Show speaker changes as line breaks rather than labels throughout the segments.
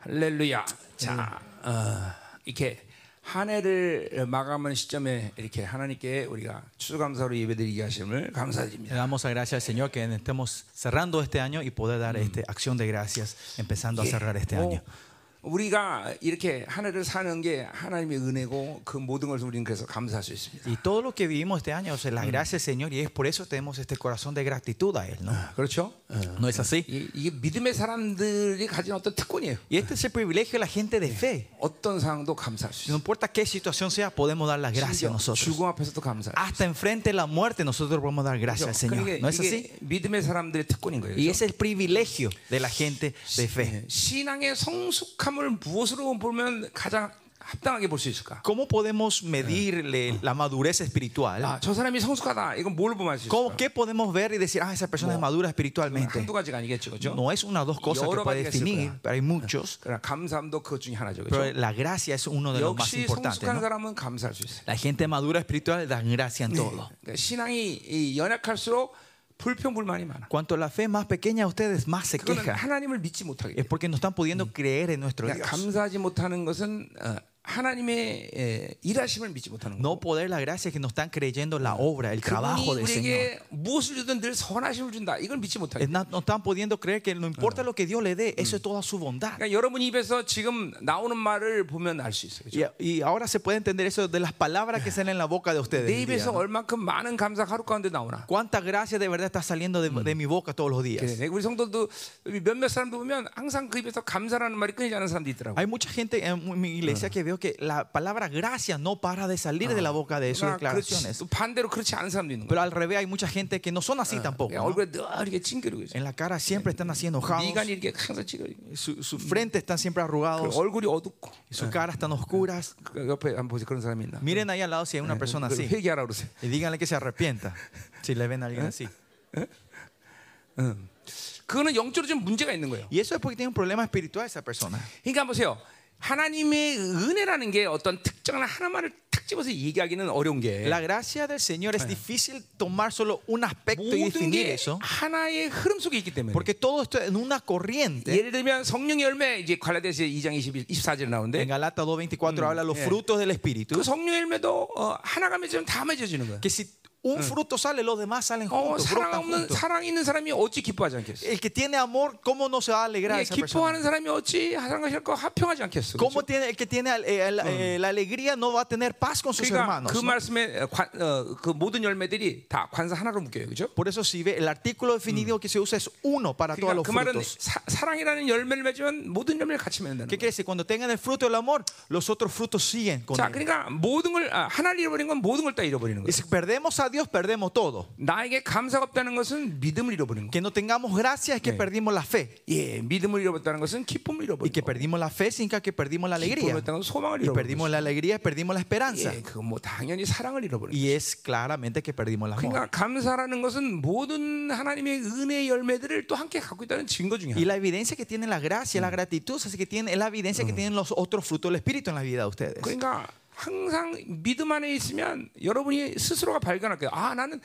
할렐루야. 자, 어, 이렇게 한 해를 마감하는 시점에 이렇게 하나님께 우리가 추수감사로 예배드리게 하심을
Le
감사드립니다.
damos a gracias, Señor, que estemos cerrando este año y poder dar esta acción de gracias empezando a cerrar este
뭐,
año.
우리가 이렇게 한 해를 사는 게 하나님의 은혜고 그 모든 것을 우리는 그래서 감사할 수 있습니다.
Y todo lo que vivimos este año, o sea, las gracias, Señor, y es por eso tenemos este corazón de gratitud a Él, ¿no?
그렇죠? 어.
¿No es así?
이- 이게 믿음의 사람들이 가진 어떤 특권이에요.
Y este es el privilegio de la gente de fe.
어떤 상황도 감사할 수
No
있어요.
importa qué situación sea, podemos dar las
심지어
gracias nosotros.
죽음 앞에서도 감사해요.
Hasta enfrente de la muerte nosotros podemos dar gracias al Señor. ¿No
그러니까
es así?
이게 믿음의 사람들의 특권인 거예요.
Y
그죠?
ese es el privilegio de la gente de fe.
예, 신앙의 성숙함을 무엇으로 보면 가장 합당하게 볼 수 있을까?
¿Cómo podemos medirle la madurez espiritual?
아, 저 사람이 성숙하다. 이건 뭘 보면 알 수
¿Cómo,
있을까?
¿Qué podemos ver y decir, ah, esa persona es madura espiritualmente?
한두 가지가 아니겠죠, 그죠?
No es una o dos cosas que
여러
puede
가지가 있을
definir,
거야.
pero hay muchos.
그러나 감사함도 그것 중에 하나죠,
Pero
그죠?
la gracia es uno de los más
역시
importantes.
성숙한
¿no?
사람은 감사할 수 있어요.
La gente madura espiritual da gracia en todo.
그러니까 신앙이 이 연약할수록 불평불만이 많아.
Cuanto la fe más pequeña a ustedes, más se
그거는
queja.
하나님을 믿지 못하게.
Es
돼요.
porque no están pudiendo creer en nuestro
그러니까
Dios.
감사하지 못하는 것은 어, 하나님의 에, 일하심을 믿지 못하는 거예요.
No poder la gracia es que no están creyendo la obra, el
그분이
trabajo del Señor.
우리에게 무엇을 주든 늘 선하심을 준다. 이걸 믿지 못하게.
Es na- No están pudiendo creer que no importa lo que Dios le dé, eso es toda su bondad.
그러니까 여러분 입에서 지금 나오는 말을 보면 알 수 있어요. 그죠?
Y, y ahora se puede entender eso de las palabras que salen en la boca de ustedes.
내
hoy día,
입에서
¿no?
얼만큼 많은 감사 하루 가운데 나오나.
¿Cuánta gracia de verdad está saliendo de, de mi boca todos los días?
그래, 우리 성도도 몇몇 사람도 보면 항상 그 입에서 감사라는 말이 끊이지 않는 사람도 있더라고. 요
Hay mucha gente en mi iglesia que veo que la palabra gracia no para de salir de la boca de sus declaraciones.
또 반대로 그렇지 않은 사람도 있는 거야.
Pero al revés, hay mucha gente que no son así tampoco.
그냥
¿no?
얼굴에 늘 이렇게 찡그리고 있어.
En la cara siempre están así enojados,
미간이 이렇게 항상 찡그리고.
su, su frente están siempre
그
arrugados,
얼굴이 어둡고.
sus caras están oscuras.
그 옆에 한번 보세요. 그런 사람이 있나?
Miren ahí al lado si hay una persona
그걸
así
회개하라 그러세요.
y díganle que se arrepienta si le ven a alguien así.
그거는 영적으로 좀 문제가 있는 거예요.
Y eso es porque tiene un problema espiritual esa persona.
그러니까 보세요. 하나님의 은혜라는 게 어떤 특정한 하나만을 탁 집어서 얘기하기는 어려운 게
La gracia del Señor es difícil tomar solo un aspecto y
모든
definir
게
eso,
하나의 흐름 속에 있기 때문에. 네.
porque todo esto en una corriente.
예를 들면 성령의 열매 이제 갈라디아서 2장 21, 24절에
En
나오는데
Galata 2.24 habla los frutos del
그그
Espíritu.
성령의 열매도 어, 하나가 맺으면 다 맺어지는 거야.
Que si un fruto sale, los demás salen
어,
juntos,
사랑
brotan
없는
juntos.
사랑 있는 사람이 어찌 기뻐하지 않겠어?
El que tiene amor, ¿cómo no se va a alegrar
예,
esa persona?
기뻐하는 예, 사람이 어찌 사랑하실 거 화평하지 않겠어? 그렇죠?
¿Cómo tiene, el que tiene eh, la, eh, la alegría no va a tener paz con sus
그러니까
hermanos?
그
¿no?
말씀에 어, 관- 어, 그 모든 열매들이 다 관사 하나로 묶여요, 그렇죠? 그죠
Por eso si ve, el artículo definido que se usa es uno para todos
그러니까
los
그 말은
frutos.
사, 사랑이라는 열매를 맺으면 모든 열매를 같이 맺는다는
¿Qué
거예요.
quiere decir? Cuando tengan el fruto del amor, los otros frutos siguen con
자,
él.
그러니까 모든 걸 아, 하나를 잃어버린 건 모든 걸 다 잃어버리는
Y
거예요.
si perdemos a Dios, perdemos todo.
나에게 감사가 없다는 것은 믿음을 잃어버린 거예요.
Que no tengamos gracia es que perdimos la fe.
예, 믿음을 잃어버렸다는 것은 기쁨을
Y
잃어버린
que
거예요.
perdimos la fe significa que perdimos la
기쁨을
alegría.
잃었다는 것은 소망을
Y
잃어버린
perdimos
거예요.
la alegría, perdimos la esperanza.
예, 그건 뭐 당연히 사랑을 잃어버린 거예요.
Y es claramente que perdimos el amor.
그러니까 감사라는 것은 모든 하나님의 은혜의 열매들을 또 함께 갖고 있다는 증거 중에
Y
하나.
la evidencia que tiene la gracia, la gratitud, así que tiene, es la evidencia que tienen los otros frutos del Espíritu en la vida de ustedes.
그러니까 항상 믿음 안에 있으면 여러분이 스스로가 발견할 거예요. 아, 나는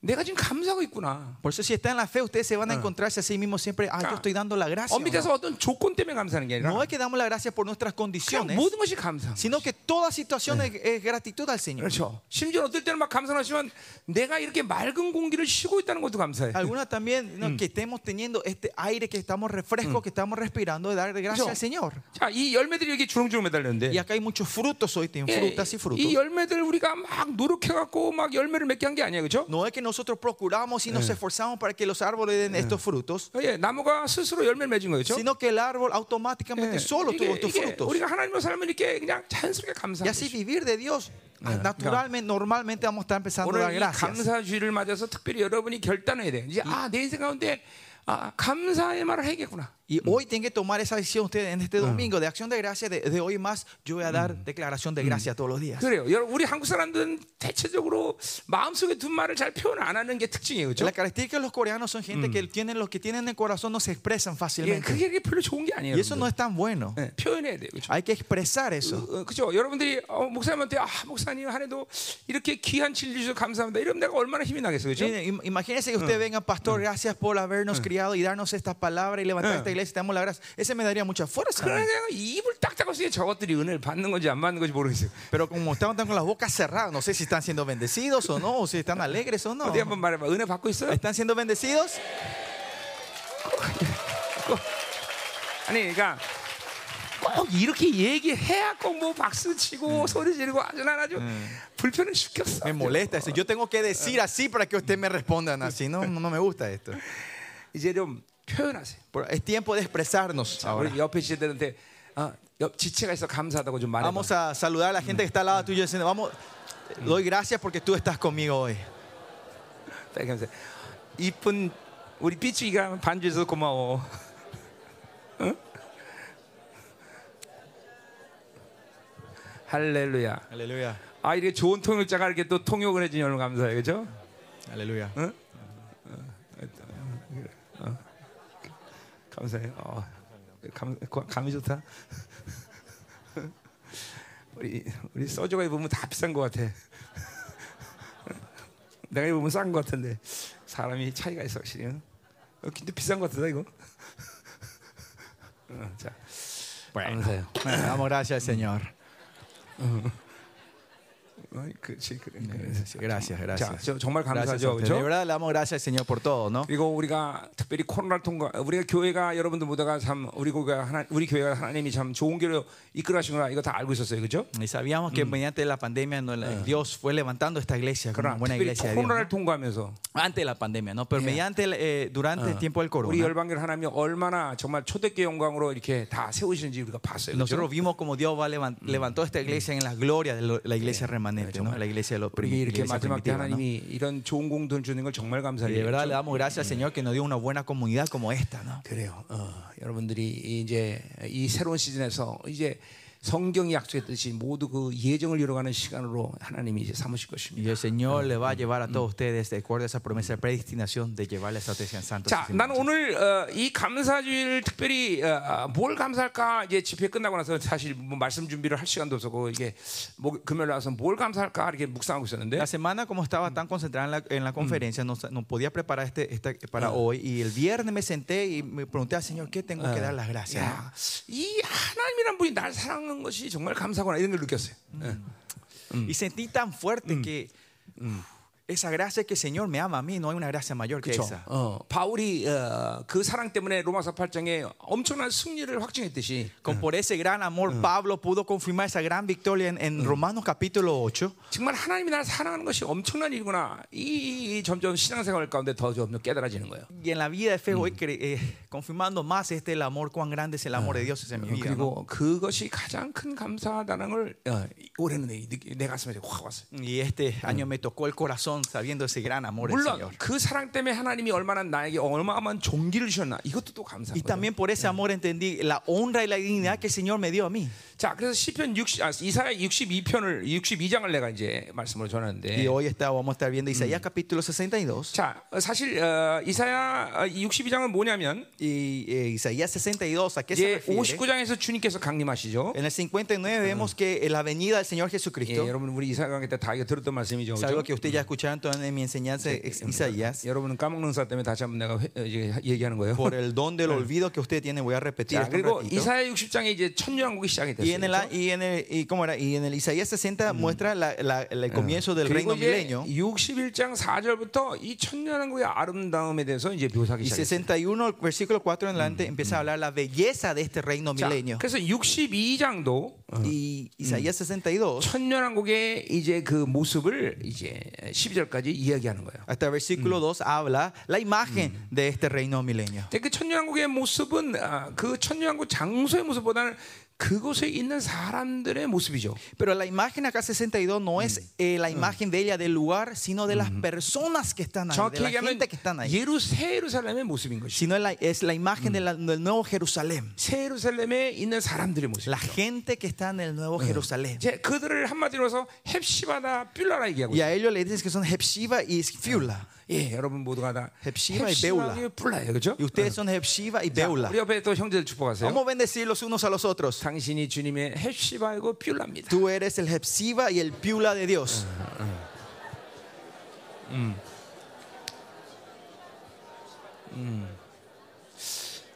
내가 지금 감사하고 있구나.
Por eso si están en la fe, ustedes se van a encontrarse a sí mismos siempre, ah, yo estoy dando la gracia. ¿o
엄밀해서 뭐 어떤 조건 때문에 감사하는 게
No? no
아니라
es que damos la gracia por nuestras
그냥
condiciones,
모든 것이 감사.
sino que toda situación es, es gratitud al Señor.
그렇죠. 심지어 어떨 때는 막 감사하시면 내가 이렇게 맑은 공기를 쉬고 있다는 것도 감사해.
Algunas también no, que estemos teniendo este aire que estamos refresco, que estamos respirando, de dar gracias
Yo.
al Señor.
자, 이 열매들이 여기 주렁주렁 매달렸는데.
Y acá hay muchos frutos hoy, tienen
예,
frutas Eh, y frutos.
이 열매들 우리가 막 노력해 갖고 막 열매를 맺게 한 게 아니에요. 그렇죠?
No es que nosotros procuramos y nos esforzamos para que los árboles den estos frutos,
예, 나무가 스스로 열매를 맺은 거예요. 그렇죠?
sino que el árbol automáticamente
예,
solo tuvo
이게,
estos
이게
frutos.
우리가 하나님을 살면 이렇게 그냥 자연스럽게
Y
감사하는
así
것이죠.
vivir de Dios, Ah, naturalmente, normalmente vamos a estar empezando a dar
오늘 이
gracias.
감사주의를 맞아서 특별히 여러분이 결단해야 돼. 이제 아, 내 인생 가운데 아, 감사의 말을 해야겠구나.
Y hoy tienen que tomar esa decisión ustedes en este domingo de acción de gracias. De, de hoy más, yo voy a dar declaración de gracia todos los días.
그래요. 여러분, 우리 한국 사람들은 대체적으로 마음속에 둔 말을 잘 표현 안 하는 게 특징이에요. 그렇죠?
La característica de los coreanos son gente que tienen los que tienen en el corazón no se expresan
예,
fácilmente.
그게 그렇게 별로 좋은 게 아니에요.
Y eso no
여러분들.
es tan bueno.
예, 표현해야 돼요. 그렇죠?
Hay que expresar eso.
어, 그죠? 여러분들이 어, 목사님한테 아 목사님 한 해도 이렇게 귀한 진리 주셔서 감사합니다. 이러면 내가 얼마나 힘이 나겠어, 그죠?
네. Ah. Miren, im- Imagínense que usted venga, pastor, gracias por habernos criado y darnos estas palabras y levantar esta iglesia, te damos la gracia, ese me daría mucha fuerza. a mí.
그냥 입을 딱 닫고 있으니 저것들이 은혜를 받는 건지 안 받는 건지 모르겠어요.
Pero como estaban tan con las bocas cerradas, no sé si están siendo bendecidos o no, o si están alegres o no.
어디 한번 말해봐. 은혜 받고 있어요?
¿Están siendo bendecidos?
아니 그러니까 꼭 이렇게 얘기해야 꼭 뭐 박수 치고 소리 지르고 아주 난 아주 불편해 죽겠어.
Me molesta eso. Yo Ah. tengo que decir así para que ustedes me respondan así. No, no me gusta esto.
이제 좀 표현하세요.
Pero es tiempo de expresarnos
자,
ahora.
우리 옆에 지체들한테 어, 옆 지체가 있어 감사하다고 좀 말해봐.
Vamos a saludar a la gente que está al lado tuyo diciendo, vamos, doy gracias porque tú estás conmigo hoy.
빨리 감사해. 이쁜 우리 삐쭈이가 반주해서 고마워. 응? 할렐루야.
Aleluya,
아 이렇게 좋은 통역자가 이렇게 또 통역을 해주니 얼마나 감사해요, 그렇죠?
aleluya.
감사해요. 어, 감, 과- 감이 좋다. 우리 우리 서주가 입으면 다 비싼 것 같아. 내가 입으면 싼 것 같은데 사람이 차이가 있어 확실히. 응? 어, 근데 비싼 것 같다 이거. 어, 자, 감사해요.
Bueno, damos gracias al Señor.
어, 그렇지 그래.
네. Gracias,
자,
gracias.
저, 정말
Gracias a
감사하죠,
ustedes. De
그렇죠?
verdad le damos gracias al Señor por todo, ¿no?
그리고 우리가 특별히 코로나 통과, 우리가 교회가 여러분들 보다가 참 우리 교회가 하나, 우리 교회가 하나님이 참 좋은 교회로 이끌어가시구나 이거 다 알고 있었어요, 그렇죠?
Y sabíamos que mediante la pandemia no, la- Dios fue levantando esta iglesia, como
그러나
una buena
아, 특별히
iglesia de Dios.
코로나를 통과하면서
¿no? Antes de la pandemia, ¿no? Pero mediante, el, eh, durante el tiempo del
우리
corona,
열방교회 하나님이 얼마나 정말 초대교 영광으로 이렇게 다 세우시는지 우리가 봤어요.
nosotros
그렇죠?
vimos como Dios va levan- levantó esta iglesia en las glorias de lo- la iglesia remanente, ¿no? La iglesia de los prim-
우리 이렇게
iglesia
마지막 때
primitiva, ¿no?
하나님이 예, 이런 좋은 공동을 주는 걸 정말
Y de
감사해요.
verdad le damos gracias al Señor que nos dio una buena comunidad como esta, ¿no?
그래요. 어, 여러분들이 이제 이 새로운 시즌에서 이제 성경이 약속했듯이 모두 그 예정을 이루어가는 시간으로 하나님이 이제 삼으실 것입니다.
Y el Señor le va a llevar a todos ustedes, de acuerdo a esa promesa de predestinación, de llevarles a ustedes en santos.
자, 나는 오늘 어, 이 감사주일 특별히 어, 뭘 감사할까 이제 집회 끝나고 나서 사실 뭐 말씀 준비를 할 시간도 없었고 이게 목, 금요일 와서 뭘 감사할까 이렇게 묵상하고 있었는데
La semana, como estaba tan concentrada en la, en la conferencia, no, sa- no podía preparar este, esta- para hoy. Y el viernes me senté y me pregunté al Señor, ¿qué tengo que dar las gracias? no?
야, 이 하나님이란 분이 날 사랑하는 것이 정말 감사구나 이런 걸 느꼈어요. 예.
Y sentí tan fuerte que uf, esa gracia que el Señor me ama a mí, no hay una gracia mayor que
그쵸?
esa.
어, 바울이 어, 그 사랑 때문에 로마서 8장에 엄청난 승리를 확증했듯이
Con, por ese gran amor, Pablo pudo confirmar esa gran victoria en, en Romanos capítulo 8.
정말 하나님이 날 사랑하는 것이 엄청난 일이구나 이, 이- 이 점점 신앙생활 가운데 더 점점 깨달아지는 거예요.
Y en la vida de fe voy cre- eh, confirmando más este el amor, cuán grande es el amor de Dios en mi vida. ¿no?
그리고 그것이 가장 큰 감사하다는 걸 어, 올해는 내, 느- 내 가슴에 확 왔어요.
Y este año me tocó el corazón sabiendo ese gran amor del
물론
Señor.
그 사랑 때문에 하나님이 얼마나 나에게 얼마만 종기를 주셨나 이것도 또 감사한
Y
거예요.
también por ese amor entendí la honra y la dignidad que el Señor me dio a mí.
자, 그래서 시편 60 아, 이사야 62편을 62장을 내가 이제 말씀으로
Y
전하는데
hoy está, vamos a estar viendo Isaías capítulo 62.
자, 어, 사실 어, 이사야 62장은 뭐냐면
Y eh, Isaías 62, ¿a qué se
이제
refiere?
59장에서 주님께서 강림하시죠.
En el 59 vemos que en la venida del
예,
Señor Jesucristo,
여러분 우리 이사야 강의 때 다 이거 들었던 말씀이죠.
es
그죠?
algo que ustedes ya escucharon toda en mi enseñanza es Isaías,
여러분은 까먹는 사 때문에 다시 한번 내가 회- 어, 이제 얘기하는 거예요.
por el don del olvido que usted tiene, voy a repetir.
자,
esto un
그리고
ratito.
이사야 60장에 이제 천년왕국이 시작이 됐어요.
Y en el,
그렇죠?
y en el, y ¿cómo era? Y en el Isaías 60 muestra la- la- el comienzo del
그리고
reino
이제
milenio.
61장 4절부터 이 천년왕국의 아름다움에 대해서 이제 묘사하기
Y
시작했어요.
61, versículo 4 en adelante, empieza a hablar la belleza de este reino
자,
milenio.
그래서 62장도
Y Isaías 62,
천년왕국의 이제 그 모습을 이제 12절까지 이야기하는 거예요.
hasta el versículo 2, habla la imagen de este reino milenio.
근데 그 천년왕국의 모습은 아, 그 천년왕국 장소의 모습보다는 그곳에 있는 사람들의 모습이죠.
Pero la imagen acá 62 no es eh, la imagen bella del lugar, sino de las personas que están ahí, de
정확히
la
얘기하면
gente que están ahí.
예루 새 예루살렘의 모습인 것이.
Sino la- es la imagen de la- del nuevo Jerusalén.
새 예루살렘에 있는 사람들의 모습.
La gente que está en el nuevo Jerusalén.
이제 그들을 한마디로 해서 헵시바다 뷸라라 얘기하고
Y
있어요.
a ellos le dices que son Hepsiba y Fiula.
예, 여러분 모두가 다
헵시바 이 베울라.
뿔라예요. 그렇죠?
Y ustedes son Hepsiba y Beula.
우리 옆에 또 형제들 축복하세요.
Vamos a bendecir los unos a los otros.
당신이 주님의 헵시바이고 뿔라입니다.
Tú eres el Hepsiba y el Piula de Dios.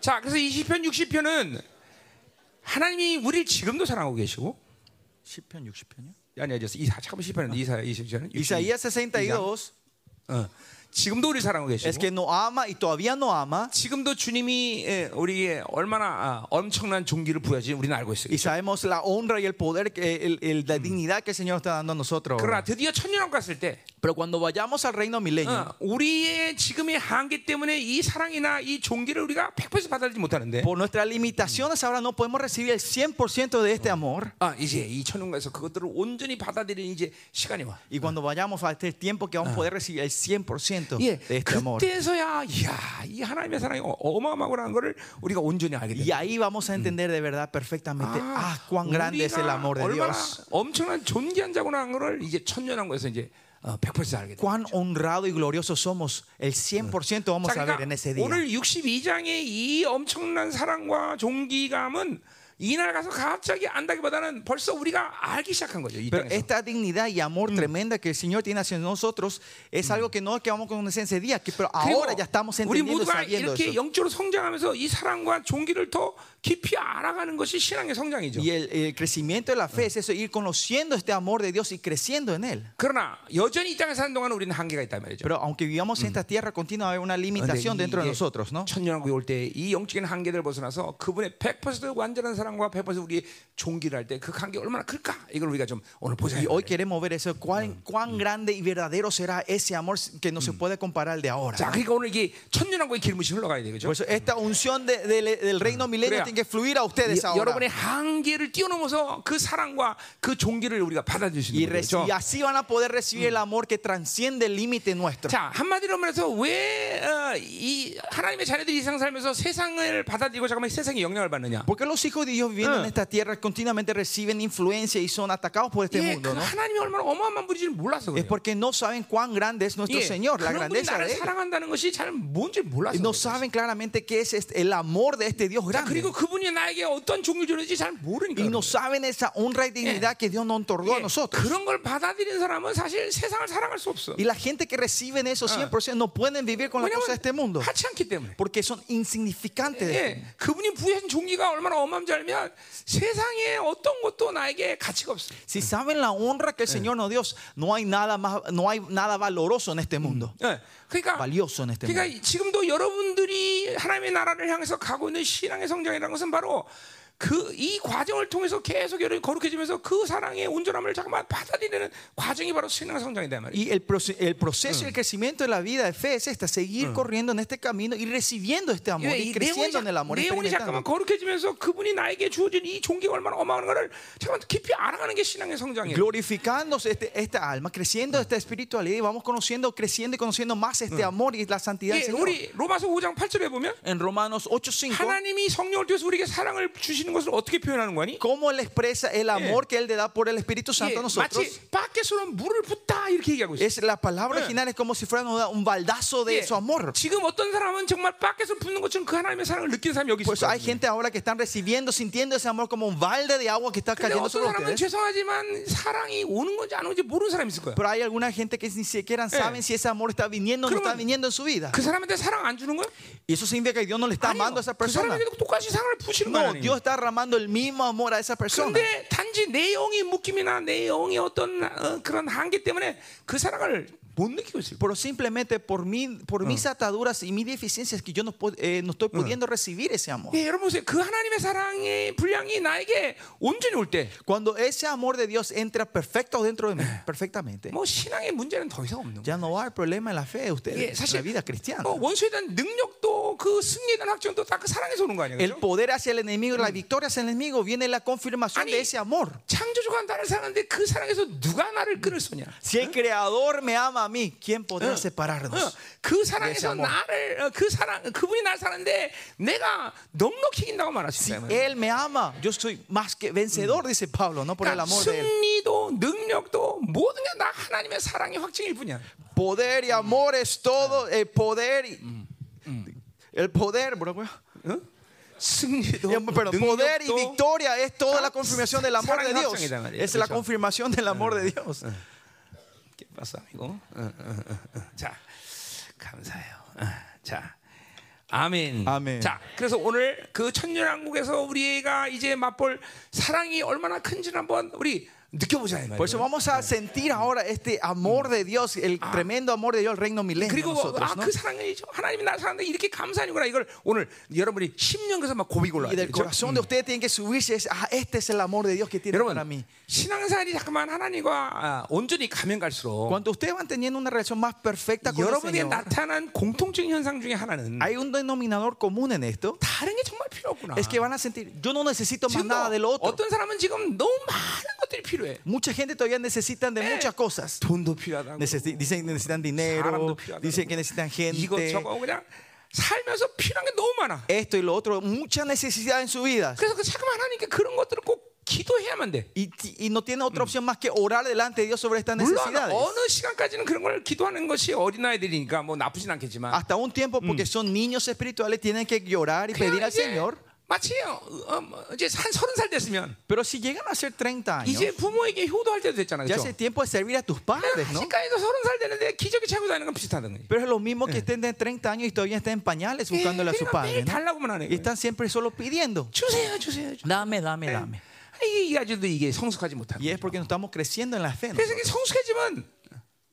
자, 그래서 이 시편 60편은 하나님이 우리를 지금도 사랑하고 계시고
10편, 60편이요?
아니 아니 이사 잠깐만 시편은 이사 20편
Isaías 62
어, 지금도 우리 사랑하고 계시고
es que no ama y todavía no ama.
지금도 주님이 예, 우리에게 얼마나 아, 엄청난 종기를 부여하지 우리는 알고 있어요.
Y sabemos la honra y el poder, que- el- el- la dignidad que el Señor está dando a nosotros. ahora.
그러나 드디어 천년왕 갔을 때
Pero cuando vayamos al reino milenio,
어, 우리의 지금의 한계 때문에 이 사랑이나 이 종기를 우리가 100% 받아들이지 못하는데
por nuestras limitaciones ahora no podemos recibir el 100% de este amor.
아, 이제 이 천년왕에서 그것들을 온전히 받아들이는 이제 시간이 와.
Y cuando vayamos a este tiempo que vamos a poder recibir el 100%
예,
de este amor.
그때서야 이야 이 하나님의 사랑이 어- 어마어마하고라는 것을 우리가 온전히 알게
Y
된다.
ahí vamos a entender de verdad perfectamente,
아,
ah, cuán grande es el
우리가
amor de
얼마나
Dios.
엄청난 존귀한 자구나 하는 것을 이제 천년왕국에서 이제 어, 100% 알게 돼.
Cuán honrado y glorioso somos. El 100% vamos a ver en ese día.
그러니까 오늘 62장의 이 엄청난 사랑과 존귀감은 이날 가서 갑자기 안다기보다는 벌써 우리가 알기 시작한 거죠. 이
Pero
땅에서.
esta dignidad y amor tremenda que el Señor tiene hacia nosotros es algo que no es que vamos con ese día, que, pero
그리고
ahora ya estamos
우리
entendiendo,
모두가
sabiendo
이렇게
eso.
영적으로 성장하면서 이 사랑과 존귀를 더 깊이 알아가는 것이 신앙의 성장이죠.
Y el, el crecimiento de la fe es eso, ir conociendo este amor de Dios y creciendo en Él.
그러나 여전히 이 땅에 사는 동안 우리는 한계가 있단 말이죠.
Pero aunque vivamos en esta tierra, continua haber una limitación dentro de nosotros, ¿no?
천년왕국에 올 때 이 영적인 한계들을 벗어나서 그분의 100% 완전한 사랑과 100% 우리의 종기를 할 때 그 한계 얼마나 클까? 이걸 어- 우리가 좀 오늘 보자.
Y hoy queremos ver eso, cuán, cuán grande y verdadero será ese amor que no se puede comparar al de ahora.
자, 그러니까 오늘 이게 천년왕국의 길무시 흘러가야 되겠죠.
Por eso esta unción de- del- del reino milenio
Crea.
tiene que fluir a ustedes
여-
ahora.
여러분의 한계를 뛰어넘어서 그 사랑과 그 종기를 우리가 받아들일 수
Y,
있는
reci-
거죠.
y así van a poder recibir el amor que transciende el límite nuestro.
자, 한마디로 말해서 어, 왜이 하나님의 자녀들이 이 세상 살면서 세상을 받아들이고 잠깐만 세상의 영향을 받느냐?
Porque los hijos de Dios viviendo
Ah.
en esta tierra continuamente reciben influencia y son atacados por este
예, 그
mundo, ¿no?
하나님이 얼마나 어마어마한 분인지를 몰라서
Es
그래요.
porque no saben cuán grande es nuestro
예,
Señor, la
그런 분이
grandeza
나를
de Él.
사랑한다는 것이 잘 뭔지 몰라서
Y no
그래요.
saben claramente qué es este- el amor de este Dios
자,
grande.
그리고 그분이 나에게 어떤 종류를 주는지 잘 모르니까
Y no saben esa honra y dignidad que Dios nos otorgó a
그래요. 예,
nosotros.
그런 걸 받아들이는 사람은 사실 세상을 사랑할 수 없어
Y la gente que reciben eso 100% no pueden vivir con la
왜냐면
cosa de este mundo.
하지 않기 때문에
Porque son insignificantes. de este
예, 그분이 부여하신 종기가 얼마나 어마한지 알면 세상에 어떤 것도 나에게 가치가 없어
Si saben la honra que el Señor nos dio, no hay nada más, no hay nada valoroso en este mundo,
예, 그러니까
valioso en este mundo.
그러니까 지금도 여러분들이 하나님의 나라를 향해서 가고 있는 신앙의 성장이라는 것은 바로 그 이 과정을 통해서 계속 여러분이 거룩해지면서 그 사랑의 온전함을 잠깐만 받아들이는 과정이 바로 신앙 성장이다 말이에요.
Y el, proce- el proceso y el crecimiento de la vida de fe es esta, seguir corriendo en este camino y recibiendo este amor
이
y
내용이,
creciendo
자-
en el amor.
내용이 잠깐만
experimentando.
거룩해지면서 그분이 나에게 주어진 이 종기가 얼마나 어마한 가를 잠깐만 깊이 알아가는 게 신앙의 성장이에요.
Glorificando este- esta alma, creciendo esta espiritualidad y vamos conociendo, creciendo y conociendo más este amor y la santidad del
예,
Señor.
우리 로마서 5장 8절에 보면
En Romanos 8:5,
하나님이 성령을 통해서 우리에게 사랑을 주시는 것을 어떻게 표현하는 거니?
cómo Él expresa el amor que Él le da por el Espíritu
예,
Santo a nosotros.
마치 밖에서 물을 붓다 이렇게 얘기하고 있어요.
Es la palabra original es como si fuera una- un baldazo de
예,
su amor.
지금 어떤 사람은 정말 밖에서 붓는 것처럼 그 하나님의 사랑을 느끼는 사람이 여기 있을
Pues
거예요.
hay gente ahora que están recibiendo, sintiendo ese amor como un balde de agua que está
근데
cayendo
어떤
sobre
사람은
ustedes.
죄송하지만 사랑이 오는 건지 안 오는지 모르는 사람이 있을 거야.
Pero hay alguna gente que ni siquiera saben si ese amor está viniendo o no está
그러면-
viniendo en su vida.
그 사람한테 사랑 안 주는 거야?
Y eso significa que Dios no le está
아니요.
amando a esa
그
persona.
사람에게도 똑같이 사랑을 부시는 거야.
No,
하나님은.
Dios está derramando el mismo amor a esa persona.
근데 단지 내 영의 묶임이나 내 영의 어떤 어, 그런 한계 때문에 그 사랑을 못 느끼고 있어요.
Pero simplemente por, mí, por mis ataduras y mis deficiencias que yo no, pu- eh, no estoy pudiendo recibir ese amor.
예, 여러분 보세요. 그 하나님의 사랑의 분량이 나에게 온전히 올 때 뭐
Cuando ese amor de Dios entra perfecto dentro de mí, perfectamente,
뭐 신앙의 문제는 더 이상 없는 거예요.
ya no va a haber problema en la fe de
예,
ustedes, en la
사실
vida cristiana.
뭐 원수에 대한 능력도 그 승리에 대한 확정도 다 그 사랑에서 오는 거 아니에요?
El
그죠?
poder hacia el enemigo, la victoria hacia el enemigo, viene la confirmación
Ani-
de ese amor.
창조주가 나를 사랑하는데 그 사랑에서 누가 나를 끊을 수냐?
Si el creador me ama a mí, ¿quién podrá
어,
separarnos?
그 사랑에서
amor.
나를 어, 그 사랑 그분이 나를 사랑하는데 내가 넉넉히 이긴다고 말하셨어요. 그러니까
Él me ama, yo soy más que vencedor, dice Pablo, no por el
그러니까
amor de él.
승리도 능력도 모든 게 다 하나님의 사랑의 확증일 뿐이야. 어?
Poder y amor es todo, el poder y mm. el poder, bro, bro.
승리도
Pero poder y
능력도
victoria es toda la confirmación del amor de
Sarang
Dios.
Hapsang, Ida,
Es Ah, la
eso.
confirmación del amor de Dios.
봤어 이거. 어, 어, 어, 어. 자 감사해요. 어, 자 아멘.
아멘.
자, 그래서 오늘 그 천년왕국에서 우리가 이제 맛볼 사랑이 얼마나 큰지를 한번 우리 느껴보자 이 말이에요.
Por eso vamos a sentir ahora este amor de Dios, el tremendo amor de Dios, el reino milenio. en
그리고
Nosotros,
아
¿no?
그 사랑이 저- 하나님이 나를 사랑하는데 이렇게 감사하는구나 이걸 오늘 여러분이 심령에서 막 고비 골라야
Y del
되죠.
corazón de ustedes tienen que subirse. es, ah, este es el amor de Dios que tiene para mí.
여러분 신앙생활이 잠깐만 하나님과 아, 온전히 가면 갈수록
Cuando ustedes van teniendo una relación más perfecta con el
여러분에게
Señor,
나타난 공통적인 현상 중에 하나는
hay un denominador común en esto.
다른 게 정말 필요 없구나.
Es que van a sentir, yo no necesito más
지금
nada de lo otro.
어떤 사람은 지금 너무 많은 것들이 필요해.
Mucha gente todavía necesitan de muchas cosas.
돈도 필요하다고.
Necesi- dicen que necesitan dinero,
사람도 필요하다고.
dicen que necesitan
이거
gente,
저거 그냥 살면서 필요한 게 너무 많아.
esto y lo otro, mucha necesidad en su vida.
그래서 그 잠깐만 하나님께 그런 것들을 꼭 기도해야만 돼.
Y, ti- y no tiene otra opción más que orar delante de Dios sobre estas
물론
necesidades.
어느 시간까지는 그런 걸 기도하는 것이 어린아이들이니까 뭐 나쁘진 않겠지만
Hasta un tiempo, porque son niños espirituales, tienen que llorar y pedir
그냥
al
이제
Señor.
마치 어, 뭐 이제 한 서른 살 됐으면
Pero si llegan a ser 30 años,
이제 부모에게 효도할 때도 됐잖아
ya
그렇죠?
hace tiempo de servir a tus padres, ¿no?
아직까지도 서른 살 되는데 기저귀 차고 다니는 건 비슷하다는 거지 예,
Pero es lo mismo que estén de 30 años y todavía estén en pañales buscándole a su
그냥
padre,
매일
Eh. ¿no?
달라고만 하는
Y
거예요
están siempre solo pidiendo.
주세요 주세요 주세요.
Dame, dame, dame.
아, 이게 이 아직도 이게 성숙하지 못하는
Y
거예요
es porque no estamos creciendo en la fe. ¿no?
그래서 이게 성숙해지면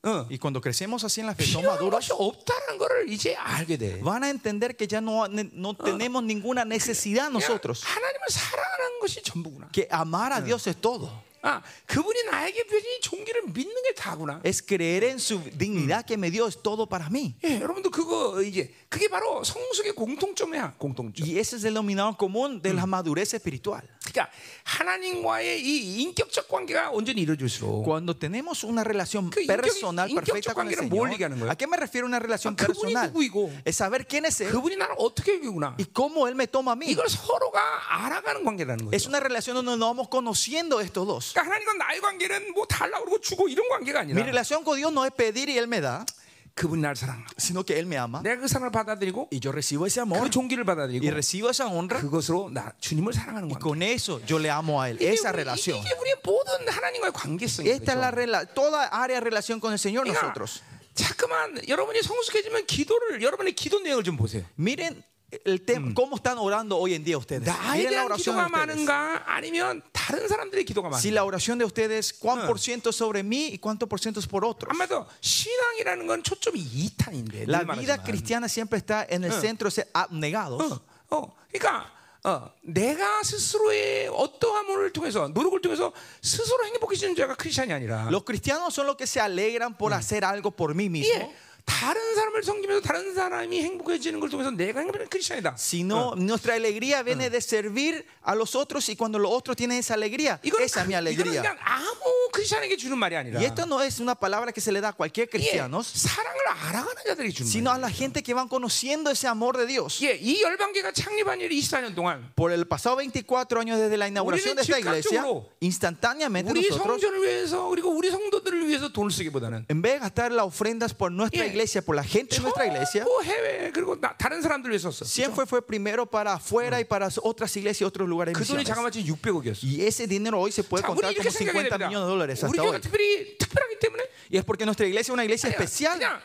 어,
Y cuando crecemos así en la fe,
필요한
somos maduros,
것이 없다는 거를 이제 알게 돼
van a entender que ya no, no tenemos ninguna necesidad
그냥
nosotros.
하나님을 사랑하는 것이 전부구나
Que amar a Dios es todo.
아, 그분이 나에게 표현이 종기를 믿는 게 다구나
Es creer en su dignidad que me dio es todo para mí.
예, 여러분도 그거 이제 그게 바로 성숙의 공통점이야 공통점
Y ese es el denominador común de la madurez espiritual.
그러니까 하나님과의 이 인격적 관계가 온전히 이루어질수록
Cuando tenemos una relación
Que
personal
인격이-
perfecta con el
인격적 관계는 뭘 얘기하는
Señor,
거예요?
¿a Ah, qué me refiero una relación
아, 그분이
personal?
누구이고,
Es saber quién es Él
그분이 나를 어떻게 여기구나
y cómo Él me toma a mí.
이걸 서로가 알아가는 관계라는
Es
거죠.
una relación donde nos vamos conociendo estos dos.
그러니까 하나님과 나의 관계는 뭐 달라고 그러고 주고 이런 관계가
Mi
아니라
relación con Dios no es pedir y Él me da,
그분이 나를 사랑하고
sino que Él me ama.
내가 그 사랑을 받아들이고
Y yo recibo ese
그
amor
종기를
y
받아들이고
recibo esa honra.
그것으로 나 주님을 사랑하는
Y
관계.
con eso yo le amo a Él.
이게,
Esa
우리,
relación.
이게 우리의 모든 하나님과의 관계성이죠.
Esta es la rela- toda área de relación con el Señor
그러니까
nosotros.
자꾸만 여러분이 성숙해지면 기도를 여러분의 기도 내용을 좀 보세요.
Miren eh, el tema, cómo están orando hoy en día ustedes.
나에
Miren la
대한
oración de
기도가
ustedes.
많은가 아니면 다른 사람들의 기도가
Si
많은가.
la oración de ustedes, ¿cuán por ciento es sobre mí y cuánto por ciento es por otros?
아마도 신앙이라는 건 초점이 이탄인데.
La vida cristiana siempre está en el centro, de ser abnegados.
어, 어, 그러니까 어, 내가 스스로의 어떠함을 통해서 노력을 통해서 스스로 행복해지는 자가 크리스천이 아니라
Los cristianos son los que se alegran por hacer algo por mí mismo,
예, 다른 사람을 섬기면서 다른 사람이 행복해지는 걸 통해서 내가 행복해지는 크리스천이다.
sino nuestra alegría viene de servir a los otros y cuando los otros tienen esa alegría,
이거는,
esa es mi
그- 이거는
alegría.
그냥 아무 크리스천에게 주는 말이 아니라
Y esto no es una palabra que se le da a cualquier
예,
cristiano,
사랑을 알아가는 자들이 주는
sino a
말이에요.
la gente que van conociendo ese amor de Dios.
예, 이 열방계가 창립한 일 24년 동안
Por el pasado 24 años desde la inauguración de esta iglesia, instantáneamente
우리
nosotros
성전을 위해서 그리고 우리 성도들을 위해서 돈을 쓰기보다는
En vez de gastar las ofrendas por nuestra
Yeah.
iglesia, por la gente de nuestra iglesia,
전부 해외 그리고 나- 다른 사람들 위해서 썼어.
siempre fue primero para afuera y para otras iglesias y otros lugares.
그 돈이
misiones.
자그마치 600억이었어.
Y ese dinero hoy se puede
자, 우리
contar
이렇게
como
생각해야
50
됩니다.
millones de dólares
우리
hasta
교회가
hoy.
특별히 특별하기 때문에
Y es porque nuestra iglesia es una iglesia
그냥,
especial.
그냥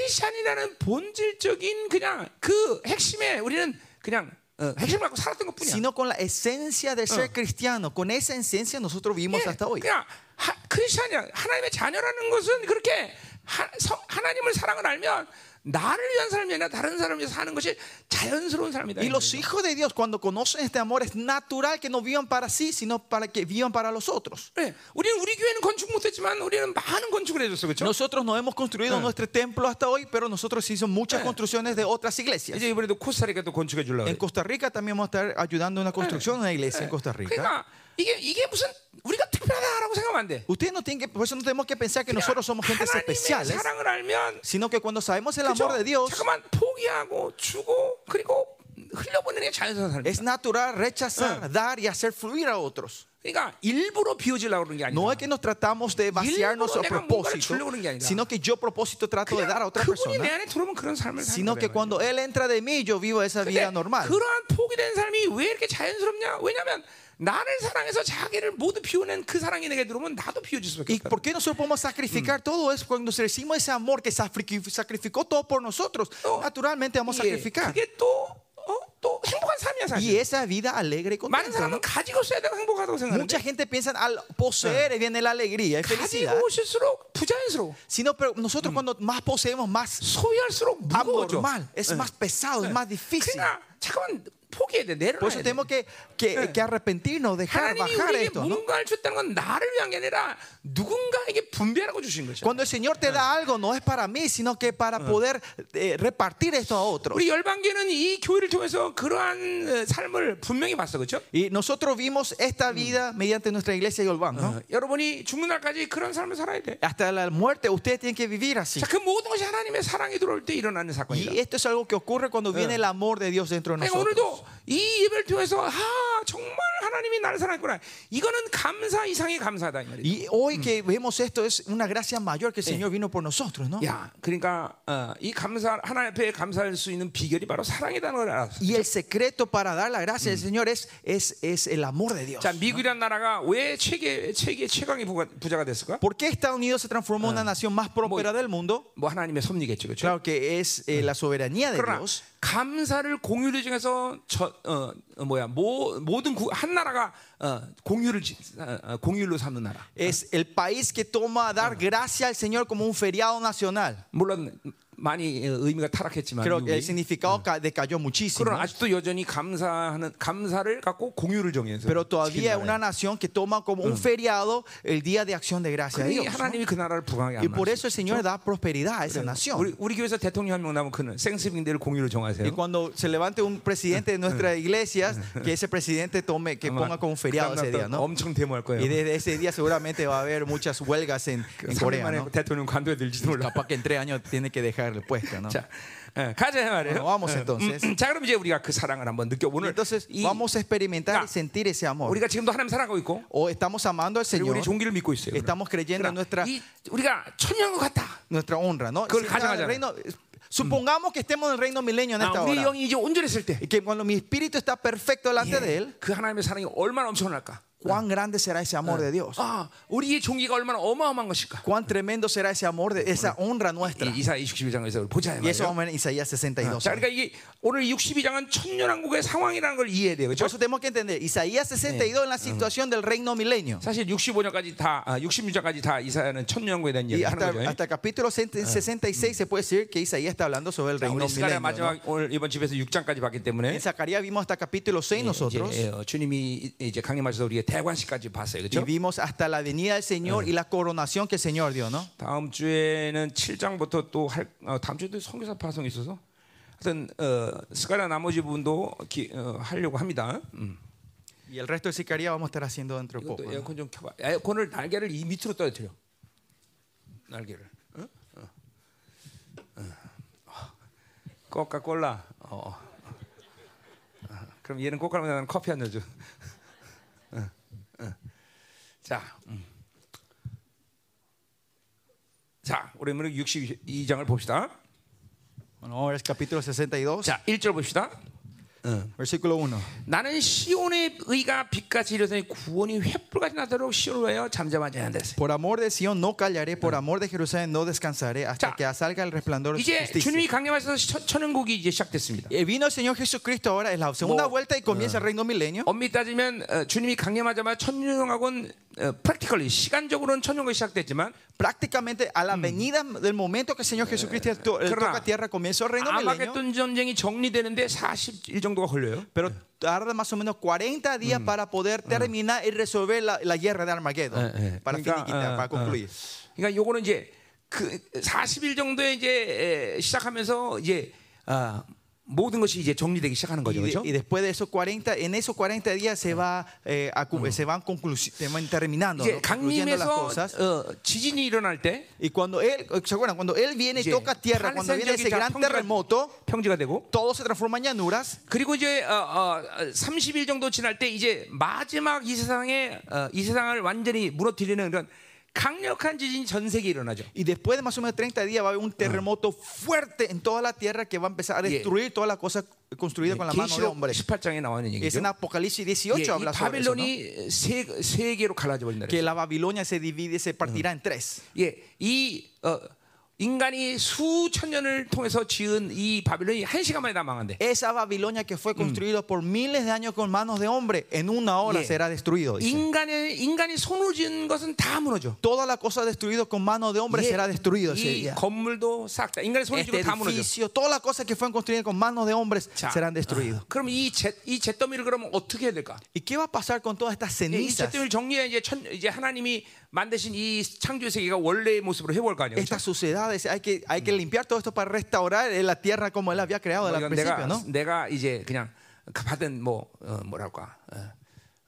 크리스천이라는 본질적인 그냥 그 핵심에 우리는 그냥 어, 핵심 갖고 살았던 것뿐이야.
Sino con la esencia de ser cristiano, con esa esencia nosotros vivimos hasta
예,
hoy.
그냥 하, 크리스천이야 하나님의 자녀라는 것은 그렇게 하, 님을 사랑을 알면 나를 위한 삶이 아니라 다른 사람을 위해서 사는 것이 자연스러운 삶이다.
Y los hijos de Dios, cuando conocen este amor, es natural que no vivan para sí, sino para que vivan para los otros.
예, 우리는 우리 교회는 건축 못했지만 우리는 많은 건축을 해줬어, 그렇죠?
Nosotros no hemos construido nuestro templo hasta hoy, pero nosotros hicimos muchas construcciones de otras iglesias.
이제 이번에도 코스타리카도 건축해 주려고.
En
그래.
Costa Rica también vamos a estar ayudando en una construcción de una
Ah.
iglesia en Costa Rica.
그러니까 이게 이게 무슨 우리가 특별하다라고 생각하면 안 돼.
Ustedes no tienen que, por eso no tenemos que pensar que nosotros somos gentes
하나님의
especiales,
사랑을 알면
sino que cuando sabemos el
그쵸?
amor de Dios,
잠깐만 포기하고 주고 그리고 흘려보내는 게 자연스러운 삶이에요.
Es natural rechazar, dar y hacer fluir a otros.
그러니까 일부러 비워지려고 그러는 게 아니라
No es que nos tratamos de vaciarnos a
내가 뭔가를
propósito,
주려고 그러는 게 아니라
sino que yo propósito trato de dar a otra
그분이
persona,
내 안에 들어오면 그런 삶을 사는
sino que
거예요. 그러니까.
cuando Él entra de mí, yo vivo esa
근데
vida normal.
그러한 포기된 삶이 왜 이렇게 자연스럽냐? 왜냐하면 나를 사랑해서 자기를 모두 비우는 그 사랑이 내게 들어오면 나도 비워질 수밖에
¿Y
없다.
por qué nosotros podemos sacrificar todo eso? Cuando recibimos ese amor que sacrifi- sacrificó todo por nosotros,
No.
naturalmente vamos a
예,
sacrificar.
그게 또, 어? 또 행복한 삶이야
Y
사실.
esa vida alegre
많은
y contenta. ¿no?
사람은 가지고 있어야 되고 행복하다고
Mucha
생각하는데
gente piensa al poseer viene la alegría y felicidad.
가지고 있을수록 부자연스러워.
Sino, pero nosotros cuando más poseemos, más
소유할수록 무거워져.
anormal, es más pesado, es más difícil.
그러니까 잠깐만 포기해야 돼.
Por
내려놔야
eso
돼.
tenemos que, que, que arrepentirnos, dejar
하나님이
bajar
우리에게
esto. ¿no?
무언가를 줬다는 건 나를 위한 게 아니라 누군가에게 분배하라고 주신 거죠.
Cuando el Señor te da algo, no es para mí, sino que para poder eh, repartir esto a otros.
우리 열방계는 이 교회를 통해서 그러한 어, 삶을 분명히 봤어, 그렇죠?
Y nosotros vimos esta vida mediante nuestra iglesia y Olván, ¿no?
여러분이 죽는 날까지 그런 삶을 어? 살아야 돼.
Hasta la muerte ustedes tienen que vivir así.
자, 그 모든 것이 하나님의 사랑이 들어올 때 일어나는
Y
사건이다.
esto es algo que ocurre cuando viene el amor de Dios dentro de
그러니까
nosotros.
오늘도 이 예배를 통해서 아 정말 하나님이 나를 사랑했구나. 이거는 감사 이상의 감사다 이 말이야.
Y Mm. hoy que vemos esto es una gracia mayor que el Señor vino por nosotros, ¿no?
야, 그러니까 어, 이 감사 하나님 앞에 감사할 수 있는 비결이 바로 사랑이라는 걸 알았어.
Y el secreto para dar la gracia del Señor es, es, es el amor de Dios.
자, 미국이란 나라가 왜 세계 세계 최강의 부가, 부자가 됐을까?
¿Por qué Estados Unidos se transformó en una nación más próspera del mundo?
뭐 하나님의 섭리겠죠, 그렇죠?
Claro que es eh, la soberanía de
그러나
Dios.
감사를 공유를 중에서 저, 어, 어, 뭐야 모, 모든 구, 한 나라가 어, 공유를 지- 어, 어, 공유로 삼는 나라.
Es el país que toma a dar gracia al Señor como un feriado nacional.
물론 많이 어, 의미가 타락했지만
Creo que el
미국이.
significado ca- decayó muchísimo.
그러나 아직도 여전히 감사하는 감사를 갖고 공유를 정해서
Pero todavía es
지킨 나라예요.
una nación que toma como un feriado el día de acción de gracia a
그러니
Dios. ¿no?
하나님이 그 나라를 부강하게
Y
안
por
만드세요.
eso el Señor da prosperidad a esa
우리
nación.
우리 교회에서 대통령 한 명 나면 그는 생스빙대를 공유로
Y
정하세요.
cuando se levante un presidente de nuestras iglesias, que ese presidente tome, que
아마
ponga como un
그
feriado
다음날
ese día,
또
¿no?
엄청 데모할
Y
거예요.
desde ese día seguramente va a haber muchas huelgas en, en
3년
Corea,
만에
¿no?
그 대통령 관둬야 될지도 몰라.
Capaz que en tres años tiene que dejar el puesto, ¿no?
자, 예, 가자 이 말이에요.
Bueno, vamos
예,
entonces.
자, 그럼 이제 우리가 그 사랑을 한번 느껴
Y Ah.
오늘
entonces
이-
vamos a experimentar
Ya.
y sentir ese amor.
우리가 지금도 하나님 사랑하고 있고
O estamos amando al
그리고
Señor,
우리 종기를 믿고 있어요.
estamos creyendo
그러나
en nuestra,
이, 우리가 천년과 같다.
nuestra honra, ¿no?
그걸
Si está en el Mm.
가져가잖아요.
reino- supongamos que estemos en el reino milenio en
아,
esta
우리
hora.
영이 이제 온전했을 때
Y que cuando mi espíritu está perfecto delante de Él,
그 하나님의 사랑이 얼마나 엄청날까?
cuán grande será ese amor de Dios.
아, 우리의 종기가 얼마나 어마어마한 것일까?
Cuán tremendo será ese amor de esa honra nuestra.
이- 이사 22장에서 보자 이
Y Ah. eso
말이에요.
vamos a ver en Isaías 62.
자, 그러니까 이게 오늘 62장은 천년왕국의 상황이라는 걸 이해해야 돼요.
Por
그렇죠?
eso tenemos que entender Isaías 62 en la situación del reino milenio.
사실 65년까지 다 아, 66장까지 다 이사야는 천년왕국에 대한
Y
이야기
hasta,
하는 거죠.
hasta capítulo 66 se puede decir que Isaías está hablando sobre el
자,
reino
아, 우리 스가랴
milenio. ¿no?
마지막 오늘 이번 집에서 6장까지 봤기 때문에
En Zacarías vimos hasta capítulo 6 nosotros
이제, 어, 주님이 이제 강림하셔서 우리의 대관식까지 봤어요.
y
그렇죠?
vimos hasta la venida del Señor y la coronación que el Señor dio, ¿no?
다음 주에는 7장부터 또 할, 어, 다음 주에도 선교사 파송이 있어서 하여튼 어, 스카라 나머지 부분도 기, 어, 하려고 합니다. 음.
Y el resto de Zacarías vamos a estar haciendo dentro de poco.
이것도
¿no?
에어컨 좀 켜봐. 에어컨을 날개를 이 밑으로 떨어뜨려. 날개를. 응? 어. 어. 코카콜라. 어. 어. 그럼 얘는 코카콜라 나는 커피 한 잔 줘. 어. 어. 자. 음. 자, 오랜만에 62장을 봅시다.
Bueno, vamos a ver el capítulo 62,
자, 1절 봅시다.
versículo 1.
나는 시온의 의가 빛같이 이르더니 구원이 횃불같이 나도록 시온을 위하여 잠잠하지 않는다.
Por amor de Sión no callaré, por amor de Jerusalén no descansaré hasta
Ya.
que salga el resplandor de su
이제 주님이
justicia.
강림하셔서 천- 천왕국이 이제 시작됐습니다.
Eh, Vino el Señor Jesucristo ahora, es la segunda
Mo-
vuelta y comienza el reino milenio.
엄밀히 따지면 어, 주님이 강림하자마자 천년왕국은 프랙티컬리 시간적으로는 천년왕국이 시작됐지만
Prácticamente a la venida del momento que el Señor Jesucristo to- eh,
claro.
toca tierra comienza el reino milenio.
아마겟돈 전쟁이 정리되는데 40일 정도가 걸려요.
Pero tarda más o menos 40 días
Mm.
para poder terminar y resolver la, la guerra de Armagedón.
Eh, eh.
Para
Venga,
finiquitar,
eh,
para concluir.
그러니까 요거는 이제 그 40일 정도에 이제 에, 시작하면서 이제 아, 모든 것이 이제 정리되기 시작하는
Y,
거죠.
de-
그렇죠?
y después de esos 40, en esos 40 días se, va, eh, a
Mm.
cu- se van conclusi- se van terminando,
이제
¿no? concluyendo las
강림에서
cosas.
어, 지진이 일어날 때
Y cuando él, ¿se acuerdan? Cuando él viene y
이제
toca tierra, cuando viene ese
발생적인 자-
gran
평지가,
terremoto,
평지가 되고
todo se transforma en llanuras.
그리고 이제 어, 어, 30일 정도 지날 때 이제 마지막 이 세상에 어, 이 세상을 완전히 무너뜨리는 그런 강력한 지진이 전 세계에 일어나죠.
Y después de más o menos 30 días va a haber
Ah.
un terremoto fuerte en toda la tierra que va a empezar a
Yeah.
destruir todas las cosas construidas con la mano de
계시록
hombre.
18장에 나오는
Es
얘기죠.
en Apocalipsis
예,
18
이
habla sobre eso, ¿no?
바빌론이 세, 세 개로 갈라져 버린다.
que la Babilonia se divide, se partirá en tres.
예, 이 어, 인간이 수천 년을 통해서 지은 이 바빌론이 한 시간 만에 다 망한대.
Esa Babilonia que fue construida por miles de años con manos de hombre, en una hora
Yeah.
será
뭐
destruido. dice.
인간의 인간이 손으로 지은 것은 다 무너져.
Toda la cosa destruida con manos de hombre
예,
será destruido. ese
이
día.
건물도 싹 다 인간의 손으로 지은
Este
거다 무너져.
edificio, todas las cosas que fueron construidas con manos de hombres
자,
serán destruidas.
그럼 이제이 잿더미를 그러면 어떻게 해야 될까?
¿Y qué va a pasar con todas estas
이
cenizas?
잿더미를 정리해 이제 천, 이제 하나님이 만드신 이 창조 의 세계가 원래의 모습으로 해볼 거 아니에요. 그렇죠?
Estas suciedades, hay que, hay que limpiar todo esto para restaurar eh, la tierra Mm. como él había creado
뭐
al
이건 내가
principio, ¿no?
내가 이제 그냥 그 받은 뭐 어, 뭐랄까 어,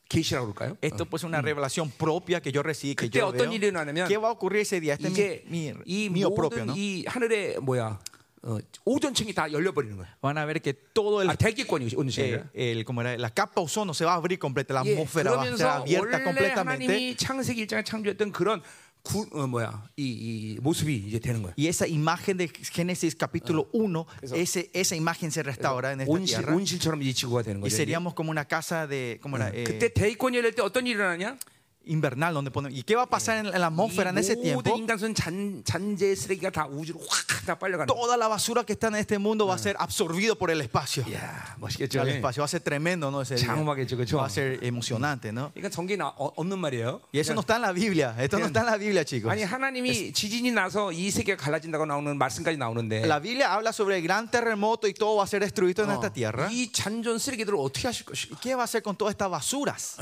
계시라고 그럴까요?
Esto pues es una revelación propia que yo recibí, que
그때
yo
어떤 일이
veo.
일어나냐면
¿Qué va a ocurrir ese día? Este
이제
es mi- mi-
이
mío propio,
모든
¿no?
이 하늘의 뭐야 어, 오존층이 다 열려버리는 거야.
Van a ver que todo el,
아, 대기권이 오는 시간이야.
eh, el- como era, la capa ozono se va a abrir completa, la
예,
atmósfera va a ser
그러면서
abierta
원래
completamente.
하나님이 창세기 일장에 창조했던 그런 구, 어, 뭐야 이, 이 모습이 이제 되는 거야.
Y esa imagen de Génesis capítulo 1,
Eso.
ese, esa imagen se restaura en esta
온실,
tierra.
온실처럼 네, 이 예. 지구가 되는
Y
거죠. 이제.
seríamos como una casa de, como era, eh,
그때 대기권이 열릴 때 어떤 일이 일어나냐?
invernal, donde ponemos. ¿Y qué va a pasar en la- en la
뭐
atmósfera en ese
이 모든
tiempo?
인간손 잔 잔재 쓰레기가 다 우주로 확다 빨려가는. 거야.
Toda la basura que está en este mundo va a ser absorbido por el espacio.
이야 멋있겠죠. 예.
Al espacio va a ser tremendo, ¿no? Ese día.
장엄하겠죠, 그렇죠?
Va a ser emocionante, ¿no?
이건 전기 나 어, 없는 말이에요.
Y eso no está en la Biblia. Esto no está en la Biblia, chicos.
아니 하나님이 지진이 나서 이 세계가 갈라진다고 나오는 말씀까지 나오는데
La Biblia habla sobre el gran terremoto y todo va a ser destruido en
Oh.
esta tierra.
이 잔존 쓰레기들을 어떻게 하실 것인가?
¿Qué va a hacer con todas estas basuras?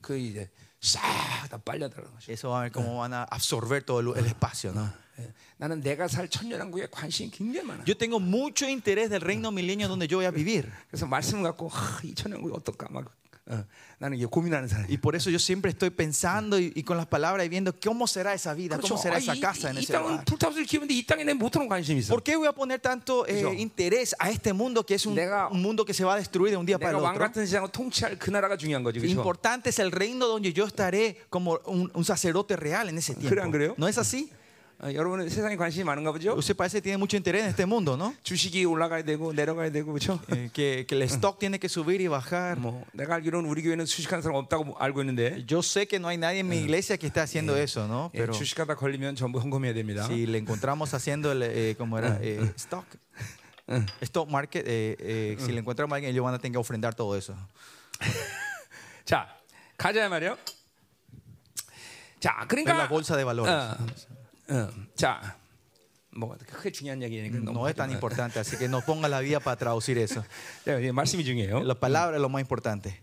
그 이제 싹 다 빨려들어가는 것이.
Eso va a ver cómo van a absorber todo el, el espacio, ¿no?
예. 나는 내가 살 천년왕국에 관심이 굉장히 많아.
Yo tengo mucho interés del reino milenio donde yo voy a vivir.
그래서 말씀을 갖고 하, 이 천년왕국이 어떨까 막 어, 나는 이게 고민하는 사람이.
Y por eso yo siempre estoy pensando y, y con las palabras y viendo cómo será esa vida, cómo será
아,
esa
이,
casa en
이
ese
땅은
lugar.
불타오를 키우는데 이 땅에 내 못하는 관심이 있어.
¿Por qué voy a poner tanto eh,
Eso.
interés a este mundo que es un,
Nega-
un mundo que se va a destruir de un día para
내가
el
왕
otro?
같은 세상을 통치할 그 나라가 중요한 거지. 그렇죠?
Importante es el reino donde yo estaré como un, un sacerdote real en ese
¿Crean, creo?
tiempo. ¿No es así?
어, 여러분은 세상에 관심이 많은가 보죠?
Usted parece que tiene mucho interés en este mundo, ¿no?
주식이 올라가야 되고 내려가야 되고 그렇죠?
Eh, que, que el stock tiene que subir y bajar.
뭐 내가 알기로는 우리 교회는 주식하는 사람 없다고 뭐 알고 있는데
Yo sé que no hay nadie en mi iglesia que esté haciendo eso, ¿no?
예,
Pero
주식하다 걸리면 전부 헌금해야 됩니다.
si le encontramos haciendo el, eh, ¿cómo era? Eh, stock. Stock market, eh, eh, si le encontramos a alguien, ellos van a tener que ofrendar todo eso.
자 가자 말이요. 자
Es la
그러니까
bolsa de valores.
어, 어, 자, 뭐 크게 중요한 얘기니까
No
음, 너무
es tan
하지만.
importante, así que no ponga la vida para traducir eso.
자, 예, 말씀이 중요해요.
La palabra es lo más importante.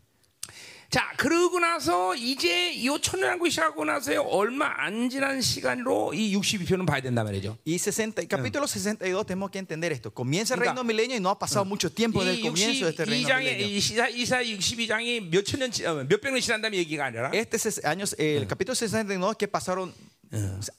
자, 그러고 나서 이제 이 천년왕국 시작하고 나서요 얼마 안 지난 시간으로 이 62편은 봐야 된단 말이죠.
Y 60, capítulo 62 tenemos que entender esto. Comienza el
Mira.
reino milenio y no ha pasado mucho tiempo del
이
comienzo de este reino
62장의
milenio.
이 시사, 이사 62장이 몇천 년, 지- 어, 몇백 년 지난 다음에 얘기가 아니라
Este ses- años, el capítulo 62 que pasaron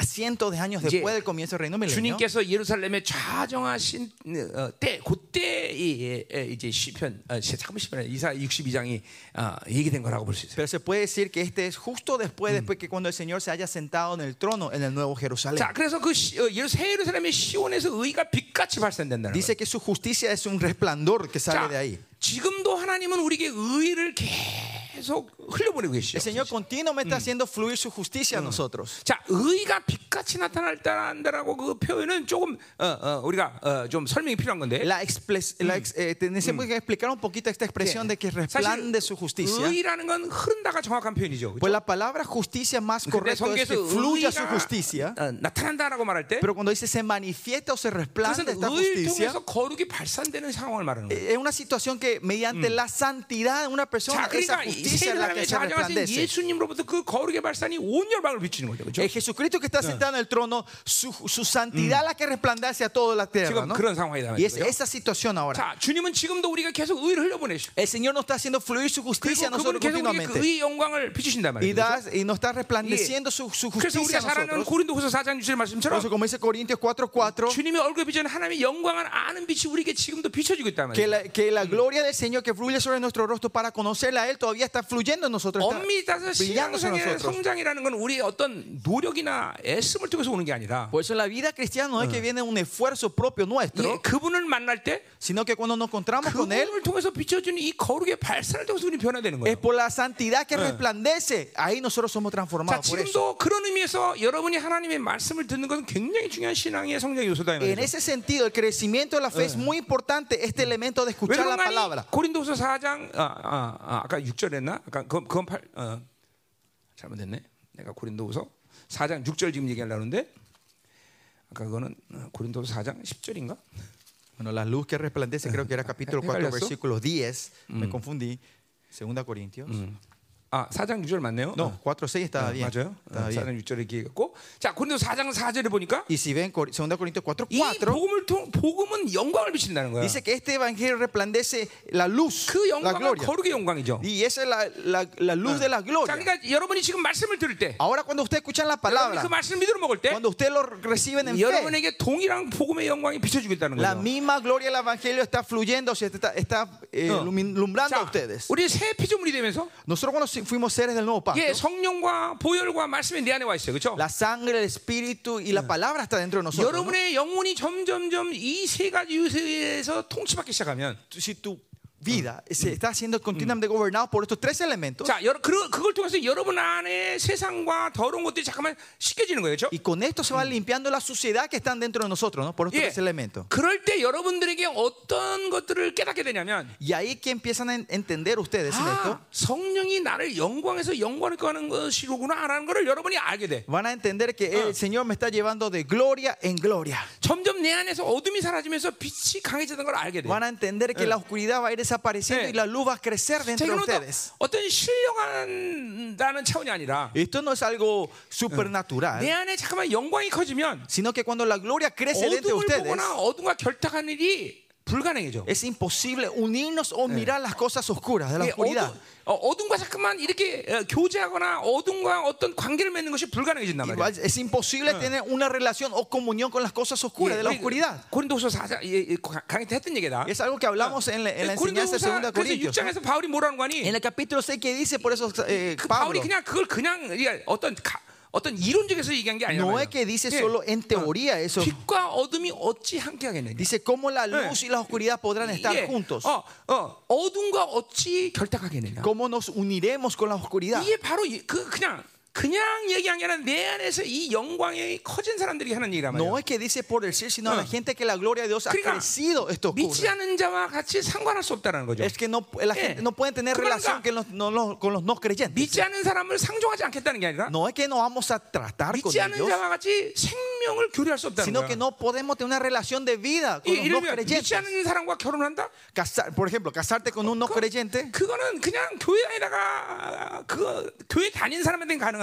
cientos de años
Ye-
después del comienzo del reino milenio.
주님께서 예루살렘에 좌정하신 어, 때, 그때 이, 예, 예, 이제 시편, 어, 시- 잠깐만 시편 이사 62장이 어, 얘기된 거라고 볼 수 있어요.
Pero se puede decir que este es justo después, después que cuando el Señor se haya sentado en el trono en el nuevo Jerusalén.
자, 그래서 그 시- 어, 예루- 새 예루살렘의 시온에서 의가 빛같이 발산된다는 거예요.
Dice que su justicia es un resplandor que sale de ahí.
지금도 하나님은 우리에게 의를 계속 흘려보내고
El
계시죠.
Señor continuamente está haciendo fluir su justicia a nosotros.
자, 의가 빛같이 나타날다라고 그 표현은 조금 어, 어, 우리가 어, 좀 설명이 필요한 건데.
La expres- la ex- eh, tenemos que explicar un poquito esta expresión de que
사실
resplande su justicia.
의라는 건 흐른다가 정확한 표현이죠.
Pues la palabra justicia más
근데
correcta es
성경에서
que fluya su
의가
justicia.
어, 나타난다라고 말할 때
Pero cuando dice se manifiesta o se
그것은
resplande esta
의를
justicia,
통해서 거룩이 발산되는 상황을 말하는 거예요.
eh, Mm. es una situación que mediante la santidad de una persona
자,
esa
그러니까 이 세
es la
사람의
que se
자정하신
resplandece.
예수님으로부터 그 거룩의 발산이 온 열방을 비추는 거죠. 그렇죠?
Es Jesucristo que está sentado en el trono, su, su santidad la que resplandece a toda la tierra.
지금
¿no?
그런 상황이다.
Y es
말이죠.
esa situación ahora.
자, 주님은 지금도 우리가 계속 의를 흘려보내시고
El Señor nos está haciendo fluir su justicia a
그리고 그분은
nosotros
계속 우리의 그
continuamente.
의의 영광을 비추신단
Y,
말이죠.
da,
그렇죠?
y nos está resplandeciendo su, su
그래서
justicia
우리가
a
사랑하는
nosotros.
고린도후서 4장 6절
Por
말씀처럼
eso, como dice Corintios 4:4,
주님의 얼굴 비추는 하나님의 영광을 아는 빛이 우리에게 지금도 비춰지고 있단
que
말이에요.
la, que la gloria del Señor que fluye sobre nuestro rostro para conocerla a Él todavía está fluyendo en nosotros. está
엄밀히 그 따서
brillando sobre
신앙성의
nosotros.
성장이라는 건 우리의 어떤 노력이나 애씀을 통해서 오는 게 아니라
Por eso la vida cristiana no es que viene un esfuerzo propio
예,
nuestro,
그분을 만날 때
sino que cuando nos encontramos con Él
아, 그분을 통해서 비춰주는 이 거룩의 발산을 통해서 우리는 변화되는
es
거예요.
por la santidad que resplandece. Ahí nosotros somos
자,
transformados por eso.
지금도 그런 의미에서 여러분이 하나님의 말씀을 듣는 것은 굉장히 중요한 신앙의 성장 요소다 이
En
말이죠.
ese sentido, el crecimiento de la fe es muy importante, este elemento de escuchar la
외로만이
palabra.
고린도서 4장 아, 아, 아, 아까 6절 했나? 아까 그건 그건 팔 어, 잘못했네. 내가 고린도서 4장 6절 지금 얘기하려고 하는데 아까 그거는 어, 고린도서 4장 10절인가?
Bueno, la luz que resplandece, creo que era capítulo
¿Es
4,
verdad eso?
versículo 10, me confundí. Segunda Corintios.
아, 4장 6절 맞네요. 어,
No, 4, 6 estaba
어,
bien.
맞아요. 어,
Estaba bien.
4장 6절에 기했고 자, 고린도서 4장 4절에 보니까
Y si ven 2 Corintios 4,
이
4,
복음을 통 복음은 영광을 비친다는 거야.
dice que este evangelio resplandece la luz,
그
la
영광은
gloria.
거룩의 영광이죠.
Y esa es la, la- la luz de la
자,
gloria.
그러니까 여러분이 지금 말씀을 들을 때,
Ahora cuando usted escucha la
여러분이
palabra,
그 말씀 믿음으로 먹을 때,
cuando usted lo reciben en fe,
여러분에게 동일한 복음의 영광이 비춰지고 있다는
la
거죠.
misma gloria del evangelio está fluyendo, o sea, está, está eh,
No.
lumin- lumbrando
자,
a ustedes.
우리 새 피조물이 되면서
Nosotros cuando si- fuimos seres del nuevo pacto,
예, 성령과 보혈과 말씀이 내 안에 와 있어요. 그렇죠?
la sangre, el espíritu y la palabra está dentro de nosotros. ¿no?
여러분의 영혼이 점점점 이 세 가지 요소에서 통치받기 시작하면
Si tu vida se está siendo continuamente gobernado por estos tres elementos,
자, 여러, 그, 그걸 통해서 여러분 안에 세상과 더러운 것들이 잠깐만 씻겨지는 거예요. 그렇죠?
Y con esto se va limpiando la suciedad que están dentro de nosotros, ¿no? Por estos
예.
tres elementos.
그럴 때 여러분들에게 어떤 것들을 깨닫게 되냐면
Y ahí que empiezan a en- entender ustedes en esto.
아, 성령이 나를 영광에서 영광을 가는 것이로구나라는 것을 여러분이 알게 돼.
Van a entender que el Señor me está llevando de gloria en gloria.
점점 내 안에서 어둠이 사라지면서 빛이 강해지는 걸 알게 돼.
Van a entender que la oscuridad va a ir
Eh.
desapareciendo
Sí.
y la luz va a crecer
자,
dentro de
이건 어떤,
ustedes.
어떤 신령한다는 차원이 아니라
Esto no es algo
내
supernatural,
안에 잠깐만 영광이 커지면
sino que cuando la gloria crece dentro de
어둠을
ustedes,
보거나 어둠과 결탁한 일이 불가능해져.
es imposible unirnos
Eh.
o mirar las cosas oscuras de la
예,
oscuridad.
어둠, 과 잠깐만 이렇게 어, 교제하거나 어둠과 어떤 관계를 맺는 것이 불가능해진단 말이야.
Igual, Es
Eh.
imposible tener una relación o comunión con las cosas oscuras de la oscuridad.
고린도서 4장 예, 예, 강- 강의 때 했던 얘기다. 예,
Es algo que hablamos
Eh.
en la, en la enseñanza de
고린도후서 그래서
2 Corintios.
6장에서 바울이 뭐라는 거니?
En el capítulo 6 que dice, por eso eh,
그 바울이
Pablo,
그냥 그걸 그냥 그러니까 어떤 가- 어떤 이론적에서 얘기한 게 아니라
no es
말이야.
que dice
예.
solo en teoría eso,
빛과 어둠이 어찌 함께 하겠느냐?
dice cómo
Eh.
la luz y la oscuridad podrán estar
예.
juntos,
어, 어, 어둠과 어찌 결탁하겠느냐?
cómo nos uniremos con la oscuridad.
이게 바로 이- 그 그냥 그냥 얘기한 게 아니라 내 안에서 이 영광이 커진 사람들이 하는 얘기란 말이야.
No es que dice por decir, sino a la gente que la gloria de Dios ha
그러니까
crecido, esto
믿지
ocurre.
않은 자와 같이 상관할 수 없다는 거죠.
Es que no, la
예.
gente no puede tener
그러니까
relación que los- no- no- con los no creyentes.
믿지 않은 사람을 상종하지 않겠다는 게 아니라
No es que no vamos a tratar con
믿지 않은
ellos,
자와 같이 생명을 교류할 수 없다는
sino que
거야.
no podemos tener una relación de vida
이-
con los no
이러면 믿지
creyentes.
않은 사람과 결혼한다?
Casar- por ejemplo, casarte con un no creyente.
그거는 그냥 교회 다니다가 그 교회 다닌 사람한테는 가능하지만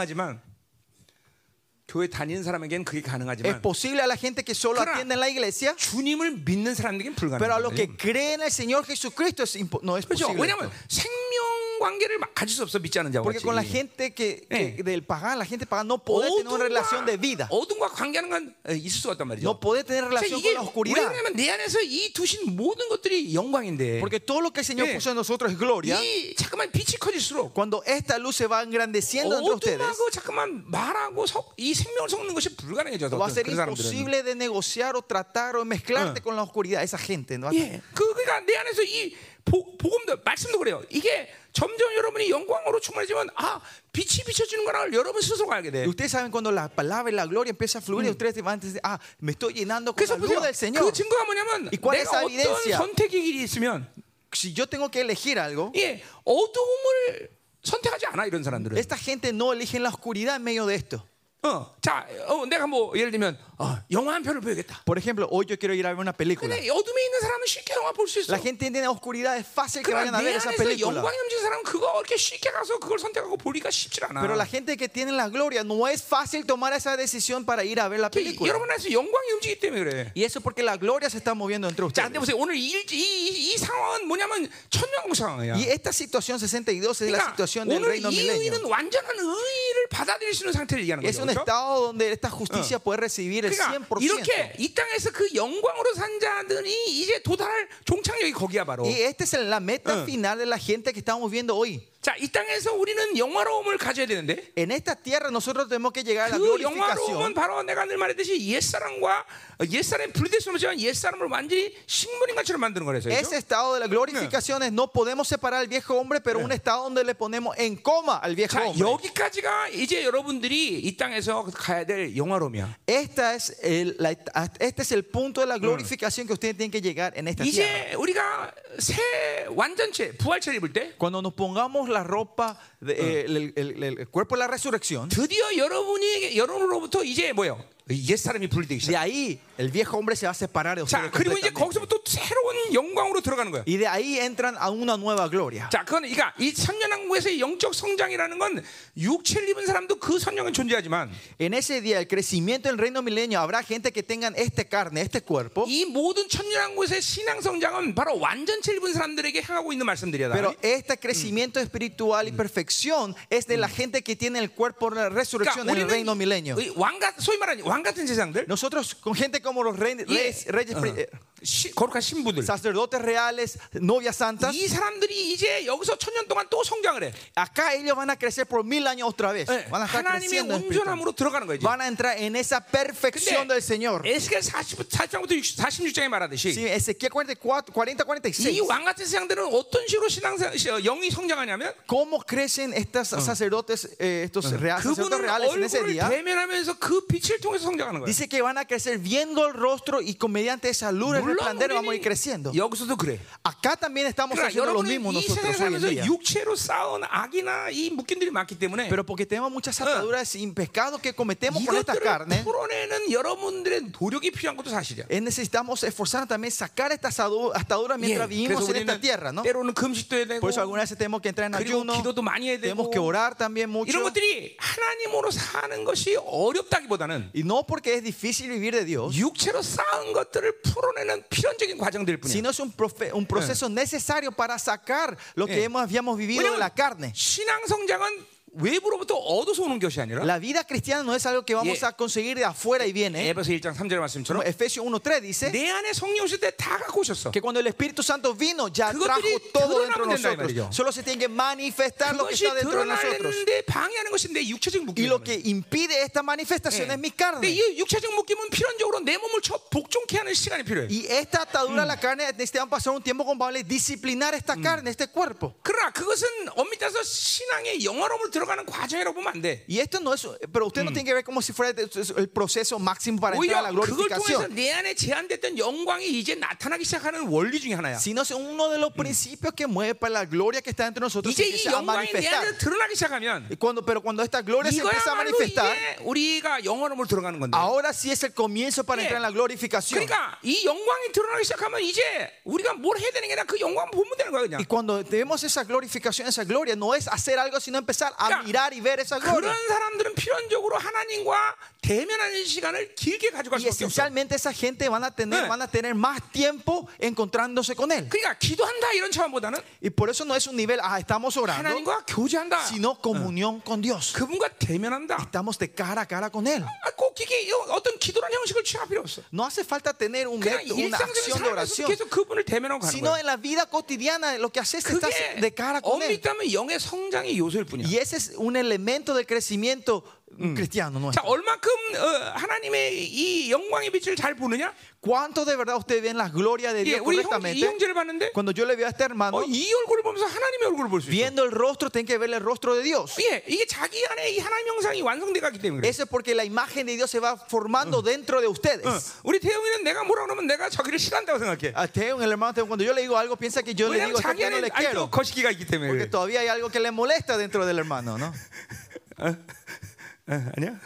교회 다닌 사람에게는 그게
Es
가능하지만
posible a la gente que solo
Claro.
atiende en la iglesia,
주님을 믿는 사람에게는
pero a
불가능해요.
los que creen en el Señor Jesucristo es impo- no es
그렇죠?
posible.
왜냐하면
esto.
생명 관계를 막 가질 수 없어 믿지 않은 자와
Porque
같이.
con la gente que, que
oh, Eh. Oh, ah.
del pagano, la gente pagana no puede tener una relación de vida,
어둠과 관계하는 건 어, 있을 수가 없단 말이죠.
no puede tener
자,
relación con
이게
la oscuridad.
왜냐하면 내 안에서 이 두신 모든 것들이 영광인데
Porque todo lo que el Señor
Eh.
puso en nosotros es gloria.
이 잠깐만 빛이 커질수록
Cuando esta luz se va engrandeciendo entre ustedes,
어둠하고 잠깐만 말하고 석- 이 생명을 섞는 것이 불가능해져서
va a
어떤
ser
그런 사람들은.
imposible de negociar o tratar o mezclarte
Eh.
con la oscuridad. Esa gente, ¿no?
예, 그 그러니까 내 안에서 이 보, 복음도 말씀도 그래요. 이게 점점 여러분이 영광으로 충만해지면 아 빛이 비춰주는 거라는 걸 여러분 스스로가 알게 돼.
Y ustedes saben cuando la palabra y la gloria empieza a fluir, y ustedes van a decir, ah, me estoy llenando con
그래서
la
보세요.
luz del Señor.
그 증거가 뭐냐면
이 cuál es
내가
la
어떤
evidencia?
선택의 길이 있으면
Si yo tengo que elegir algo,
예 어두움을 선택하지 않아 이런 사람들은
Esta gente no elige la oscuridad en medio de esto.
어, 자, 어, 내가 뭐 예를 들면 어, 영화 한 편을 보야겠다.
Por ejemplo, hoy yo quiero ir a ver una película.
근데 어둠에 있는 사람은 쉽게 영화 볼 수 있어.
La gente en la oscuridad es fácil que vayan
그러나
a
내
ver esa
안에서
película.
영광이 넘치는 사람은 그거 이렇게 쉽게 가서 그걸 선택하고 보기가 쉽지 않아.
Pero la gente que tiene la gloria no es fácil tomar esa decisión para ir a ver la
이-
película.
여러분 안에서 영광이 움직이기 때문에 그래.
Y eso porque la gloria se está moviendo entre
자, 근데 보세요.
ustedes.
오늘 이, 일- 이, 이- 이 상황은 뭐냐면 천년국 상황이야.
Y esta situación 62 es la
그러니까
situación del
오늘
reino
이 의는
milenio.
완전한 의를 받아들일 수 있는 상태를 얘기하는
Es
거죠.
un
그렇죠?
estado donde esta justicia puede recibir el
그러니까
100%.
이렇게 이 땅에서 그 영광으로 산 자들이 이제 도달할 종착역이 거기야 바로.
Y esta es la meta final de la gente que estamos viendo hoy.
자, 이 땅에서 우리는 영화로움을 가져야 되는데
En esta tierra nosotros tenemos que llegar a la
그 영화로움은
glorificación.
바로 내가 늘 말했듯이 옛사람과 어, 옛사람이 분리될 수 없지만 옛사람을 완전히 식물인간처럼 만드는 거라서 그렇죠?
Ese estado de la glorificación es no podemos separar al viejo hombre, pero un estado donde le ponemos en coma al viejo
자,
hombre.
여기까지가 이제 여러분들이 이 땅에서 가야 될 영화로움이야.
Esta es el, la- este es el punto de la glorificación que ustedes tienen que llegar en esta tierra.
이제 우리가 새 완전체 부활체를 입을 때
Cuando nos pongamos la ropa, de- eh, el, el- el- el cuerpo de la resurrección,
드디어 여러분이 여러분으로부터 이제 뭐예요? 옛 사람이 분리되기 시작.
de ahí el viejo hombre se va a separar de
자,
ustedes.
그리고 이제
completamente.
거기서부터 새로운 영광으로 들어가는 거예요.
Y de ahí entran a una nueva gloria.
자, 그건 그러니까 이 천년왕국에서의 영적 성장이라는 건 육체를 입은 사람도 그 성령은 존재하지만
En ese día, el crecimiento del reino milenio, habrá gente que tengan este carne, este cuerpo.
이 모든 천년왕국에서의 신앙 성장은 바로 완전체 입은 사람들에게 향하고 있는 말씀들이야.
Pero
나는.
este crecimiento espiritual y perfección es de la gente que tiene el cuerpo de la resurrección
그러니까
en el reino
우리는
milenio.
이- 이 왕가 소위 말하는 왕 같은 세상들
Nosotros, con gente como los rey- reyes, reyes
어,
pri- eh,
시- 거룩한 신부들
sacerdotes reales, novias santas,
이 사람들이 이제 여기서 천년 동안 또 성장을 해.
acá ellos van a crecer por mil años otra vez.
예,
Van a estar
하나님의
creciendo. en espiritual.
온전함으로 들어가는 거지.
Van a entrar en esa perfección del Señor.
에스겔 40장부터 46장에 말하듯이
Eh, Sí, Ezequiel 44, 40, 46.
이 왕 같은 세상들은 어떤 식으로 신앙 영이 성장하냐면
¿Cómo crecen estos sacerdotes, eh, estos reales, sacerdotes
그분은
reales en ese
얼굴을
día?
대면하면서 그 빛을 통해서 성장하는 거예요.
Dice que van a crecer viendo el rostro y con mediante esa luz el resplandor vamos a ir creciendo.
여기서도 그래.
Acá también estamos
그러니까
haciendo lo
여러분은
mismo
이 세상에
nosotros hoy en
살면서
día.
육체로 쌓은 악이나 이 묶임들이 많기 때문에
Pero porque tenemos muchas ataduras y pecados que cometemos con esta
이것들을
carne,
풀어내는 여러분들의 노력이 필요한 것도 사실이야.
eh, necesitamos esforzarnos también sacar estas adu- ataduras
예,
mientras vivimos en esta tierra, ¿no?
때로는 금식도 해야 되고
Por eso algunas veces tenemos que entrar en
그리고
ayuno,
기도도 많이 해야
tenemos
되고
que orar también mucho.
이런 것들이 하나님으로 사는 것이 어렵다기보다는
Y no porque es difícil vivir de Dios,
육체로 쌓은 것들을 풀어내는 필연적인 과정들 뿐이야.
sino es un, profe- un proceso necesario para sacar lo que
Eh.
hemos, habíamos vivido de
왜냐면
la carne.
신앙 성장은 외부로부터 얻어서 오는 것이 아니라
La vida cristiana no es algo que vamos
Yeah. Eh,
a conseguir de afuera y viene. ¿eh?
에베소 1장 3절
Como
말씀처럼
Efesios 1.3 dice
내 안에 성령 오실 때 다 갖고 오셨어.
que cuando el Espíritu Santo vino ya
그것들이
trajo todo dentro de
드러나면 된다, 이 말이죠.
nosotros. Solo se tiene que manifestar lo que
그것이
está dentro de nosotros.
드러나는데 방해하는 것이 내 육체적인
Y lo que
묶임이야.
impide esta manifestación es mi
근데
carne.
이 육체적 묶임은 필연적으로 내 몸을 쳐 복종케 하는 시간이 필요해.
Y esta atadura a la carne necesitamos pasar un tiempo con Pablo y disciplinar esta carne, este cuerpo.
그러나 그것은 엄밀히 따서 신앙의 영화로움으로 들어가는 과정이라고 보면 안 돼.
Y esto no es, pero usted no tiene que ver como si fuera el proceso máximo para entrar a la
오히려 아, 그걸 통해서
glorificación,
내 안에 제한됐던 영광이 이제 나타나기 시작하는 원리 중에 하나야.
sino es uno de los principios que mueve para la gloria que está dentro de nosotros Mm. y
이제 이
empieza a
영광이 내
manifestar.
안에 드러나기 시작하면
Y Cuando, pero cuando esta gloria se empieza a
이거야말로
manifestar,
이제 우리가 영원함으로 들어가는 건데.
ahora sí es el comienzo para
Yeah.
entrar en la glorificación.
그러니까 이 영광이 드러나기 시작하면 이제 우리가 뭘 해야 되는 게 아니라 그 영광 보면 되는 거야 그냥.
Y cuando tenemos esa glorificación, esa gloria, no es hacer algo, sino empezar a
그러니까
mirar y ver esa gloria.
그런 사람들은 필연적으로 하나님과 대면하는 시간을 길게 가져갈
Y
수밖에 없어.
esencialmente esa gente van a tener,
Yeah.
van a tener más tiempo encontrándose con Él.
그러니까 기도한다 이런 차원보다는
Y por eso no es un nivel, ah, estamos orando,
하나님과 교제한다.
sino comunión con Dios.
그분과 대면한다.
Estamos de cara a cara con Él.
아, 꼭 이게 이거 어떤 기도란 형식을 취할 필요 없어.
No hace falta tener un
그냥
método, una
일상적인
acción de
삶에서
oración,
계속 그분을 대면하고 가는
sino
거야.
en la vida cotidiana lo que haces estás
그게
de cara con
엄밀히
Él.
따면 영의 성장의 요소일 뿐이야.
Y ese es un elemento del crecimiento cristiano. ¿no?
자, 얼만큼 어, 하나님의 이 영광의 빛을 잘 보느냐?
¿Cuánto de verdad usted ve en la gloria de
예,
Dios
우리 형, 이
correctamente?
형제를 봤는데
Cuando yo le veo a este hermano,
어, 이 얼굴을 보면서 하나님의 얼굴을 볼 수 있어.
viendo el rostro, tiene que ver el rostro de Dios.
예, 이게 자기 안에 이 하나님 형상이 완성돼 가기 때문에 그래.
Eso es porque la imagen de Dios se va formando dentro de
어,
ustedes.
우리 태용이는 내가 뭐라 그러면 내가 저기를 싫어한다고 생각해.
A Teon, el hermano Teon, cuando yo le digo algo, piensa que yo le
왜냐면
digo esto
자기
que no
안에
le
아직도
quiero.
거시기가 있기 때문에
Porque
그래.
todavía hay algo que le molesta dentro del hermano, ¿no?
어, 아니야?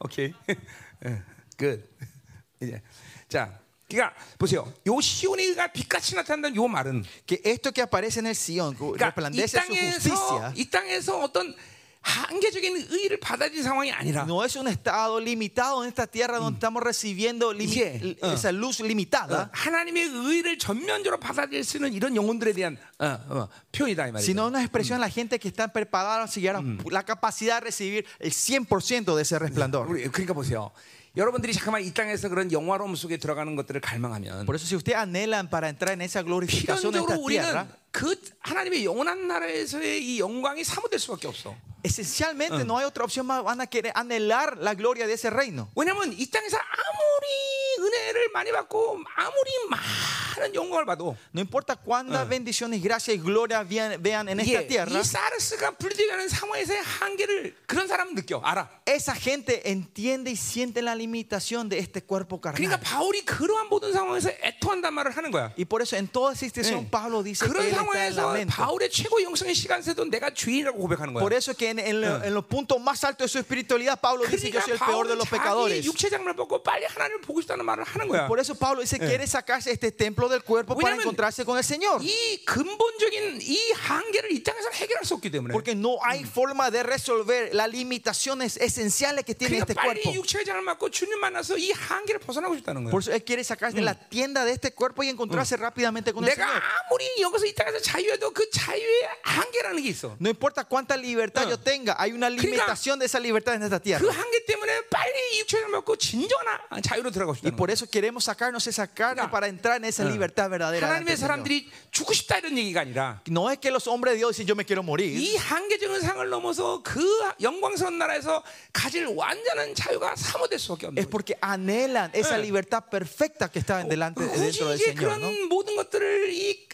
오케이. 응, good. 이제 자, 그러니까 보세요. 요 시온의 의가 빛같이 나타난다는 요 말은
Que esto que aparece en el Sion que
그러니까 이
resplandece su
땅에서
justicia.
이 땅에서 어떤 한계적인 의를 받아들인 상황이 아니라
No es un estado limitado en esta tierra donde estamos recibiendo limi-
Yeah.
l-
Uh.
esa luz limitada,
어, 하나님의 의를 전면적으로 받아들일 수 있는 이런 영혼들에 대한 어, 어, 표현이다 이 말이죠.
sino una expresión de la gente que está preparada a seguir a- la capacidad de recibir el 100% de ese resplandor.
우리 그러니까 보세요. 여러분들이 잠깐만 이 땅에서 그런 영화로움 속에 들어가는 것들을 갈망하면
Por eso si ustedes anhelan para entrar en esa glorificación de
필연적으로
esta
우리는
tierra,
그 하나님의 영원한 나라에서의 이 영광이 사모될 수밖에 없어.
esencialmente no hay otra opción más, van a querer anhelar la gloria de ese reino.
왜냐하면 이 땅에서 아무리 은혜를 많이 받고 아무리 많은 영광을 봐도
No importa cuántas bendiciones, gracias y gloria vean, vean en
이게
esta tierra,
이 사르스가 분리되는 상황에서의 한계를 그런 사람은 느껴 알아.
esa gente entiende y siente la limitación de este cuerpo
그러니까
carnal.
바울이 그러한 모든 상황에서 애통한단 말을 하는 거야.
Y por eso en toda esa
예.
institución Pablo dice que él
그런
está en
상황에서
lamento.
바울의 최고 영성의 시간세도 내가 죄인이라고 고백하는 거야.
Por eso que en, en lo- en los puntos más altos de su espiritualidad Pablo dice yo
그러니까
soy el peor de
바울은
los
자기
pecadores.
육체 장면을 보고 빨리 하나님을 보고 싶다는 말을 하는 거야.
Por eso Pablo dice quiere sacarse este templo del cuerpo para
왜냐면
encontrarse con el Señor.
이 근본적인 이 한계를 이 땅에서 해결할 수 없기 때문에
Porque no hay forma de resolver las limitaciones esenciales que tiene
그러니까
este
빨리
cuerpo.
육체의 장을 맞고 주님 만나서 이 한계를 벗어나고 싶다는 거예요.
Por eso él quiere sacarse de la tienda de este cuerpo y encontrarse rápidamente con el
내가
Señor.
아무리 여기서 이 땅에서 자유해도 그 자유의 한계라는 게 있어.
No importa cuánta libertad yo tenga, hay una limitación de esa libertad en esta
그
tierra.
한계 때문에 빨리 이 육체를 맞고 진정한 자유로 들어가고
Y
싶다는 거예요.
por eso queremos sacarnos esa carne
Mira.
para entrar en esa libertad verdadera. delante
하나님의
del Señor.
사람들이 죽고 싶다 이런 얘기가 아니라
No es que los hombres de Dios dicen yo me quiero morir,
이 한계적인 상을 넘어서 그 영광스러운 나라에서 가질 완전한 자유가 사모될 수밖에 없는
es
거예요.
porque anhelan esa
Eh. Oh.
libertad perfecta que está delante,
굳이
dentro del
이제
Señor.
그런
¿no?
모든 것들을 이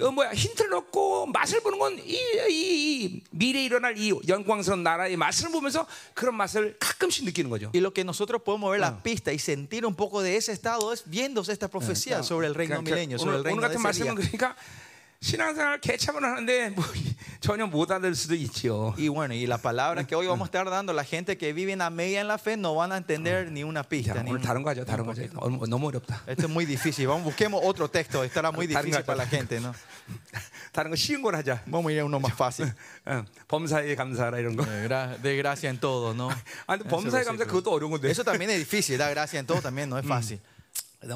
어, 뭐야 힌트를 얻고 맛을 보는 건 이 미래 에 일어날 이 영광스러운 나라의 맛을 보면서 그런 맛을 가끔씩 느끼는 거죠.
Y lo que nosotros podemos ver las pistas y sentir un poco de ese estado es viéndose esta profecía sobre el reino
그러니까
milenio, sobre
오늘,
el
오늘
reino de
같은
ese
말씀은
día.
그러니까 신앙생활 개참을 하는데 뭐 전혀 못 알을 수도 있지요.
Y bueno, y la palabra que hoy vamos a estar dando, la gente que vive en la media en la fe no van a entender ni una
자,
pista. ni
오늘
un-
다른 거 하죠. 다른 거 하죠. 너무, 너무 어렵다.
Esto es muy difícil. Vamos, busquemos otro texto. Estará muy
Targa,
difícil
targa.
para la gente, ¿no?
다른 거 쉬운 걸 하자.
Vamos a ir a uno más fácil.
어, 범사에 감사하라 이런 거.
Eh, gra- De gracia en todo, ¿no?
아, 근데 범사에 감사 그것도 어려운 건데.
Eso también es difícil. Da gracia en todo también no es fácil.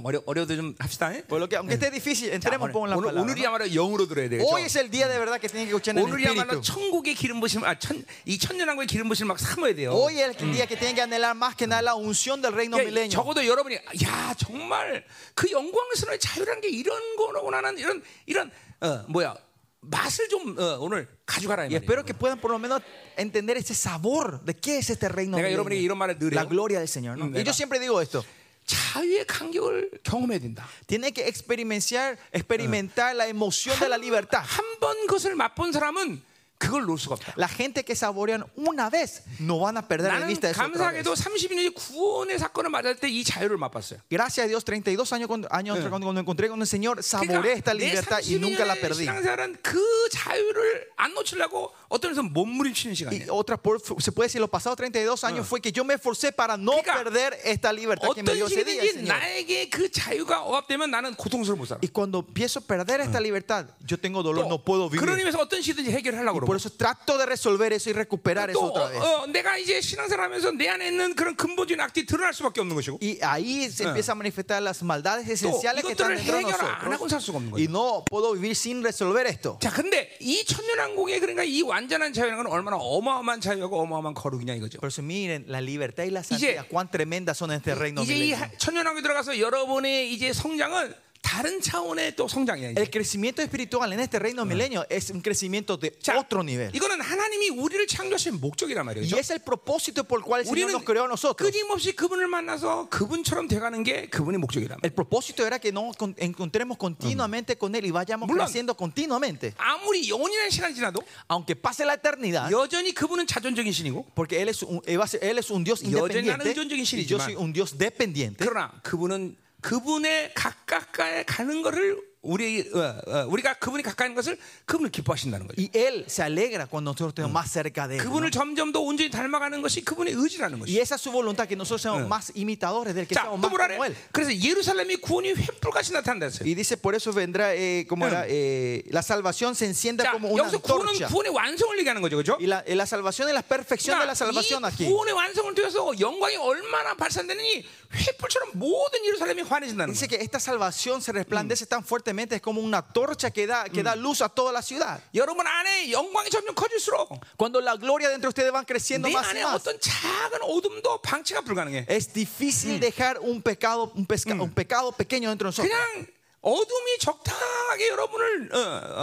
어려 어려도 좀 합시다. 예?
Por lo que, aunque esté difícil,
자,
entremos con
오늘,
la
오늘
palabra. ¿no?
오늘이야말로 예, 영으로 들어야 되겠죠.
Hoy es el día de verdad que tienen que escuchar en el
오늘이야말로
espíritu.
천국의 기름 부심, 아천이 천년왕국의 기름 부심 막 삼아야 돼요.
Hoy es el día que tienen que anhelar más que nada la unción del reino
그러니까
milenio.
적어도 여러분이 야 정말 그 영광스러운 자유란 게 이런 거로구나 하는 이런 이런 어, 뭐야 맛을 좀 어, 오늘 가져가라 이 말이에요.
Y espero que puedan por lo menos entender ese sabor de qué es este reino
내가 여러분에게
milenio.
이런 말을 드려요.
La gloria del Señor. ¿no?
Mm,
Y yo
내가.
siempre digo esto.
자유의 간격을 경험해야 된다.
Tiene que experimentar, experimentar la emoción de la libertad.
한 번 그것을 맛본 사람은 그걸 놓을 수가 없다.
La gente que saborean una vez no van a perder de
나는
vista eso. otra vez.
감사하게도 32년의 구원의 사건을 맞을 때 이 자유를 맛봤어요.
Gracias a Dios, 32 años cuando, años cuando, cuando encontré con el Señor,
그러니까
saboreé esta libertad y nunca la perdí.
신앙생활은 그 자유를 안 놓치려고 어떤 면에서 몸부림치는
Y
시간이에요.
otra, por- se puede decir, los pasados 32 años fue que yo me esforcé para no
Kika,
perder esta libertad que me dio
어떤
ese día. el
시기든지
Señor.
나에게 그 자유가 억압되면 나는 고통스러워 못 살아.
Y cuando empiezo a perder esta libertad, yo tengo dolor, no puedo
그런
vivir.
의미에서 어떤 시든지 해결하려고
Por
그러고
eso trato de resolver eso y recuperar eso
또
otra vez.
어, 어, 내가 이제 신앙생활하면서 내 안에 있는 그런 근본적인 악이 드러날 수밖에 없는 것이고
Y ahí se empieza a manifestar las maldades esenciales que
이것들을
están dentro de
해결 안
nosotros.
하고 살 수가 없는
Y
거예요.
no puedo vivir sin resolver esto.
자, 근데 이 천년왕국의 그러니까 이 완전한 자유라는 건 얼마나 어마어마한 자유하고 어마어마한 거룩이냐 이거죠.
Por eso miren, la libertad y la santidad, cuán tremendas son en este reino.
이제 이
milenio.
하- 천년왕국에 들어가서 여러분의 이제 성장은 다른 차원의 또 성장이야. 이제.
El crecimiento espiritual en este reino milenio es un crecimiento de
자,
otro nivel.
이거는 하나님이 우리를 창조하신 목적이란 말이에요.
Y es el propósito por el cual el Señor
우리는
nos creó a nosotros.
끊임없이 그분을 만나서 그분처럼 돼가는 게 그분의 목적이란 말이에요.
El propósito era que nos con- encontremos continuamente con Él y vayamos
물론-
creciendo continuamente.
아무리 영원이라는 시간이 지나도
Aunque pase la eternidad,
여전히 그분은 자존적인 신이고
porque Él es un, él va a ser- él es un Dios
Yo- 나는
independiente
의존적인
y yo
신이지만- 네?
soy un Dios dependiente.
그러나 그분은 그분의 가깝가에 가는 것을 우리 어, 어, 우리가 그분이 가까이 있는 것을 그분을 기뻐하신다는 거죠.
Y Él se alegra cuando nosotros estemos más cerca de Él. ¿no?
그분을 점점 더 온전히 닮아가는 것이 그분의 의지라는
Y
것이.
esa es su voluntad, que nosotros seamos más imitadores del que
자, 또
seamos más
예. 뭐라
como
그래?
Él.
그래서 예루살렘이 구원이 횃불같이 나타난다어요
Y dice, por eso vendrá, eh, como era, eh, la salvación se encienda
자,
como una
여기서 구원은
antorcha.
구원의 완성을 얘기하는 거죠, 그렇죠?
Y la, eh, la salvación es la perfección de la salvación
그러니까 이
aquí.
구원의 완성을 통해서 영광이 얼마나 발산되느니 횃불처럼 모든 예루살렘이 환해진다는
Dice
거예요.
que esta salvación se resplandece tan fuertemente, es como una torcha que da, que da luz a toda la ciudad.
여러분 안에 영광이 점점 커질수록
Cuando la gloria dentro de ustedes van creciendo
내
más y
네, 안에
más,
어떤 작은 어둠도 방치가 불가능해.
es difícil dejar un pecado, un, pesca- un pecado pequeño dentro de nosotros.
그냥 어둠이 적당하게 여러분을 어,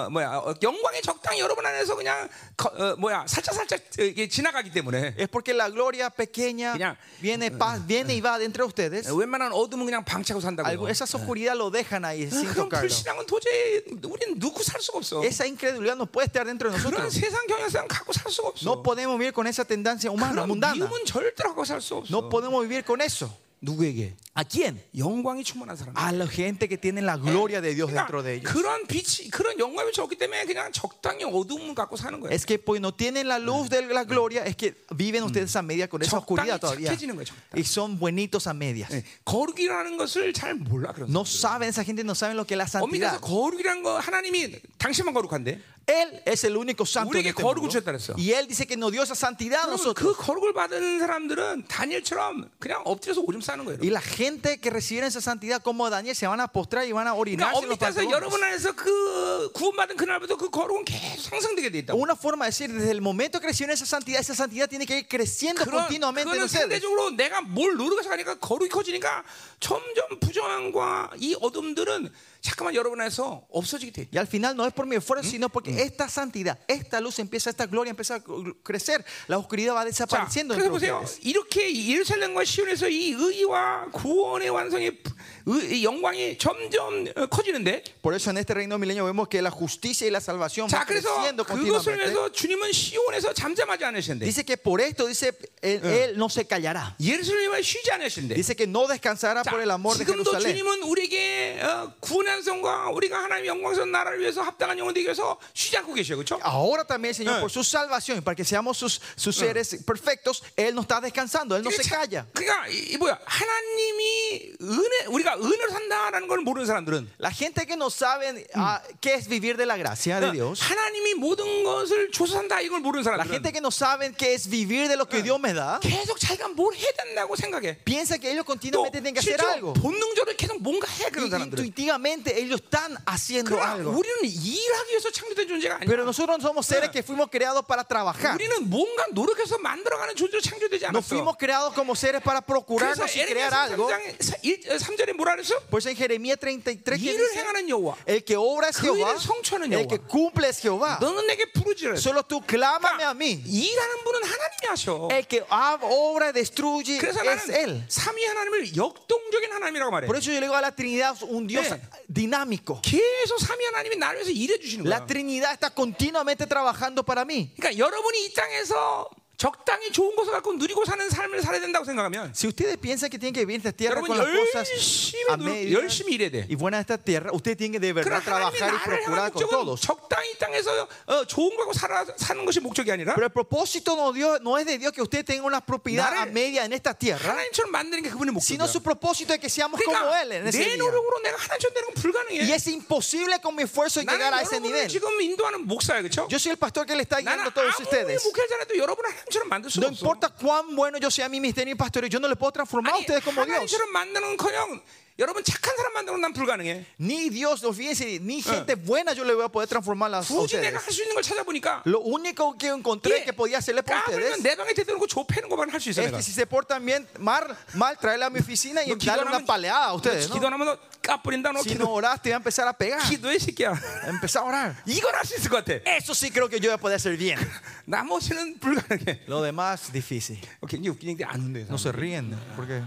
어, 뭐야 어, 영광이 적당히 여러분 안에서 그냥 거- 어, 뭐야 살짝 살짝 이게 지나가기 때문에
Es porque la gloria
Mira.
pequeña viene, pa- viene y va dentro de ustedes.
웬만한 어둠은 그냥 방치하고 산다고.
Algo- Esas oscurididades lo dejan ahí sin
그런
tocarlo.
불신앙은 도저히 우리는 누고 살 수가 없어.
Esa incredulidad no puede estar dentro de
그런
nosotros.
세상 경향상 갖고 살 수가 없어.
No podemos vivir con esa tendencia humana,
그런
mundana.
미움은 절대로 갖고 살 수 없어.
No podemos vivir con eso.
누구에게? 아,
¿A quién?
영광이 충만한 사람. 그러니까
A la gente que tiene la gloria de Dios dentro de ellos.
그런 빛이 그런 영광이 적기 때문에 그냥 적당히 어둠을 갖고 사는 거예요.
Es que pues no tienen la luz de la gloria, es que viven ustedes a media con esa oscuridad todavía.
착해지는 거예요. 적당히.
Y son buenitos a medias.
예, 거룩이라는 것을 잘 몰라 그런.
No saben, esa gente no sabe lo que es la
엄밀해서
santidad.
거룩이란 거 하나님이 당신만 거룩한데.
Él es el único santo. en
우리에게
este
거룩을
mundo.
주셨다 그랬어.
Y Él dice que nos dio esa santidad a
여러분,
nosotros.
그 거룩을 받은 사람들은 다니엘처럼 그냥 엎드려서 오줌 싸는 거예요.
Y la gente que recibiera esa santidad como Daniel se van a postrar y van a
그러니까
orinarse en los
엄밀해서 여러분
pantalones.
안에서 그 구원받은 그날부터 그 거룩은 계속 상승되게 돼 있다고.
Una forma de decir, desde el momento que recibieron esa santidad, esa santidad tiene que ir creciendo
그런,
continuamente en
그거는
ustedes.
상대적으로 내가 뭘 누르고 사니까 거룩이 커지니까 점점 부정함과 이 어둠들은 잠깐만 여러분 안에서 없어지게 돼.
Y al final no es por mi esfuerzo, sino porque esta santidad, esta luz empieza, esta gloria empieza a crecer. La oscuridad va
자,
desapareciendo.
그래서
dentro de
보세요.
ustedes.
이렇게 예루살렘과 시온에서 이 의와 구원의 완성의 의- 이 영광이 점점 어, 커지는데
Por eso en este reino milenio vemos que la justicia y la salvación
자
va
그래서
creciendo
그것을
continuamente.
위해서 주님은 시온에서 잠잠하지 않으시는데
Dice que por esto, dice, él, él no se callará.
예루살렘에 쉬지 않으시는데
Dice que no descansará
자,
por el amor de
지금도
Jerusalén.
주님은 우리에게 어, 구원한 성과 우리가 하나님의 영광스러운 나라를 위해서 합당한 영혼 되기 위해서 쉬지 않고 계셔요 그렇죠?
Ahora también, Señor, por su salvación, y para que seamos sus, sus seres perfectos, Él no está descansando, Él no se calla.
그러니까 이, 이 뭐야 하나님이 은혜 우리가 은혜로 산다라는 걸 모르는 사람들은
La gente que no sabe ah, qué es vivir de la gracia
Eh.
de Dios,
그러니까 하나님이 모든 것을 줘서 산다 이걸 모르는
la
사람들은
gente que no sabe qué es vivir de lo que Dios me da,
계속 자기가 뭘 해야 된다고 생각해.
piensa que ellos
또
continuamente tienen que hacer
실제로
algo.
본능적으로 계속 뭔가 해
Y
그런 사람들은.
intuitivamente ellos están haciendo
그러나
algo.
우리는 일하기 위해서 창조된 존재가 아니야.
Pero nosotros no somos seres que fuimos creados para trabajar.
우리는 뭔가 노력해서 만들어가는 존재로 창조되지
No
않았어.
fuimos creados como seres para
그래서
procurarnos y crear
에레미야
algo.
3장 3절에 뭐라 그랬어?
Pues en Jeremías 33 que
일을
dice,
행하는 여호와.
el que obra es
그
Jehová,
일을 성취하는
el
여호와.
que cumple es Jehová.
너는 내게 부르지라.
Solo tú clámame a
그러니까
mí.
일하는 분은 하나님이 하셔.
El que ab- obra y destruye
그래서
es
나는
Él.
삼위 하나님을 역동적인 하나님이라고 말해.
Por eso yo le digo a la Trinidad un Dios
네.
dinámico.
계속 삼위 하나님이 나를 위해서 일해 주시는 거야.
La Trinidad está continuamente trabajando para mí.
그러니까 여러분이 이 땅에서 적당히 좋은 것을 갖고 누리고 사는 삶을 살아야 된다고 생각하면
Si ustedes piensan que tienen que vivir en esta tierra
여러분
con las cosas
열심히
a
노력-
medias
열심히 일해야 돼.
y buenas de esta tierra, ustedes tienen que de
네, 그러나 하나님이
verdad trabajar y
나를 향한
procurar con
목적은
todos.
적당히 이 땅에서 어, 좋은 거하고 살아, 사는 것이 목적이 아니라
Pero el propósito no, Dios, no es de Dios que ustedes tengan una propiedad a
나를
media en esta tierra,
하나님처럼 만드는 게 그분의 목적이야.
sino su propósito es que seamos como Él en
그러니까 내
ese día.
노력으로 내가 하나님처럼 되는 건
Y
불가능해.
es imposible con mi esfuerzo
나는
llegar a ese
여러분을
nivel.
지금 인도하는 목사야, 그렇죠?
Yo soy el pastor que le está
나는
guiando a todos
아무리
ustedes.
목회자라도 여러분을 하나님처럼 만들 수
No
없어.
importa cuán bueno yo sea mi ministerio y pastoreo, yo no le puedo transformar a
아니
ustedes como Dios.
하나님처럼 만드는커녕 여러분 착한 사람 만드는 난 불가능해.
Ni Dios, olvídense, ni gente buena yo le voy a poder transformarlas a
굳이 내가
ustedes.
할 수 있는 걸 찾아보니까
Lo único que encontré que podía hacerle por ustedes
예. 까불면 내 방에 대대놓고 좁히는 것만 할 수 있어
es
내가.
que si se portan bien, mal, mal traerla a mi oficina y
너
darle
기도하면
una paleada a ustedes. ¿no?
기도하면 너 까불린다 너
Si no
기도.
oraste, voy a empezar a pegar.
기도해 새끼야.
Empezar a orar.
이걸 할 수 있을 것 같아.
Eso sí creo que yo voy a poder hacer bien.
나머지는 불가능해.
Lo demás, difícil.
어, 굉장히 웃기는데 안 웃네.
se ríen. Porque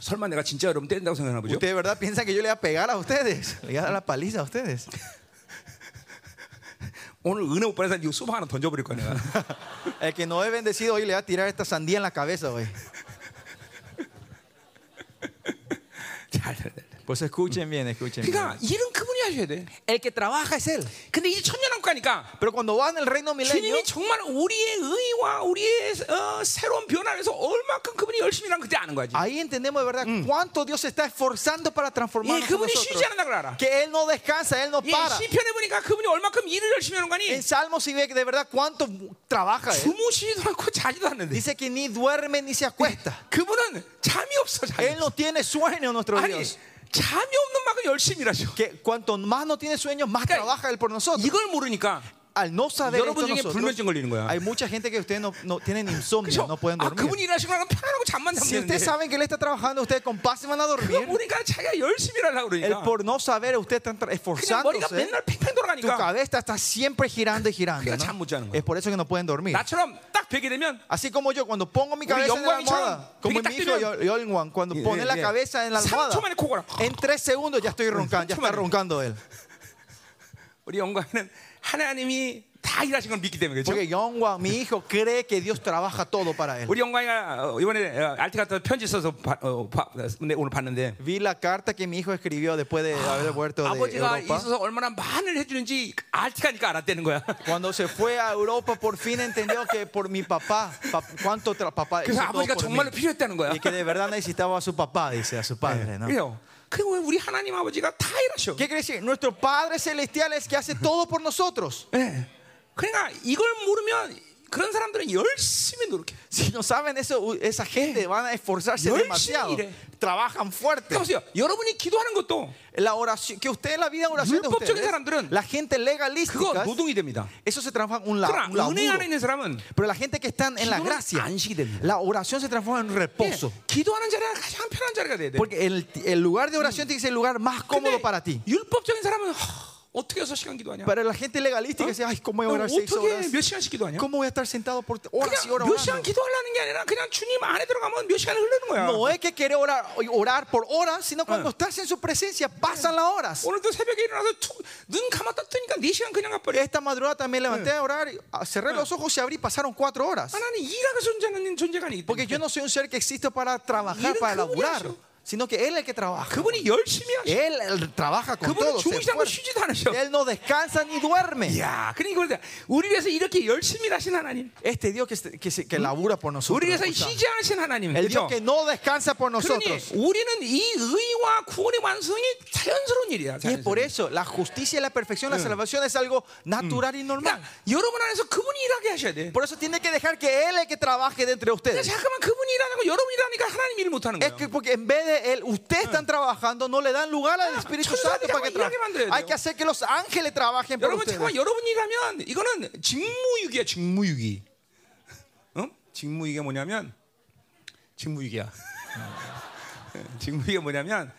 설마 내가 진짜 여러분 때린다고 생각하나 보죠?
¿Ustedes de verdad piensan que yo le voy a pegar a ustedes? Le voy a dar la paliza a ustedes.
오늘 은혜 못 받은 사람 이 소파 하나 던져버릴 거야 내가.
El que no es bendecido hoy le va a tirar esta sandía en la cabeza hoy.
잘, 잘, 잘, 잘.
Por eso Pues escuchen bien, escuchen bien.
그러니까 일은 그분이 하셔야 돼.
El que trabaja es él.
근데 이제 천년왕국 가니까
Pero cuando van al reino milenio,
주님이 정말 우리의 의와 우리의 어, 새로운 변화에서 얼마큼 그분이 열심히 일한 그때 아는 거지.
ahí entendemos de
Mm.
verdad cuánto Dios se está esforzando para
예,
transformarnos. a
그분이
nosotros.
쉬지 않는다 그걸 알아.
Que Él no descansa, Él no
예,
para.
시편에 보니까 그분이 얼마큼 일을 열심히 하는 거니
En Salmos se ve que de verdad cuánto trabaja Él.
주무시지도 않고 자지도 않는데
Dice que ni duerme ni se acuesta.
그분은 잠이 없어 잠이
Él
없어.
no tiene sueño, nuestro
아니
Dios.
잠이 없는 만큼 열심히 일하셔
Que cuanto más no tiene sueño, más
Claro.
trabaja Él por nosotros.
이걸 모르니까
Al no saber esto
여러분 중에
nosotros,
불면증 걸리는 거야
hay mucha gente que ustedes no, no tienen insomnio,
그죠?
no pueden
아, 그분이
dormir.
일하시고 나면 편안하고 잠만
Si
자면
ustedes
되는데
saben que Él está trabajando, ustedes con paz se van a
그거
dormir.
보니까 자기가 열심히 일하려고
Él
그러니까
por no saber, ustedes están tra-
그냥 머리가
esforzándose.
맨날 팽팽
Tu
돌아가니까
cabeza está siempre girando y girando.
그러니까
¿no?
잠못 자는 거야.
Es por eso que no pueden dormir.
나처럼 딱 베게 되면
Así como yo, cuando pongo mi cabeza en
영광이처럼
la almohada,
그게
como mi
딱
hijo
뜨면-
Yo- Yolwan, cuando
예,
pone la
예.
cabeza en la
3초
almohada,
만에 코가 나.
en tres segundos ya estoy roncando, ya está
Chúmale.
roncando él.
우리 영광이는 하나님이 다 일하신 걸 믿기 때문에 그렇죠?
Porque Yolwan, mi hijo, cree que Dios trabaja todo para él.
우리 영광이가 어, 이번에 어, 알티 갔다 편지 써서 봐- 어, 봐- 근데 오늘 봤는데
Vi la carta que mi hijo escribió después de haber vuelto
Ah,
de
아버지가
Europa.
있어서 얼마나 많을 해주는지 알티가니까 알았다는 거야.
Cuando se fue a Europa, por fin entendió que por mi papá, pa- cuánto tra- papá hizo
그래서
todo
아버지가
por mí.
정말로 필요했다는 거야.
Y que de verdad necesitaba a su papá, dice, a su padre, ¿no?
그래요. 그리고 왜 우리 하나님 아버지가 다 일하셔.
¿Qué quiere decir? Nuestro Padre Celestial es que hace todo por nosotros.
예. 그러니까 이걸 모르면 그런 사람들은 열심히 노력해.
Si no saben eso, u- esa gente van a esforzarse
Yo
demasiado.
iré.
Trabajan fuerte.
그러니까 보세요. 여러분이 기도하는 것도
La oración, que ustedes la vida en oración de
율법적인
ustedes,
사람들은
la gente
그거
legalística,
노동이 됩니다.
eso se transforma en un, la- un
그러니까 그러나 은혜 안에
laburo.
있는 사람은
Pero la gente que están en la
기도는
gracia,
안식이 됩니다.
la oración se transforma en
예,
reposo.
기도하는 자리가 가장 편한 자리가 돼야 돼.
Porque el, el lugar de oración tiene que ser el lugar más cómodo
근데
para ti.
율법적인 사람은 허, 어떻게 6시간 기도하냐?
Para la gente
아,
legalística, dice, ay,
뭐
¿cómo voy a orar seis
어? 어떻게
horas?
몇 시간씩 기도하냐?
¿Cómo voy a estar sentado por horas y
그냥
horas
몇 시간
orando?
기도하려는 게 아니라 그냥 주님 안에 들어가면 몇 시간 흐르는 거야.
No es que quiere orar, orar por horas, sino cuando estás en su presencia pasan las horas.
오늘도 새벽에 일어나서 툭, 눈 감았다 뜨니까 4시간 그냥 가버려.
Esta madrugada también levanté a orar, ah, cerré los ojos y abrí, pasaron cuatro horas.
하나님 일하고 존재하는 존재가 아니기
Porque
때문에
yo no soy un ser que existe para trabajar,
Miren
para
cómo
laburar,
hizo.
sino que Él es el que trabaja.
그분이 열심히 하셔.
Él, él trabaja con
그분은
todo. se
주무시지 않고 예.
esfuerza.
쉬지도 않으셔.
Él no descansa ni duerme.
이야, 그러니까 그러다. 우리 위해서 이렇게 열심히 일하신 하나님.
Este Dios que, se- que, se- que labura por
우리
nosotros.
위해서
escucha.
쉬지 않으신 하나님.
El
그죠?
Dios que no descansa por
그러니
nosotros.
우리는 이 의와 구원의 완성이 자연스러운 일이야.
Y es por
자연스러운.
eso la justicia y la perfección, la salvación es algo natural y normal.
그러니까 여러분 안에서 그분이 일하게 하셔야 돼.
Por eso tiene que dejar que Él es el que trabaje dentro de ustedes.
그러니까 잠깐만 그분이 일하는 거 여러분이 일하니까 하나님 일을 못 하는
Es
거예요.
que porque en vez de él, ustedes están trabajando, no le dan lugar al Espíritu
천사들이
Santo para que
잠깐만
trabaje.
일하게 만들어야
Hay
돼요.
que hacer que los ángeles trabajen por
여러분 잠깐만
ustedes.
여러분 일하면 이거는 직무유기야 직무유기. 응? 직무유기가 뭐냐면 직무유기야. 직무유기가 뭐냐면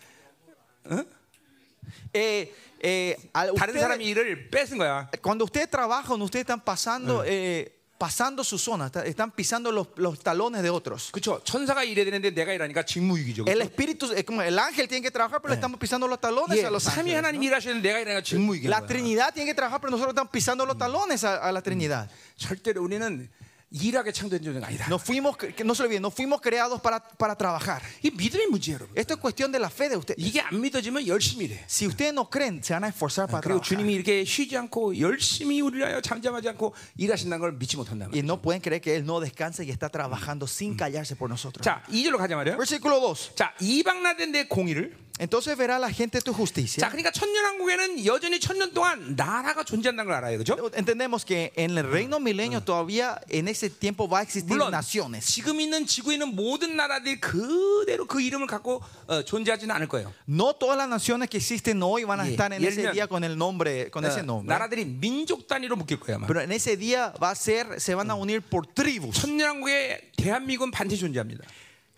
Eh, eh, al-
다른
ustedes-
사람이 일을 뺏은 거야.
cuando ustedes trabajan, ustedes están pasando, eh, pasando su zona, está- están pisando los, los talones de otros.
그렇죠. 천사가 일해야 되는데 내가 일하니까 직무유기죠.
El
그쵸?
Espíritu, es como el ángel tiene que trabajar, pero le estamos pisando los talones
예,
a los
삼위
ángeles.
하나님 일하시는데 내가 일하니까 직무유기.
La Trinidad tiene que trabajar, pero nosotros estamos pisando los talones a, a la Trinidad.
절대로 우리는 일하게 창조된 존재가 아니다.
No fuimos, cre- que no se olviden, no fuimos creados para, para trabajar.
이 믿음의 문제예요, 여러분.
Esto es cuestión de la fe de ustedes.
이게 안 믿어지면 열심히 일해.
Si ustedes no creen, se van a esforzar para
그리고
trabajar.
주님이 이렇게 쉬지 않고 열심히 우리를 하여 잠잠하지 않고 일하신다는 걸 믿지 못한다면.
Y no pueden creer que Él no descansa y está trabajando
Mm.
sin callarse por nosotros.
자, 2절로 가자 말이에요.
Versículo 2.
자, 이방나된 내 공의를.
Entonces verá la gente tu
자,
justicia.
그러니까 천년왕국에는 여전히 천년 동안 나라가 존재한다는 걸 알아요.
예.
그죠?
Entendemos que en el
Mm.
reino milenio todavía en ese tiempo va a existir
물론
naciones.
지금 있는 지구에 있는 모든 나라들이 그대로 그 이름을 갖고 어, 존재하지는 않을 거예요.
No todas las naciones que existen hoy van a
Yeah.
estar en
Y el Ah,
ese
mío-
día con el nombre, con ese
어,
nombre.
나라들이 민족 단위로 묶일 거예요. 아마.
Pero en ese día va a ser, se
Mm.
van a unir por tribus.
천년왕국에 대한민국은 반드시 존재합니다.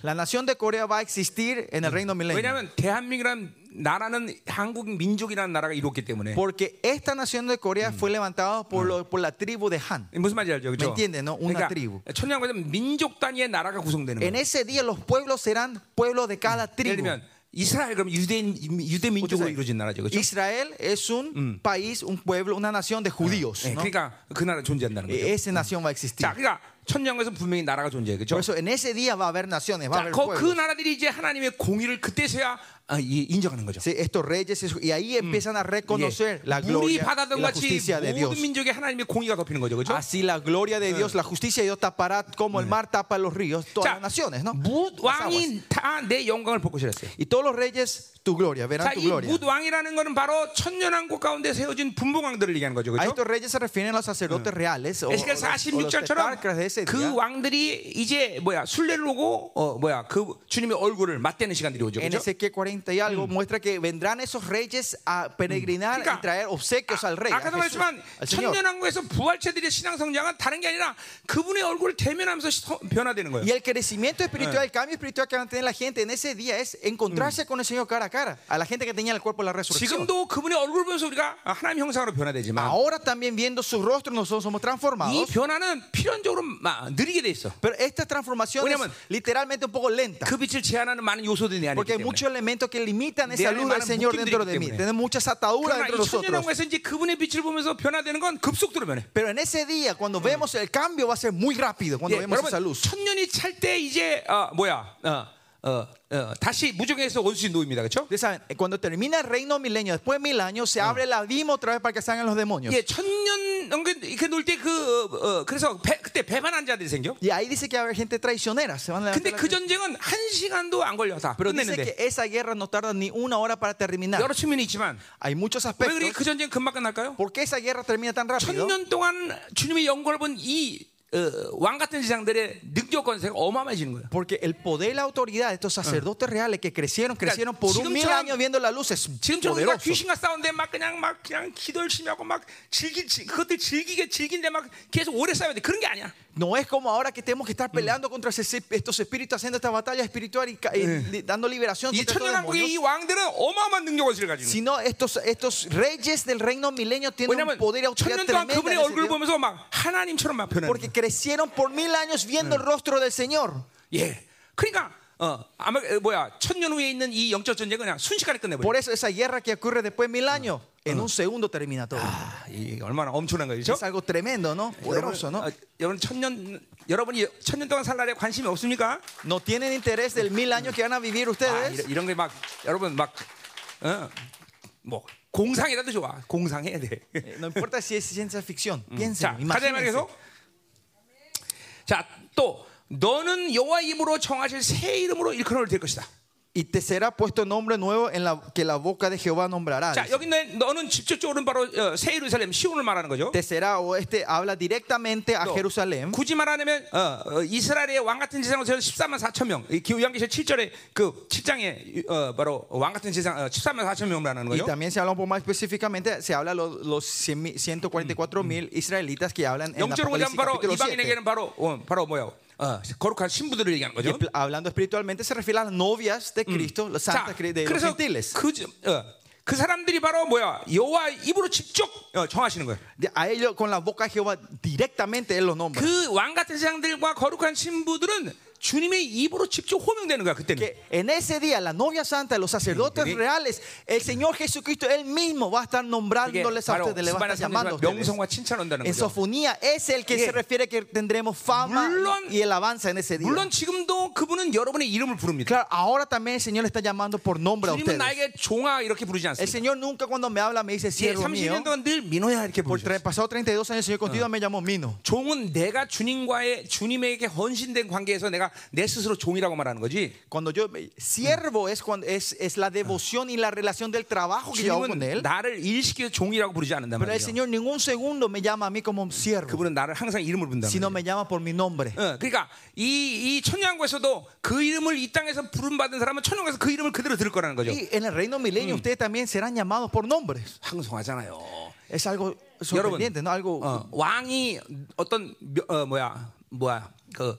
La nación de Corea va a existir en
Mm.
el reino milenio.
왜냐하면 대한민국이란 나라는 한국 민족이라는 나라가 이뤘기 때문에.
Porque esta nación de Corea fue levantada por, lo- por la tribu de Han.
무슨 말인지 알죠? 그렇죠?
Me entiende, no? Una tribu.
천년왕국에는 민족 단위의 나라가 구성되는
En
거예요.
ese día los pueblos serán pueblos de cada
예를
tribu.
들면 이스라엘 그럼 유대인 유대 민족으로
Ustedes-
이루어진 나라죠. 그렇죠?
Israel es un país, un pueblo, una nación de judíos.
네,
¿no?
그러니까 그 나라 존재한다는 거죠.
예. E- Esa nación va a existir.
자, 그러니까 천장에서 분명히 나라가 존재해.
Por
그렇죠?
eso en ese día va a haber naciones,
자,
va a haber
거- 그
pueblos.
나라들이 이제 하나님의 공의를 그때서야 아, 이- 인정하는 거죠. 예.
Sí, estos reyes eso- y ahí empiezan a reconocer la
물이
gloria y
바다던
la
같이
justicia de Dios. Mm.
모든 민족의 하나님의 공의가 덮이는 거죠. 그렇죠?
Así Ah, la gloria de Dios, la justicia de Dios tapará como el mar tapa los ríos, todas las Mm. naciones, ¿no?
무,
Las aguas.
왕이 다 내 영광을 보고 싶었어요.
Y todos los reyes tu gloria, verán
자, 이
tu gloria.
무왕이라는 거는 바로 천년왕국 가운데 세워진 분봉왕들을 얘기하는 거죠. 그렇죠?
A estos reyes se refieren los sacerdotes reales o, Ah. o los,
에스겔
o los tetrarcas de ese
46절처럼 그
día.
왕들이 이제 뭐야 순례를 오고 어 뭐야 그 주님의 얼굴을 맞대는 시간들이 오죠.
En
그죠?
Ezequiel 40 y algo muestra que vendrán esos reyes a peregrinar
그러니까
y traer obsequios al rey, a
아까도
Jesús,
말했지만
al Señor.
천년왕국에서 부활체들의 신앙 성장은 다른 게 아니라 그분의 얼굴을 대면하면서 시- 변화되는 거예요.
Y el crecimiento espiritual, el cambio espiritual que va a tener la gente en ese día es encontrarse con el Señor cara a cara, a la gente que tenía el cuerpo de la resurrección.
그렇죠? 지금도 아, 어, 그분의 얼굴을 보면서 우리가 하나님 형상으로 변화되지만
Ahora también viendo su rostro nosotros somos
이
transformados,
변화는 필연적으로 막 느리게 돼 있어.
pero esta transformación es
왜냐면
literalmente un poco lenta.
그 빛을 제한하는 많은 요소들이 내 안에
Porque
있기
hay
때문에.
muchos elementos que limitan esa
내 안에
luz del
많은
Señor
묶임들이
dentro de
있기
mí.
때문에.
Tenemos muchas ataduras
그러나
dentro
이
de nosotros.
천년왕국에서 이제 그분의 빛을 보면서 변화되는 건 급속도로 변해.
Pero en ese día, cuando vemos el cambio, va a ser muy rápido cuando
예,
vemos esa
여러분
luz.
천년이 찰 때 이제 어, 뭐야 어, 어, 어, 다시 무정에서 원수인 노입니다 그렇죠?
Ustedes saben, eh, cuando termina el reino milenio, después de mil años, se abre el abismo otra vez para que salgan los demonios.
예, 천년 넘게 이렇게 놀때그 어, 그래서 배- 그때 배반한 자들이 생겨.
Y ahí dice que va a haber gente traicionera. Se van a levantar
근데
la
그
gente.
전쟁은 한 시간도 안 걸려 다
Pero dice que
끝내는데
esa guerra no tarda ni una hora para terminar.
여러 측면이 있지만
Hay muchos
왜 그렇게 그
aspectos.
전쟁 금방 끝날까요?
¿Por qué esa guerra termina tan rápido?
천년 동안 주님의 영광을 본이 어, 왕 같은 세상들의 능력 권세가 어마어마해지는 거예요.
Porque el poder y la autoridad de estos sacerdotes reales que crecieron, crecieron por Ah. un mil
지금처럼-
años viendo la luz es
지금처럼 우리가
poderoso.
귀신과 싸우는데 막 그냥 막 그냥 기도 열심히 하고 막 즐기 지- 그것들 즐기게 즐긴데 막 계속 오래 싸워야 돼 그런 게 아니야.
No es como ahora que tenemos que estar peleando contra ese- estos espíritus haciendo esta batalla espiritual y, ca- y li- dando liberación
이
contra estos
천년왕국의 이
demonios,
왕들은 어마어마한 능력을 가지고. 있는 거예요.
sino estos, estos reyes del reino milenio tienen un
왜냐면
poder y autoridad
천년 동안
tremenda
그분의
en ese
얼굴
Dios,
보면서 막 하나님처럼 막 변하는.
porque crecieron por mil años viendo el rostro del Señor.
예. 그러니까 어 아마 어, 뭐야 천년 후에 있는 이 영적 전쟁은 그냥 순식간에
Por
끝내버려.
eso esa guerra que ocurre después de mil años, en un segundo termina todo.
아, 이게 얼마나 엄청난 거죠?
Es algo tremendo, ¿no?
여러분,
Poderoso, ¿no?
어, 여러분 천년 여러분이 천년 동안 살 날에 관심이 없습니까?
¿No tienen interés del mil años que van a vivir
아,
ustedes?
이런, 이런 게 막 여러분 막어뭐 공상이라도 좋아 공상해야 돼.
Eh, No importa si es ciencia ficción,
자
piensen,
가자 말이
imagínense.
계속. 자또 너는 여호와 입으로 정하실 새 이름으로 일컬음을 될 것이다.
Y te será puesto nombre nuevo en la que la boca de Jehová nombrará.
자 여기 내- 너는 직접적으로는 바로 어, 새 예루살렘 시온을 말하는 거죠.
Te será o este habla directamente a
또
Jerusalén.
굳이 말하면 어, 어, 이스라엘의 왕 같은 세상을 세운 14만 4천 명. 이 기후양기서 7절에 그 7장에 어, 바로 왕 같은 세상 어, 14만 4천 명을 말하는
Y
거예요.
también se habla un poco más específicamente, se habla los, los 144 mil israelitas que hablan en
영적으로 보자면
Apocalipsis
네, 바로
capítulo 7.
이방인에게는 바로 어, 바로 뭐야? 어, 거룩한 신부들을 얘기하는
Y
거죠.
pl- hablando espiritualmente se refiere a las novias de Cristo, las santas cri- de los
그래서
gentiles.
그, 지- 어, 그 사람들이 바로 뭐야? 여호와 입으로 직접 어, 정하시는 거예요.
De- A ellos con la boca de Jehová directamente él los nombra.
그 왕 같은 세상들과 거룩한 신부들은 주님의 입으로 직접 호명되는 거야 그때는.
Que en ese día la novia santa, los sacerdotes
Sí.
reales, el Señor Jesucristo él mismo va a estar
이게
nombrándoles a
바로
ustedes, le va a
수반의
estar llamando a
삼십사
ustedes.
명성과 칭찬 온다는
En
거죠.
Sofonía es el que
Sí.
se refiere que tendremos fama
물론-
y el avance en ese día.
물론 지금도 그분은 여러분의 이름을 부릅니다.
Claro, ahora también el Señor le está llamando por nombre a
주님은
ustedes.
나에게 종아 이렇게 부르지
El
않습니다.
Señor nunca cuando me habla me dice
예,
siervo mío.
30년 동안 늘 민호야 이렇게
Por
부르셨어요.
tre- pasado 32 años el Señor continuamente me llamó Mino.
종은 내가 주님과의 주님에게 헌신된 관계에서 내가 내 스스로 종이라고 말하는 거지.
Cuando yo siervo es cuando es, es la devoción y la relación del trabajo que yo hago con
주님은
él.
나를 일시켜서 종이라고 부르지 않는단
Pero el
말이에요.
Señor ningún segundo me llama a mí como un siervo,
그분은 나를 항상 이름을 부른단
sino
말이에요.
me llama por mi nombre.
어, 그러니까 이, 이 천년왕국에서도 그 이름을 이 땅에서 부름받은 사람은 천년왕국에서 그 이름을 그대로 들을 거라는 거죠.
Y en el reino milenio ustedes también serán llamados por nombres.
황송하잖아요.
Es algo
여러분
sorprendente, ¿no? Algo
어, 왕이 어떤 묘- 어, 뭐야 뭐야 그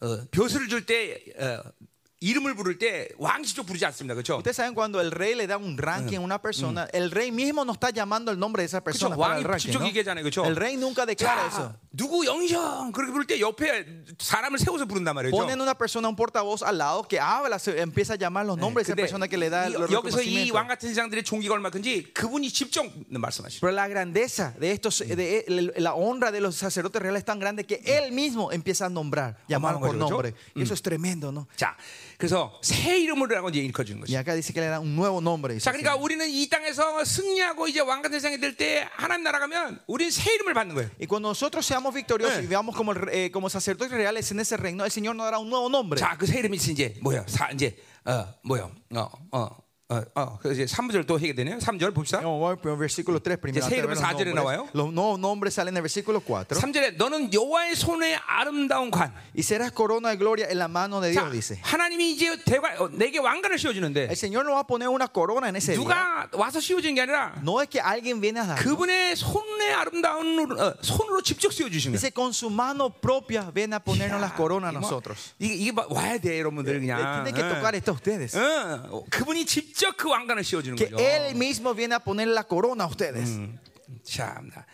어, 벼슬을 줄 때 어, 이름을 부를 때 왕시적 부르지 않습니다. 그렇죠?
Ustedes saben cuando el rey le da un ranking a una persona, el rey mismo no está llamando el nombre de esa persona
그쵸,
para
왕이
el ranking.
직접
¿no?
얘기하잖아요, 그쵸?
El rey nunca declara eso.
누구 영형 그렇게 부를 때 옆에 사람을 세워서 부른단 말이죠.
Ponen una persona, un portavoz al lado que habla, se- empieza a llamar los nombres de esa
근데
persona que le da
이-
el
여기서 이
reconocimiento.
왕 같은 세상들의 종기가 얼마든지 그분이 직접 말씀하시죠.
Pero la grandeza de estos, de el- la honra de los sacerdotes reales es tan grande que él mismo empieza a nombrar, llamar por
Omahagoyo, ¿no?
nombre. Y Eso es tremendo, ¿no?
자, 그래서 새 이름으로라고 이제 일컬어주는
Y
거죠.
acá dice que le da un nuevo nombre.
자,
dice así.
그러니까 우리는 이 땅에서 승리하고 이제 왕 같은 세상이 될 때 하나님 나라 가면 우리는 새 이름을 받는 거예요.
Y cuando nosotros seamos victoriosos
Eh.
y veamos como, el re- eh, como sacerdotes reales en ese reino, el Señor nos dará un nuevo nombre.
자, 그 새 이름이 이제 뭐야? 사 이제 어 뭐야? 어 어. 어, 어, 그래서 이제 3절 또 해야 되네요. 3절 봅시다.
Vamos a ver primero versículo 3
Ya,
primero. antes de
seguiremos
ver los
a Jerry
nombres.
Navajo.
Los nuevos nombres salen en el versículo 4.
3절에 너는 여호와의 손에 아름다운 관.
Y serás corona de gloria en la mano de
자,
Dios, dice.
하나님이 이제 대관, 어, 내게 왕관을 씌워주는데
El Señor no va a poner una corona en ese día.
누가 와서 씌워주는 게 아니라
No es que alguien viene a dar.
그분의 손에 아름다운 어, 손으로 직접 씌워주신 거예요.
Dice, con su mano propia ven a ponernos las coronas a
이게 뭐-
nosotros.
이게, 이게 막 와야 돼 여러분들
Le
그냥.
tiene que tocar
응.
esto a
Mm,
ustedes.
응. 어, 그분이 직접 그 왕관을 씌워주는
Que
거죠.
Él mismo viene a poner la corona a ustedes.
참나.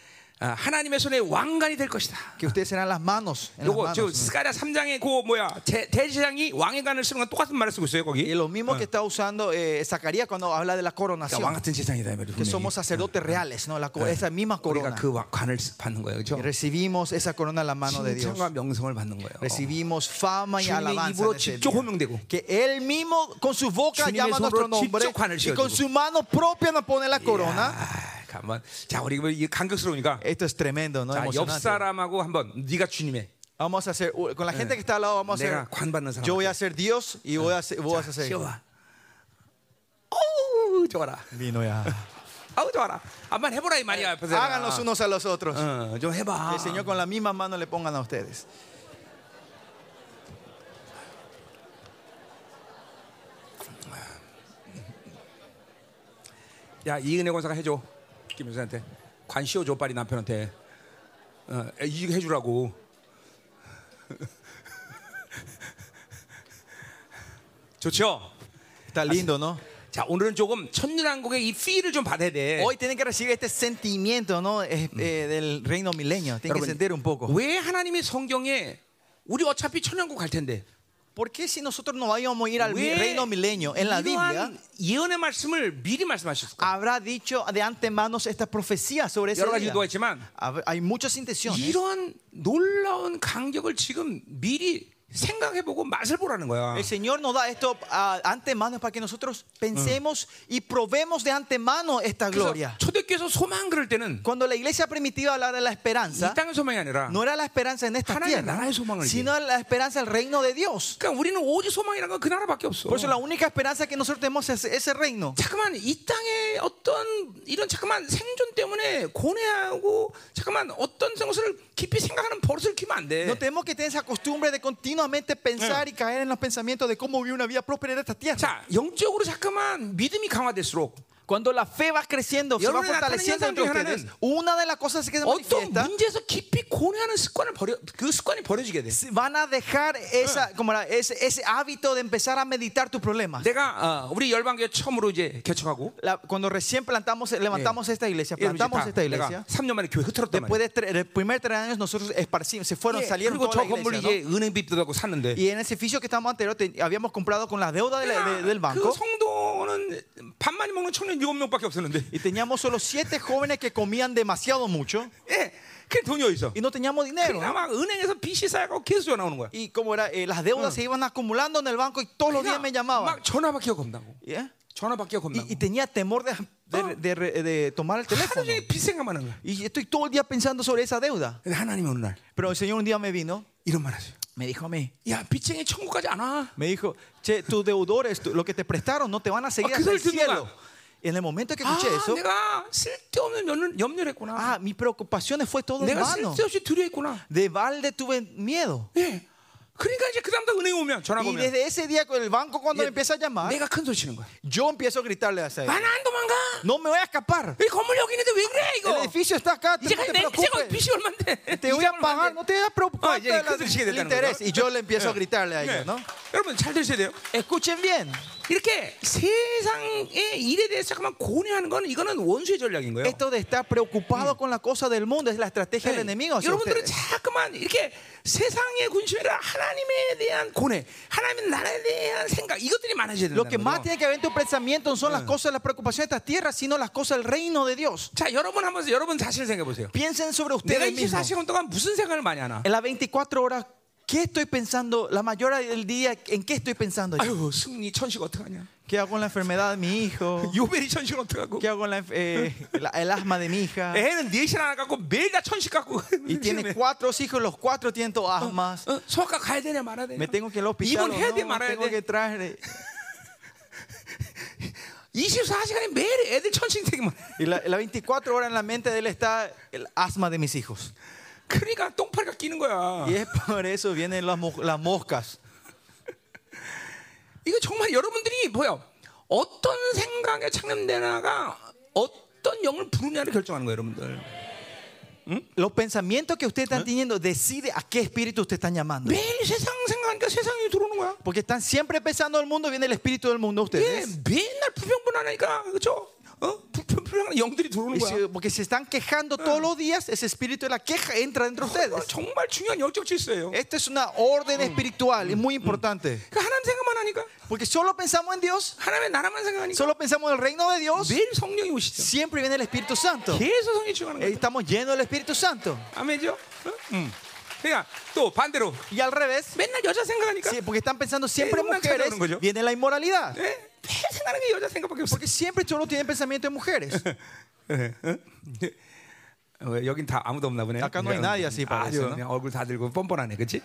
아, 하나님의 손에 왕관이 될 것이다.
Que ustedes serán las manos. En las
요거
manos.
저 스가랴 3장의 그 뭐야 제- 대제사장이 왕의 관을 쓰는 건 똑같은 말을 쓰고 있어요
Y
거기.
lo mismo que está usando eh, Zacarías cuando habla de la
그러니까 왕
coronación.
같은 세상이다 이
Que somos
말이죠.
sacerdotes reales, ¿no? La co- esa misma
우리가
corona.
그 왕- 관을 받는 거예요, 그렇죠?
Y recibimos esa corona en la mano de Dios.
칭찬과 명성을 받는 거예요. 어.
Recibimos fama y
주님의
alabanza.
입으로
en ese
직접
día.
호명되고.
Que Él mismo con su boca
주님의
llama nuestro
손으로
nombre
직접 관을
y
씌워주고.
con su mano propia nos pone la corona.
야, 가만. 자, 우리 이거 이게 감격스러우니까
Esto es tremendo, ¿no?
자, 옆
Emocionante.
네. 아, 사람하고 한번 네가 주님의
Vamos a hacer, con la gente que está al lado, vamos a
내가
hacer.
관 받는 사람.
Yo voy a ser Dios y voy a ser.
뭐
Vos vas a ser-
씌워봐. 어우, 좋아라.
Vino ya.
아우, 좋아라. 한번 해보라 이 말이야. 옆에서.
Háganlos unos a los otros.
어, 좀 해봐.
Que el Señor con la misma mano le pongan a ustedes.
야 이은혜 권사가 해줘 김윤수한테 관 씌워줘 빨리 남편한테 어, 이 해주라고 좋죠
Está lindo, ¿no?
자 오늘은 조금 천년왕국의 이 필을 좀 받아야 돼
Hoy tienen que recibir este sentimiento, ¿no? Eh,
Mm.
eh, del reino milenio. Tienen que sentir un poco.
왜 하나님의 성경에 우리 어차피 천년국 갈 텐데
¿Por qué si nosotros no vayamos a ir al mi-
왜
reino milenio en la Biblia?
이러한 예언의 말씀을 미리 말씀하셨을까
habrá dicho de antemano estas profecías sobre ese
여러 가지
día.
의도가 있지만
Hab- Hay muchas intenciones.
이러한 놀라운 간격을 지금 미리 생각해보고 맛을 보라는 거야
El Señor nos da esto ah, antemano para que nosotros pensemos y probemos de antemano esta
그래서
gloria.
초대교에서 소망 그럴 때는
Cuando la iglesia primitiva hablaba de la
이
esperanza,
땅의 소망이 아니라
no era la esperanza en esta
하나님의
tierra,
나라의 소망을
sino la esperanza del reino de Dios.
그러니까 우리는 오직 소망이라는 건 그 나라밖에 없어.
Por eso la única esperanza que nosotros tenemos es ese reino.
잠깐만 이 땅의 어떤 이런 잠깐만 생존 때문에 고뇌하고 잠깐만 어떤 것을 깊이 생각하는 버릇을 키면 안 돼.
No tenemos que tener esa costumbre de continuamente pensar y caer en los pensamientos de cómo vivir una vida próspera en esta tierra.
자 영적으로 잠깐만 믿음이 강화될수록
Cuando la fe va creciendo, se va
여러분의
fortaleciendo
나타난
entre
현상 중에
ustedes. Una de las cosas que se
어떤
manifiesta
문제에서 깊이 고뇌하는 습관을 버려 그 습관이 버려지게 돼.
se van a dejar esa, como era, ese, ese hábito de empezar a meditar tus problemas.
내가 어, 우리 열방교회 처음으로 이제 개척하고
La- cuando recién plantamos, levantamos esta iglesia,
여러분 이제
plantamos
다
esta
내가
iglesia.
3년 만에 교회 흐트렀단 말이야.
Después de tre- del primer tres años nosotros esparcimos, se fueron,
예,
salieron
그리고 저
toda la
건물
iglesia.
이제
¿no?
은행 빚도 하고 샀는데
Y en ese edificio que estábamos anterior te- habíamos comprado con la deuda de la- de-
그
del banco
성도는 밥 많이 먹는 청년 7명밖에 없었는데.
y teníamos solo siete jóvenes que comían demasiado mucho
예. 그 돈이 어디 있어?
y no teníamos dinero.
그러니까
¿no?
막 은행에서 빚이 쌓여가고 계속 전화 오는 거야.
Y como era, eh, las deudas se iban acumulando en el banco y todos los días me
그러니까
llamaban.
막 전화밖에 겁나고.
¿Eh?
전화밖에
y, y
겁나고.
tenía temor de, de- de- de- de tomar el
하루
teléfono.
종일 빚 생각만 하는 거야.
Y estoy todo el día pensando sobre esa deuda.
근데 하나님이 어느 날
Pero el Señor un día me vino,
이런 말 하세요.
me dijo a mí,
야, 빚쟁이 천국까지 안 와.
me dijo, che, tus deudores, tu- lo que te prestaron, no te van a seguir
Ah,
hasta el
¿qué tal el
cielo.
lugar?
Y en el momento que
아,
escuché eso,
내가 쓸데없는 염려, 염려를 했구나.
ah, mis preocupaciones fue todo en
내가
vano.
쓸데없이 두려워했구나.
De balde tuve miedo.
예. 그러니까 이제 그 다음부터 은행 오면 전화
Y
오면
desde ese día con el banco cuando me
예,
empieza a llamar,
내가 큰소리 치는 거야.
yo empiezo a gritarle a esa
나는 안 도망가.
no me voy a escapar.
이 건물 여기 있는데 왜 그래
El
네, 이거?
edificio está acá,
이제
no te
내 인생은
preocupes.
빚이 얼만데?
Te voy a pagar, no te voy a
Ah,
preocupar
ya, ¿qué te sigue de
el
tanto,
interés.
no?
Y yo le empiezo a gritarle a
네.
ellos, ¿no?
여러분 잘 들으셔야 돼요.
Escuchen bien.
이렇게 세상의 일에 대해서 잠깐만 고뇌하는 건 이거는 원수의 전략인 거예요. 네.
Esto de estar preocupado con la cosa del mundo es la estrategia del enemigo. O sea, usted-
여러분들은 자꾸만 이렇게 세상의 군심이 아니라 하나님에 대한 고뇌, 하나님의 나라에 대한 생각 이것들이 많아져야
lo que
된다는
más
거죠.
tiene que haber en tu pensamiento no son las cosas, las preocupaciones de esta tierra, sino las cosas del reino de Dios.
자, 여러분 한번 여러분 자신을 생각해 보세요.
Piensen sobre
내가
ustedes mismos.
24시간 동안 무슨 생각을 많이 하나?
En las 24 horas, ¿qué estoy pensando? La mayoría del día, ¿en qué estoy pensando? yo?
아유, 승리 천식 어떡하냐?
¿Qué hago con la enfermedad de mi hijo?
요벨이 천식 어떡하고?
¿Qué hago con la enf- eh, la- el asma de mi hija?
애는 넷이 하나 갖고 매일 다 천식 갖고.
Y tiene cuatro hijos, los cuatro tienen todos asmas.
어, 소아과 가야 되냐 말아야 되냐?
Me tengo que ir al hospital. o
입원해야 돼
no? Me
말아야
tengo
돼.
que traer. eh.
24시간에 매일 애들 천식 되기만. 해.
Y la, la 24 horas en la mente de él está el asma de mis hijos.
그러니까 똥파리가 끼는 거야.
Y es por eso vienen las, mo- las moscas.
이거 정말 여러분들이 뭐야? 어떤 생각에 창념되나가 어떤 영을 부르냐를 결정하는 거예요, 여러분들.
Los pensamientos que ustedes están teniendo decide a qué espíritu usted están llamando.
매일 세상 생각하니까 세상이 들어오는 거야.
Porque están siempre pensando el mundo, viene el espíritu del mundo a
예,
ustedes.
맨날 불평분하니까 그렇죠? 어? 불평분한 영들이 들어오는
Y
거야.
si- porque se están quejando todos los días, ese espíritu de la queja entra dentro de
이거
ustedes.
네, 정말 중요한 영적 질서예요.
Esta es una orden espiritual y muy importante.
그 하나님 생각만 하니까
Porque solo pensamos en Dios,
하나님의 나라만 생각하니까
solo pensamos en el reino de Dios,
매일 성령이 오시죠.
siempre viene el Espíritu Santo.
계속 성령 충하는 거예요.
Estamos llenos del Espíritu Santo.
아멘이죠? 어? 음. 그러니까 또 반대로
Y al revés,
맨날 여자 생각하니까
sí, porque están pensando siempre en
Sí, una
mujeres,
chacra, ¿no?
viene la inmoralidad.
예, 매일 생각하는 게 여자 생각밖에 없어.
Porque siempre solo tienen pensamiento de mujeres.
예, 어? 어, 왜 여긴 다 아무도 없나 보네.
Acá no hay nadie así, parece,
아주
¿no?
그냥 얼굴 다 들고 뻔뻔하네, 그렇지?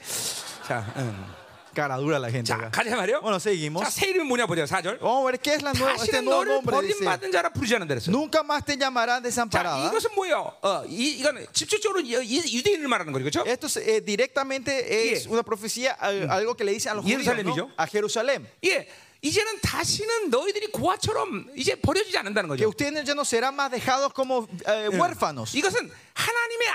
자, 음.
Cara dura la gente.
자,
acá.
가자 말이요.
Bueno,
자,
seguimos.
새 이름이 뭐냐 뭐, 보자. 4절.
Vamos a ver qué es la nueva, este
다시는
nuevo
너를
nombre. dice.
버림받은 자라 부르지 않는다 그랬어요.
Nunca más te llamarán
자,
desamparada.
이것은 뭐예요? 어, 이 이거는 직접적으로 이- 이- 유대인을 말하는 거죠. 그렇죠?
Esto es, eh, directamente es
Sí.
una profecía, al- algo que le dicen a los judíos,
Jerusalén,
¿no?
¿no?
a Jerusalén.
예. 이제는 다시는 너희들이 고아처럼 이제 버려지지 않는다는
Que
거죠.
ustedes ya no serán más dejados como eh, huérfanos.
이것은 하나님의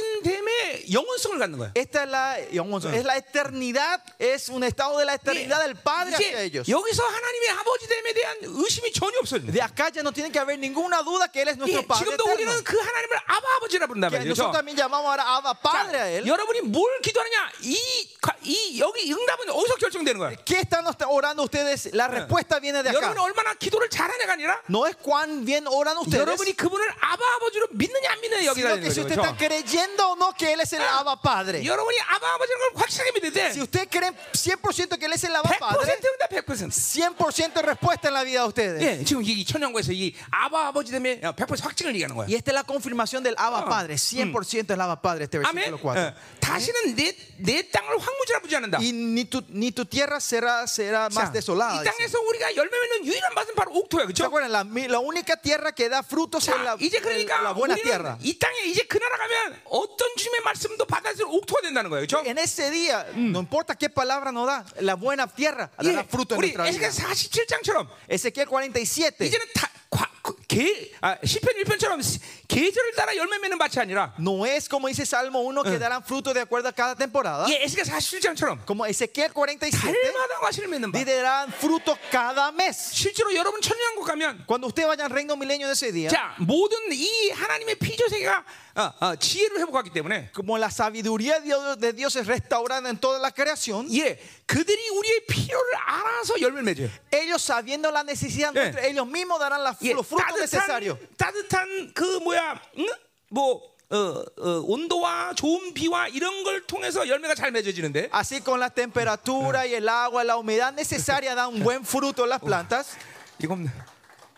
아버지됨의 영원성을 갖는 거예요.
Esta es la, digamos, es la eternidad, es un estado de la eternidad del Padre hacia
이제
ellos.
여기서 하나님의 아버지됨에 대한 의심이 전혀 없어지는
De acá ya no tiene que haber ninguna duda que Él es nuestro
예,
Padre.
지금도
eterno.
우리는 그 하나님을 아바 아버지라 부른단
Que
말이죠.
nosotros
그렇죠?
también llamamos ahora Abba Padre a
자,
Él.
여러분이 뭘 기도하느냐 이, 가- 이 여기 응답은 어디서 결정되는 거야?
¿Qué están orando ustedes? La respuesta viene de acá.
여러분이 얼마나 기도를 잘하냐가 아니라
No es cuán bien oran
여러분이
ustedes,
그분을 아바 아버지로 믿느냐 안 믿느냐 여기다
sino que si
거죠.
usted está
그렇죠?
creyendo o no que Él es el Abba Padre.
여러분이 아바 아버지라는 걸 확실하게
Si
믿는데
usted cree 100% que Él es el Abba Padre,
100%입니다 100%.
100% respuesta en la vida de ustedes.
예, 지금 이 천년과에서 이 아바 아버지 때문에 100% 확증을 얘기하는 거야.
Y esta es la confirmación del Abba
Ah. Eh,
Padre. 100% es el Abba Padre, este
아멘.
versículo 4.
예. 다시는 내 내 땅을 황무지라 부르지 않는다.
Y ni tu, ni tu tierra será, será
자,
más desolada.
이
dice.
땅에서 우리가 열매 맺는 유일한 밭은 바로 옥토야,
¿Se
그렇죠?
acuerdan? La, mi- la única tierra que da frutos es la,
이제
el-
그러니까
la buena
우리는
tierra.
이 땅에 이제 그 나라 가면 어떤 주님의 말씀도 받아들일 옥토가 된다는 거예요, 그렇죠?
En ese día, no importa qué palabra nos da, la buena tierra
아,
dará fruto en
우리
nuestra vida.
에스겔 47장처럼
Ezequiel 47.
이제는 다 과- 그- 계, 아, 시편 1편처럼 계절을 따라 열매 맺는 밭이 아니라
No es como dice Salmo 1 que darán fruto de acuerdo a cada temporada.
예, 에스겔 47장처럼
Como Ezequiel 47,
달마다 과실을 맺는 밭.
dice, darán fruto cada mes.
실제로 여러분 천년왕국 가면
Cuando usted vaya al reino milenio de ese día,
자 모든 이 하나님의 피조 세계가 어, 어, 지혜를 회복하기 때문에
como la sabiduría de Dios, de Dios es restaurada en toda la creación,
예 그들이 우리의 필요를 알아서 열매를 맺어요.
ellos sabiendo la necesidad, nuestra, ellos mismos darán la-
예,
los frutos necesarios.
따뜻한, 따뜻한 그 뭐야 응? 뭐 어, 어, 온도와 좋은 비와 이런 걸 통해서 열매가 잘 맺어지는데
Así con la temperatura y el agua, la humedad necesaria dan un buen fruto las plantas.
이건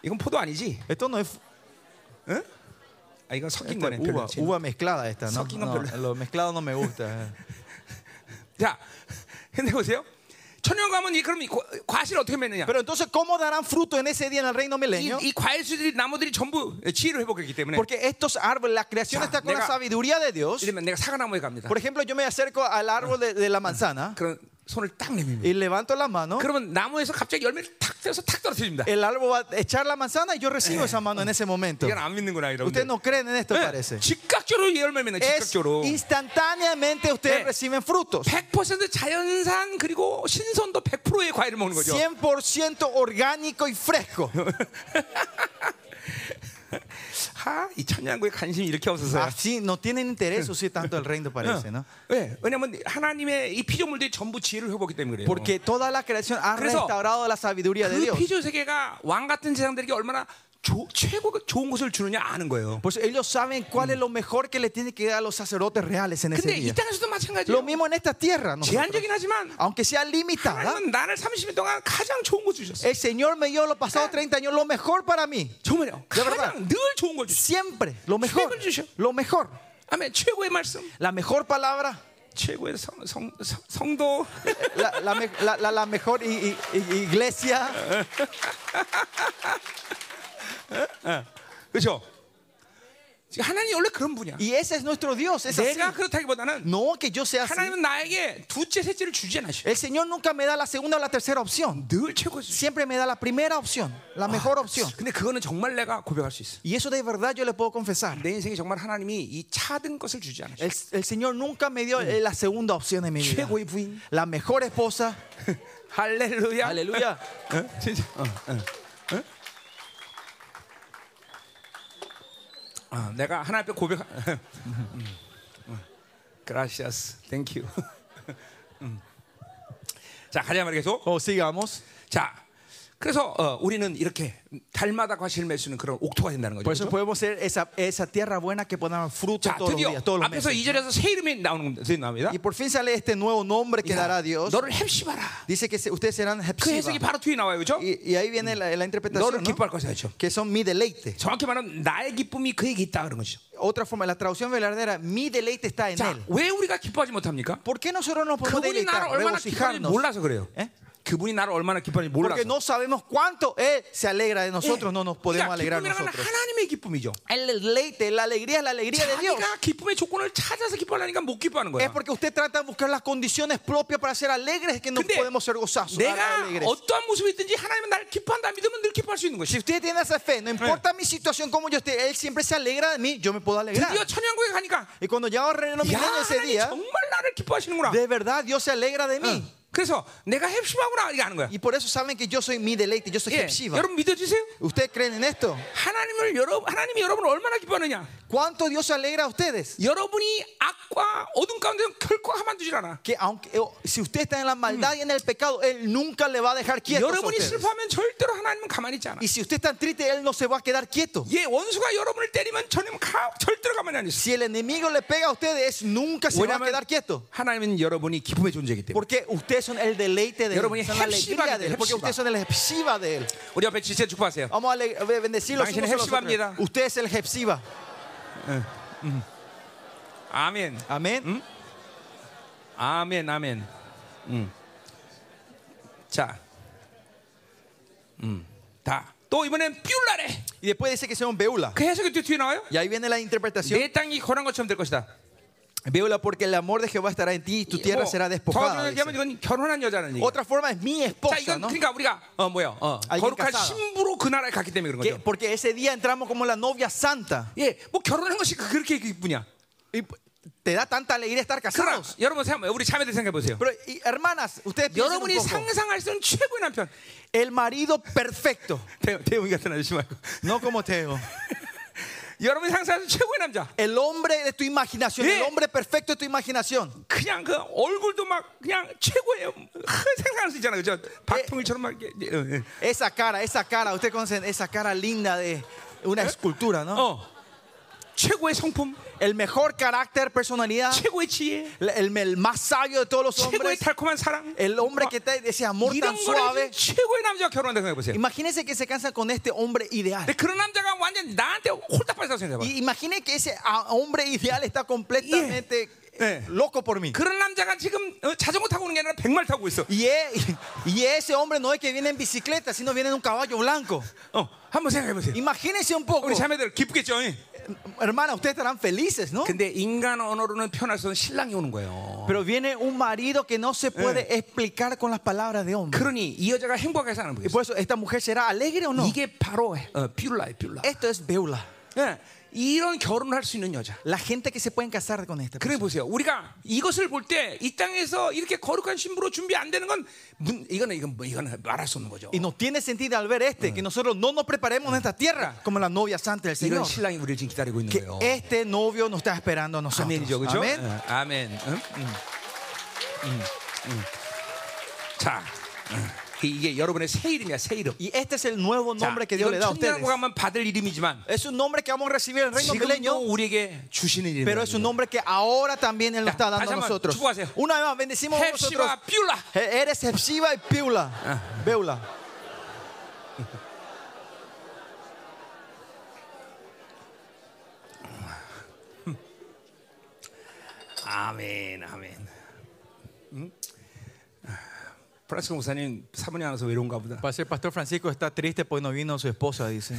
이건 포도 아니지?
Esto no es
아 이건 섞인
esta
거네.
es
별로
uva,
그렇지.
uva mezclada esta, ¿no?
Soquino,
No,
pero-
Lo mezclado no me gusta.
자, 근데 보세요. 천연 가면 이 그럼 이 과- 과실 어떻게 맺느냐?
Pero entonces, ¿cómo darán fruto en ese día en el reino
이,
milenio?
이 과일수들이 나무들이 전부 지혜를 회복했기 때문에.
Porque estos árboles, la creación
Ya,
está con la
내가-
sabiduría de Dios.
이러면 내가 사과나무에 갑니다.
Por ejemplo, yo me acerco al árbol de, de la manzana.
그런 손을 딱 내밉니다.
Y levanto la mano,
그러면 나무에서 갑자기 열매를 탁 떼서 탁 떨어뜨립니다.
el árbol va a echar la manzana y yo recibo esa mano en ese momento.
이건 안 믿는구나 이런.
Ustedes no creen en
Eh,
esto, parece.
즉각적으로 열매 맺는
Es
즉각적으로.
instantáneamente ustedes
Eh.
reciben frutos.
100% 자연산 그리고 신선도 100%의 과일을 먹는 거죠.
100% orgánico y fresco.
하, 이 천년국에 관심이 이렇게 없어서.
Así no tienen
Eh.
interés usted tanto el reino parece, ¿no?
예. 왜? 왜냐면 하나님의 이 피조물들이 전부 지혜를 회복했기 때문에 그래요.
Porque toda la creación ha
그래서
restaurado la sabiduría de
그
Dios.
피조 세계가 왕 같은 세상들에게 얼마나 조- 최고 좋은 것을 주느냐 아는 거예요.
Pues ellos saben cuál
Mm.
es lo mejor que le tiene que dar a los sacerdotes reales en ese
근데 이
día.
땅에서도 마찬가지예요.
Lo mismo en esta tierra, nosotros.
제한적인 하지만
aunque sea limitada.
하나님은 나를 30년 동안 가장 좋은 걸 주셨어요.
El Señor me dio los pasados
Eh.
30 años lo mejor para mí.
정말요.
야,
가장 늘 좋은 걸 주셨어요.
Siempre, lo mejor. Lo mejor.
아멘. 최고의 말씀,
La mejor palabra,
최고의 성, 성, 성, 성도.
la, la me- la- la- la mejor i- i- i- iglesia.
그렇죠? 지금 하나님 이 원래 그런 분이야.
Y ese es nuestro Dios. Es así.
내가 그렇다기보다는
No que yo sea así.
하나님은 나에게 두째 셋째를 주지 않으셔.
El Señor nunca me da la segunda o la tercera opción.
늘 최고의 주.
Siempre me da la primera opción, la mejor opción.
근데 그거는 정말 내가 고백할 수 있어.
Y eso de verdad yo le puedo confesar.
내 인생에 정말 하나님이 이 차든 것을 주지 않으셔.
El, el Señor nunca me dio eh, la segunda opción en mi vida.
최고의 부인.
La mejor esposa.
할렐루야.
Aleluya.
어? 진짜. 어, 어, 어? 아, 내가 하나 앞에 고백. 음, 그라시아스. 땡큐. 음. 자, 가자 말이 계속.
O oh, sigamos.
자, 그래서 어, 우리는 이렇게 달마다 과실 맺수는 그런 옥토가 된다는 거죠.
Por eso
그렇죠?
podemos ser esa, esa tierra buena que pone fruto
자,
todos los
드디어
días, todos los
앞에서
meses.
2절에서 새 이름이 나오는 새 나옵니다.
Y por fin sale este nuevo nombre que dará Dios.
너를 햅시바라.
Dice que se- ustedes serán
그
Hepsiba.
해석이 바로 뒤에 나와요, 그렇죠?
Y, y ahí viene la, la
너를
interpretación, ¿no?
기뻐할 것이죠.
que son mi deleite.
정확히 말하면 나의 기쁨이 그에게 있다 그런 것이죠.
Otra forma, la traducción verdadera, mi deleite está en
자,
él.
왜 우리가 기뻐하지 못합니까?
¿Por qué nosotros no
네.
podemos
그분이 나를
deleitar,
얼마나 기뻐하는지
regocijarnos?
몰라서 그래요.
¿Eh?
네. 그분이 나를 얼마나 기뻐하는지 몰라서. 예.
Porque no sabemos cuánto él se alegra de nosotros, no nos podemos
그러니까
alegrar
기쁨이라는 건
nosotros.
하나님의 기쁨이죠.
El deleite, la alegría es la alegría de Dios.
자기가 기쁨의 조건을 찾아서 기뻐하려니까 못 기뻐하는
Es
거야.
porque usted trata de buscar las condiciones propias para ser alegres que no
근데
podemos ser gozados.
내가
alegres.
어떠한 모습이든지 하나님은 날 기뻐한다 믿으면 늘 기뻐할 수 있는 것이.
Si usted tiene esa fe, no importa mi situación como yo esté, Él siempre se alegra de mí, yo me puedo alegrar.
드디어 천연국에 가니까
Y cuando ya
야,
reino
네.
milenio ese
하나님
día,
정말 나를 기뻐하시는구나.
de verdad Dios se alegra de mí.
그래서 내가 헵시바구나 이게 아는 거야.
Y por eso saben que yo soy mi deleite, yo soy
예,
Jepsiba.
여러분 믿어주세요.
¿Ustedes creen en esto?
하나님을 여러분 하나님이 여러분을 얼마나 기뻐하느냐.
¿Cuánto Dios se alegra a ustedes?
여러분이 악과 어둠 가운데 결코 가만두질 않아.
Que aunque o- si usted está en la maldad y en el pecado, Él nunca le va a dejar quieto.
여러분이 슬퍼하면 절대로 하나님은 가만히 있지 않아.
Y si usted está triste, Él no se va a quedar quieto.
예, 원수가 여러분을 때리면 저는 가, 절대로 가만히 안 있어.
Si el enemigo le pega a ustedes, nunca se va a quedar quieto.
하나님은 여러분이 기쁨의 존재이기 때문에.
Porque ustedes son el deleite de
여러분이
Él, son la
Jepsiba이기
alegría de
때문에,
Él, porque
Jepsiba.
ustedes son el Jepsiba de Él.
우리 옆에 지체 축복하세요.
Vamos a ale- be- bendecirlos.
당신은
unos a los otros.
Jepsiba입니다.
Usted es el Jepsiba.
아멘.
Amén.
아멘. 아멘. 음. 자. 음. 다. 또 이번엔 뷰라레.
Y después dice que sea un Beula.
그 해석이 뒤- 뒤에 나와요?
Y ahí viene la interpretación.
내 땅이 거란 것처럼 될 것이다.
Beula, porque el amor de Jehová estará en ti y tu tierra
더
será despojada.
뭐 얘기하면
dice.
이건 결혼한 여자라는 얘기.
Otra forma es mi
자,
esposa,
이건
¿no?
그러니까 우리가 어 뭐야? 어.
아, 이건
거룩한
가사다.
신부로 그 나라에 갔기 때문에 그런
Que-
거죠.
porque ese día entramos como la novia santa.
예, 뭐 결혼한 것이 그- 그렇게 기쁘냐?
Y p- te da tanta alegría estar
그럼
casados.
여러분 생각, 우리 자매들 생각해 보세요.
Pero, y, hermanas, ustedes piensen un
여러분이
poco.
상상할 수 있는 최고의 남편.
El marido perfecto.
대- 대웅이 같은 아저씨 말고.
No como Teo.
여러분이 상상할 수 있는 최고의 남자.
El hombre de tu imaginación.
Sí.
El hombre perfecto de tu imaginación.
그냥 그 얼굴도 막 그냥 최고예요. 생각할 수 있잖아요, 그죠? 박통일처럼 막 이렇게, 예, 예.
Esa cara, esa cara. Ustedes conocen esa cara linda de una escultura, ¿no?
어. 최고의 성품,
El mejor carácter, personalidad.
최고의 지혜,
El, el- el más sabio de todos los
최고의
hombres.
달콤한 사랑.
El hombre que está ese amor tan
이런 거를
suave.
최고의 남자가 결혼한다 생각해 보세요.
Imagínense que se cansa con este hombre ideal.
근데 그런 남자가 완전 나한테 홀딱 빠졌다고 생각해 봐.
Y imaginen que ese ah, hombre ideal está completamente
Yeah.
eh, loco por mí.
그런 남자가 지금 어, 자전거 타고 오는 게 아니라 백말 타고 있어.
Y, e- y ese hombre no es que viene en bicicleta, sino viene en un caballo blanco.
어, 한번 생각해 보세요.
Imagínense un poco.
우리 자매들 기쁘겠죠? 예. 어? 잉?
hermana, ustedes estarán felices, ¿no?
근데 인간 언어로는 표현할 수 없는 신랑이 오는 거예요.
Pero viene un marido que no se puede explicar con las palabras de hombre.
그러니 이 여자가 행복하게 사는
Y
거예요.
por eso, ¿esta mujer será alegre o no?
이게 바로 어, 뷰라예요, 뷰라.
Esto es Beula.
예, 이런 결혼을 할 수 있는 여자.
La gente que se pueden casar con este esta.
그래 보세요. 우리가 이것을 볼 때 이 땅에서 이렇게 거룩한 신부로 준비 안 되는 건 문, 이거는 이건 뭐 이거는 말할 수 없는 거죠.
Y no tiene sentido al ver este, que nosotros no nos preparemos en esta tierra como la novia santa del
이런
Señor.
신랑이 우리를 지금 기다리고 있는
Que
거예요.
este novio nos está esperando a nosotros.
아멘이죠, 그죠?
Amén.
예, 아멘. 응? 응. 응, 응. 자, 응. 이게 여러분의 새 이름이야, 새 이름.
Y este es el nuevo
자,
nombre que Dios le
이건
da a ustedes.
천년고가만 받을 이름이지만
Es un nombre que vamos a recibir en el reino milenio,
지금도 우리에게 주시는 이름.
pero es un nombre que ahora también Él nos
Ya,
está
다시
dando a
한번
nosotros.
축복하세요.
Una vez más, bendecimos a nosotros.
헵시와 뷰라.
E- Eres Hepsiba y Piula. Beula.
아멘, 아멘. 응? 프란스 목사님 사모님 안와서 외로운가 보다.
Parece el pastor Francisco está triste porque no vino su esposa, dice.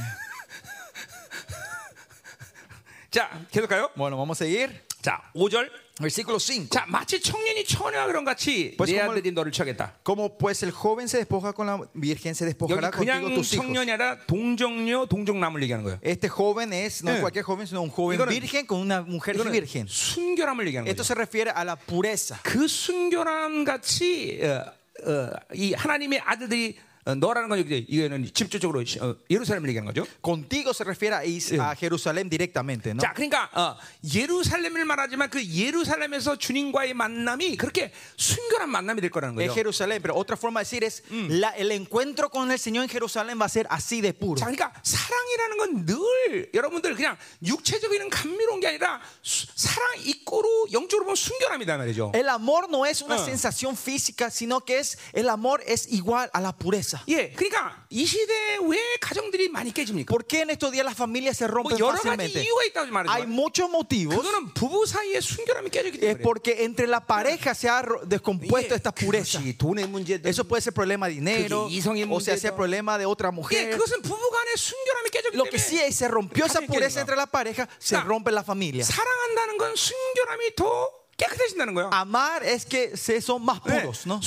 자, 계속 가요.
Bueno, vamos a seguir.
자, 5절.
Versículo 5.
자, 마치 청년이 처녀와 그런 같이
벌써
내
정말-
아들이 너를 취하겠다.
Como pues el joven se despoja con la virgen, se
여기
despojará contigo
그냥
tus hijos.
청년이 아니라 동정녀, 동정남을 얘기하는 거예요.
Este joven es, no
Eh.
es cualquier joven, sino un joven
Icono-
virgen con una mujer
이거는 예,
virgen.
순결함을 얘기하는
Esto
거죠.
se refiere a la pureza.
그 순결함 같이 어, 어, 이 하나님의 아들들이 어, 너라는 건 여기 이거는 집중적으로 시- 어, 예루살렘을 얘기하는 거죠.
Contigo se refiere a,
Eh.
Is- a Jerusalén directamente, ¿no?
자, 그러니까 어, 예루살렘을 말하지만 그 예루살렘에서 주님과의 만남이 그렇게 순결한 만남이 될 거라는
Es
거예요.
Jerusalén, pero otra forma de decir es
Mm.
la- el encuentro con el Señor en Jerusalén va a ser así de puro.
자, 그러니까 사랑이라는 건 늘 여러분들 그냥 육체적인 감미로운 게 아니라 수- 사랑 입고로 영적으로 보면 순결함이다 말이죠.
El amor no es una
Ah.
sensación física, sino que es el amor es igual a la pureza.
예, 그러니까 이 시대에 왜 가정들이 많이 깨집니까?
¿Por qué en estos días las familias se
뭐
rompen
여러 가지
fácilmente?
이유가 있다고
Hay
말하지만
muchos motivos.
그거는 부부 사이의 순결함이 깨졌기
Es
때문에 그래요.
porque entre la pareja se ha ro- descompuesto
이게
esta pureza.
그것이 돈의 문제든
Eso puede ser problema de dinero,
그게 이성의
o
문제죠.
sea, sea problema de otra
예,
mujer.
그것은 부부간의 순결함이 깨졌기
Lo que sí
때문에
es, se rompió esa
가정이 깨지는
pureza entre la pareja, se
그러니까
rompe la familia.
사랑한다는 건 순결함이 더 깨끗해진다는 거예요.
Amar es que se son más
예,
puros, ¿no?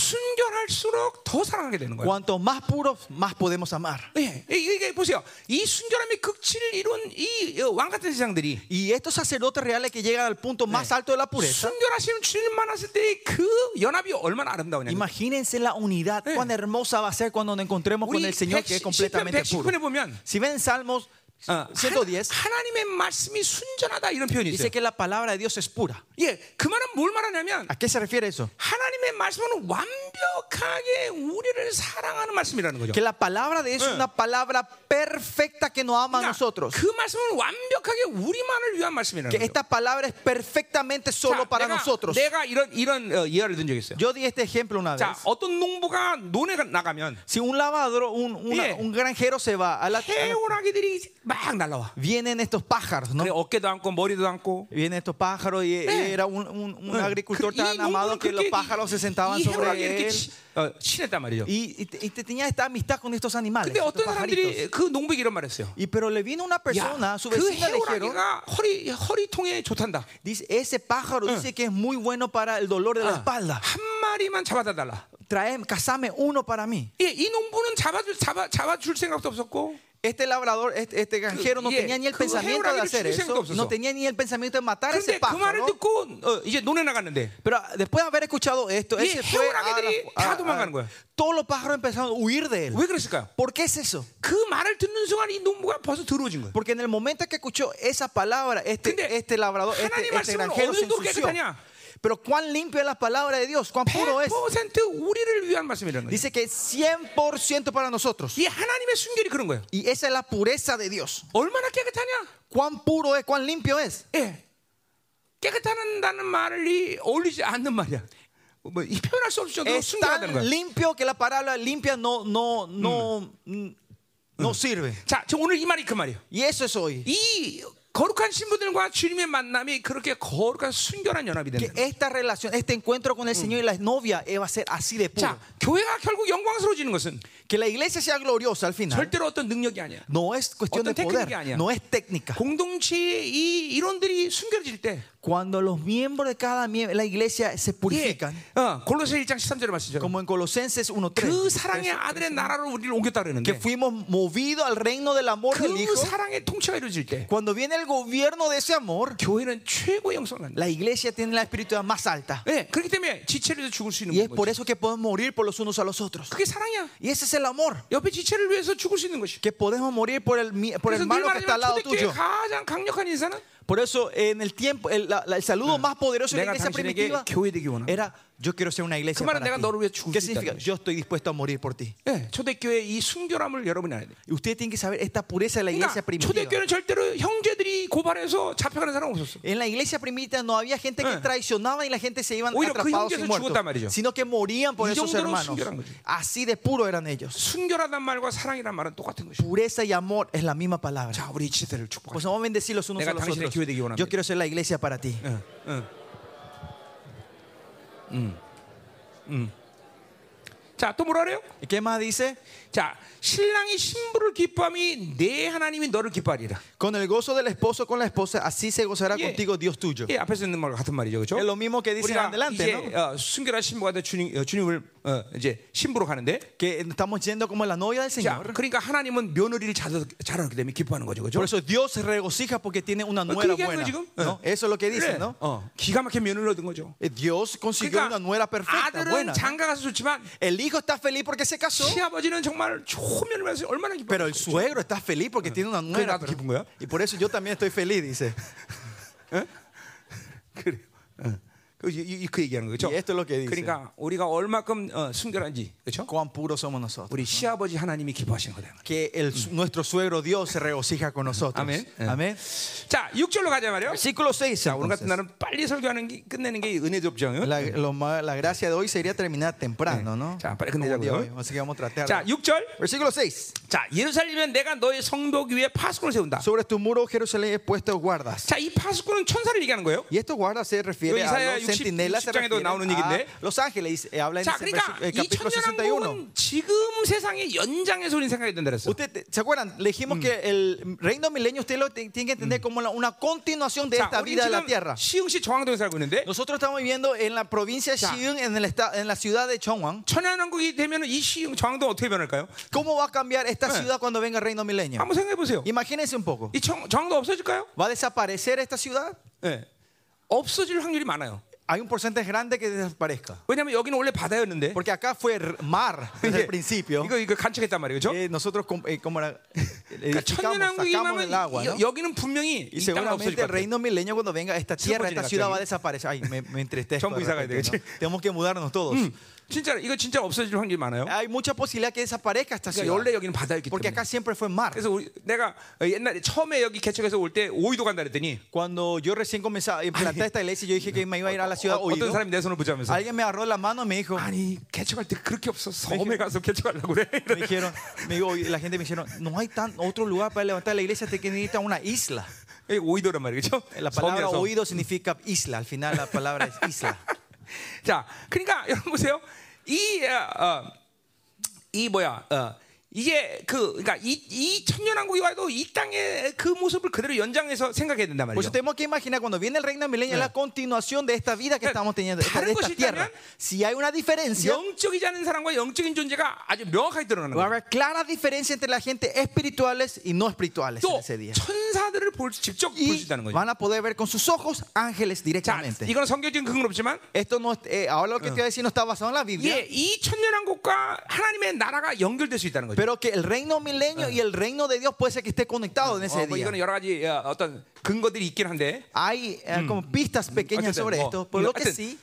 순결할수록 더 사랑하게 되는 거예요.
Cuanto más puros, más podemos amar.
예, 이게 이게 보세요. 이 순결함의 극치를 이룬 어, 이왕 같은 세상들이
Y estos sacerdotes reales que llegan al punto más alto de la pureza,
순결하시는 주님 만났을 때 그 연합이 얼마나 아름다우냐.
imagínense la unidad, cuán hermosa va a ser cuando nos encontremos con
우리
el Señor que
110편
es completamente puro.
110편에 보면
Si ven Salmos
어, 하-
110,
하나님의 말씀이 순전하다 이런 표현이 있어요.
dice que la palabra de Dios es pura.
예, 그 말은 뭘 말하냐면
¿A qué se refiere eso?
하나님의 말씀은 완벽하게 우리를 사랑하는 말씀이라는 거죠.
Que la palabra de Dios es una palabra perfecta que nos ama a
그러니까
nosotros.
그 말씀은 완벽하게 우리만을 위한 말씀이라는
Que
거죠.
esta palabra es perfectamente solo
자,
para
내가,
nosotros.
내가 이런 이런 어, 예화를 든 적이 있어요.
Yo di este ejemplo una vez.
자, 어떤 농부가 논에 가- 나가면
Si un lavador, un, una-
Yeah.
un granjero se va a la, a la-
해오라기들이 막 날라와.
vienen estos pájaros, ¿no?
그래, 어깨도 안고 머리도 안고.
Vienen estos pájaros y, y
Yeah.
era un, un- un
응.
agricultor
그이
tan amado
농부는
que los
그렇게
pájaros se sentaban
이 해오라기
sobre
이렇게
él.
치- 어, 친했단 말이죠.
Y, y te- y te tenía esta amistad con estos animales.
근데
estos
어떤
pajaritos.
사람들이 네, 그 농부에게 이런 말했어요.
Y pero le vino una persona,
야,
su
그
vecina le dijeron,
해오라기가 허리 허리통에 좋단다.
dice, ese pájaro dice que es muy bueno para el
네,
dolor de
Ah.
la espalda.
아, 한 마리만 잡아다 달라.
Trae, cazame uno para mí.
예, 이 농부는 잡아줄 잡아 잡아줄 생각도 없었고.
Este labrador, este, este granjero no
Yeah.
tenía ni el
그
pensamiento de
해오라기를
hacer
죽일 생각도
eso,
없었어.
no tenía ni el pensamiento de matar a
그런데
ese
그 말을
pájaro.
듣고 어, 이제 논에 나갔는데
Pero ah, después de haber escuchado esto,
Y
él se fue a la-
heurage들이
a-
다
a-
도망가는 거야.
todos los pájaros empezaron a huir de él.
왜 그랬을까요?
¿Por qué es eso?
그 말을 듣는 순간 이 농부가 벌써 더러워진 거예요.
Porque en el momento que escuchó esa palabra,
근데
este, este labrador, este,
하나님
este
말씀은
granjero se
어느 정도
ensució.
깨끗하냐?
Pero cuán limpia es la palabra de Dios, cuán puro es.
100% 우리를 위한 말씀이라는 거예요.
Dice que es 100% para nosotros.
이 하나님의 순결이 그런 거예요.
Y esa es la pureza de Dios.
얼마나 깨끗하냐?
Cuán puro es, cuán limpio es.
예. 깨끗하다는 말이 어울리지 않는 말이야. 뭐, 이 표현할 수 없을 정도로
Es
순결하다는
tan
거야.
limpio que la palabra limpia no, no, no, no sirve.
자, 저 오늘 이 말이 그 말이에요.
Y eso es hoy.
이 거룩한 신부들과 주님의 만남이 그렇게 거룩한 순결한 연합이
Que
된다.
esta relación, este encuentro con el Señor y la novia eh, va a ser así de puro.
자, 교회가 결국 영광스러워지는 것은
Que la iglesia sea gloriosa al final
절대로 어떤 능력이 아니야.
no es cuestión de
어떤 técnica
poder,
아니야.
no es técnica.
그러니까. 공동체의 이 이론들이 숨겨질 때
Cuando los miembros de cada miembro la iglesia se
예,
purifican,
어, 골로새 1장 13절에 말씀처럼
como en Colosenses
그
1:3,
사랑의 아들의 나라로 우리를 옮겼다
que
그러는데
fuimos movidos al reino del amor del Hijo.
그 사랑의 통치가 이루어질 때
Cuando viene el gobierno de ese amor,
교회는 최고의 영성을 한다.
la iglesia tiene la espiritualidad más alta.
예, 그렇기 때문에 지체를 죽을 수
Y
있는
es por
거지.
eso que podemos morir por los unos a los otros.
그게 사랑이야.
Y ese es el amor,
옆에 지체를 위해서 죽을 수 있는 것이.
que podemos morir por el, mi- por
그래서
el
늘
malo que
말하지만
está al lado
초대교회
tuyo.
가장 강력한 인사는
Por eso, en el tiempo, el, la- la- el saludo más poderoso de la
내가
iglesia
당신에게
primitiva
교회 되기 원한다.
era: Yo quiero ser una iglesia.
그 말은
para
내가
ti".
너를 위해 죽을
¿Qué
수 있다는
significa?
거지.
Yo estoy dispuesto a morir por ti.
예, 초대교회의 이 순결함을 여러분이 알아야 돼.
Y ustedes tienen que saber esta pureza de la iglesia
그러니까
primitiva.
초대교회는 절대로 형제들이 고발해서 잡혀가는 사람 없었어.
En la iglesia primitiva no había gente que
Eh.
traicionaba y la gente se iban
오히려 그
atrapados y
형제에서 죽었단 말이죠.
muertos, sino que morían por
이
esos
정도로
hermanos.
순결한 거지.
Así de puro eran ellos.
순결하단 말과 사랑이란 말은 똑같은 것이.
Pureza y amor es la misma palabra.
자, 우리 지체들을 축복하자.
Pues vamos a bendecir los unos
내가
a los
당신의
otros.
기회 되기 원합니다.
Yo quiero ser la iglesia para ti.
응, 응, 응, 응. 자, 또 뭐라 그래요?
¿Y qué más dice?
자, 신랑이 신부를 기뻐함이 내 하나님이 너를 기뻐하리라.
Con el gozo del esposo con la esposa, así se gozará
Yeah.
contigo Dios tuyo.
예, 앞에서 있는 말과 같은 말이죠, 그렇죠?
Es lo mismo que dicen
우리가
adelante,
이제
¿no?
어, 순결한 신부가 돼 주님, 어, 주님을 어, 이제 신부로 가는데,
Que estamos yendo como la novia del
자,
Señor.
그러니까 하나님은 며느리를 잘 잘하기 때문에 기뻐하는 거죠, 그렇죠?
Por eso Dios se regocija porque tiene una nuera
¿qué Eh.
buena.
digo?
¿no? Eso es lo que
그래,
dice, ¿no?
어, 기가 막힌 며느리를 얻은 거죠. 그러니까
Eh, Dios consiguió una nuera perfecta,
아들은
buena. ¿no?
장가가서 좋지만
El hijo está feliz porque se casó,
시아버지는 정말 좋은 며느리 만나서 얼마나 기뻐.
pero el suegro está feliz
Eh.
porque tiene una nuera.
nato
pero-
기쁜 거야?
Y por eso yo también estoy feliz, dice.
그래요. 어. 그, 이- 이- 그 얘기하는 거죠.
예, esto es lo que dice.
그러니까 우리가 얼마큼 어, 순결한지, 그렇죠?
Cuán puros somos nosotros.
우리 시아버지 하나님이 기뻐하시는 거다.
Que el, su- nuestro suegro Dios se regocija con nosotros.
Amén.
Amén.
자, 6절로 가자 말이요.
Versículo 6.
자, 오늘 같은 날은 빨리 설교하는 게 끝내는 게 은혜죠, 죠
La, lo ma- la gracia de hoy sería terminar temprano, ¿no?
자, 빨리
Como el día
끝내자고요.
de hoy. Así que vamos a tratar.
자, 6절.
Versículo 6.
자, 예루살렘은 내가 너의 성벽 위에 파수꾼을 세운다.
Sobre tu muro, Jerusalén, he puesto guardas.
자, 이 파수꾼은 천사를 얘기하는 거예요.
Y estos guardas se refiere
Isaías
a
60
los centinelas,
60
se
장에도
refieren
나오는
a
얘기인데.
los ángeles, y habla en
자,
ese
그러니까
verso- el
이
capítulo 61.
천년왕국은 지금 세상의 연장의 소리 생각이 된다 그랬어.
Usted, ¿Se acuerdan? Le dijimos que el reino milenio usted lo ti- tiene que entender como la- una continuación de
자,
esta
우리
vida de la tierra.
지금 시흥시 정왕동에 살고 있는데
Nosotros estamos viviendo en la provincia de
자.
Xi'un, en, el esta- en la ciudad de Chongwang.
천연왕국이 되면 이 시흥 정왕동 어떻게 변할까요?
¿Cómo va a cambiar esta
Eh.
ciudad cuando venga el reino milenio?
한번 생각해 보세요.
Imagínense un poco.
이 정, 정왕동 없어질까요?
¿Va a desaparecer esta ciudad?
예. 없어질 확률이 많아요.
Hay un porcentaje grande que desaparezca.
왜냐면 여기는 원래 바다였는데
Porque acá fue r- mar desde
이게-
el principio.
이거 이거 간척했단 말이에요. 그렇죠?
Eh, nosotros, com- eh, como era,
그러니까
edificamos, sacamos
천연왕국이면
del agua. ¿no?
여기는 분명히
Y
이 땅은 없어질 것
seguramente el
같아요.
reino milenio, cuando venga esta tierra, esta
Seguro
ciudad
llegará.
va a desaparecer. Ay, me, me entristezco.
Chombo
de
y saca
repente,
de-
¿no? Tenemos que mudarnos todos.
Mm. 진짜 이거 진짜 없어질 확률이 많아요.
Hay mucha posibilidad que desaparezca esta
그러니까
ciudad.
원래 여기는 바다였기
Porque
때문에.
acá siempre fue mar.
그래서 우리, 내가 옛날에 처음에 여기 개척해서 올 때 오이도 간다 그랬더니
Cuando yo recién comencé a implantar esta iglesia, yo dije que me iba a ir a la ciudad
어,
Oído.
어떤 사람이 내 손을 보자면서
Alguien me agarró la mano y me dijo,
아니 개척할 때 그렇게 없어 섬에 가서 개척하려고 그래
me dijeron, me digo, y la gente me dijeron, no hay tan otro lugar para levantar la iglesia, te necesita una isla. Eh,
이게 오이도란 말이죠
La palabra
섬이야 섬.
oído significa isla. Al final la palabra es isla.
자 그러니까 여러분 보세요 이, 어, 어, 이 뭐야 어, 이게 그 그러니까 이, 이 천년왕국이 와도 이 땅의 그 모습을 그대로 연장해서 생각해야 된단
Por
말이죠
eso tenemos Pues que imaginar cuando viene el reino milenio es la continuación de esta vida que estamos teniendo, de esta, de esta tierra. Si hay una diferencia,
영적이지 않은 사람과 영적인 존재가 아주 명확하게 드러나는
va a
거예요
haber clara diferencia entre la gente espirituales y no espirituales en
또
ese día.
천사들을 볼, 수- 직접 볼 수
Y
있다는 거죠
van a poder ver con sus ojos ángeles
자
directamente.
이건 성경적인 근거는 없지만
Esto no, es- eh, ahora lo que te voy a decir no está basado en la Biblia,
예, 이 천년왕국과 하나님의 나라가 연결될 수 있다는 거죠.
pero que el reino milenio y el reino de Dios puede ser que esté conectado en
어,
ese
뭐
día.
이거는 여러 가지 어, 어떤 근거들이 있긴 한데
Hay eh, como pistas pequeñas
어쨌든,
sobre
뭐,
esto, por lo que
하여튼
sí,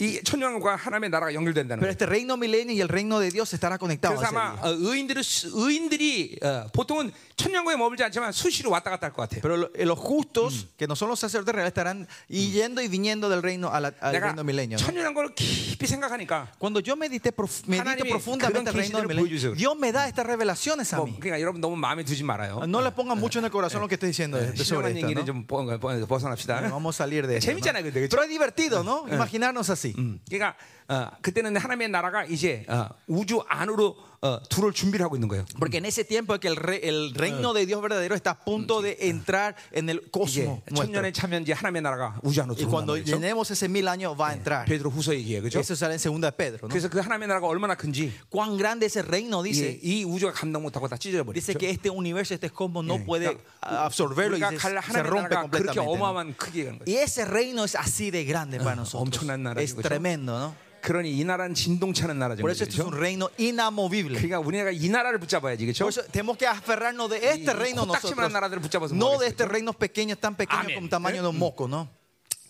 이 천년왕국과 하나님의 나라가 연결된다는
Pero
거예요.
este reino milenio y el reino de Dios estará conectados.
그래서
ese
아마
día.
어, 의인들이 수- 의인들이 어, 보통은 천년왕국에 머물지 않지만 수시로 왔다 갔다 할 것 같아요.
Pero lo- eh, los justos, que no son los sacerdotes reales, estarán y yendo y viniendo del reino a la- al
내가
reino milenio. ¿no?
천년왕국을 깊이 생각하니까
Cuando yo medité, prof- medito
하나님이
profundamente el
그런
reino del
계시들을
milenio,
보여주세요.
Dios me da estas revelaciones a
뭐,
mí.
그러니까 여러분 너무 마음에 두지 말아요. 네,
No le pongan mucho en el corazón lo que estoy diciendo de- de sobre
신령한
esto.
얘기는
¿no?
좀 벗- 벗- 벗어납시다.
Bueno, Vamos a salir de Ah. eso.
재밌잖아요, 근데, 그죠?
Pero es divertido, ¿no? Imaginarnos así.
음, 그러니까 어, 그때는 하나님의 나라가 이제 어, 우주 안으로 어, 들어올 준비를 하고 있는 거예요.
Porque en ese tiempo es que el, re- el reino de Dios verdadero está a punto de entrar en el
이제
cosmos. nuestro.
천년에 참여한 뭐, 이제 하나님의 나라가 우주 안으로
Y
들어온다는
cuando
거죠.
llenemos ese mil años va a entrar.
베드로 후서 얘기예요, 그죠
Eso sale en segunda de Pedro. ¿no?
그래서 그 하나님의 나라가 얼마나 큰지
Cuán grande es el reino,
예,
dice.
이 우주가 감당 못하고 다 찢어버리죠.
Dice que este universo, este cosmos no puede
그러니까
a- absorberlo y
우리가
se,
갈
se
하나님의
rompe
나라가 그렇게
completamente. ¿no?
어마어마한 크기인 거예요.
Y ese reino es así de grande para nosotros.
엄청난 나라죠,
Es
그죠?
tremendo, ¿no?
그러니 이 나라는 진동치 않은 나라죠.
Por eso esto es
그렇죠?
un reino inamovible.
그러니까 우리가 이 나라를 붙잡아야지, 그렇죠?
Por eso tenemos que aferrarnos de este
이
reino
코딱지만한
nosotros.
나라들을 붙잡아서
No
뭐하겠어요,
de este reino pequeño, tan pequeño
Amén.
como tamaño de un moco, ¿no?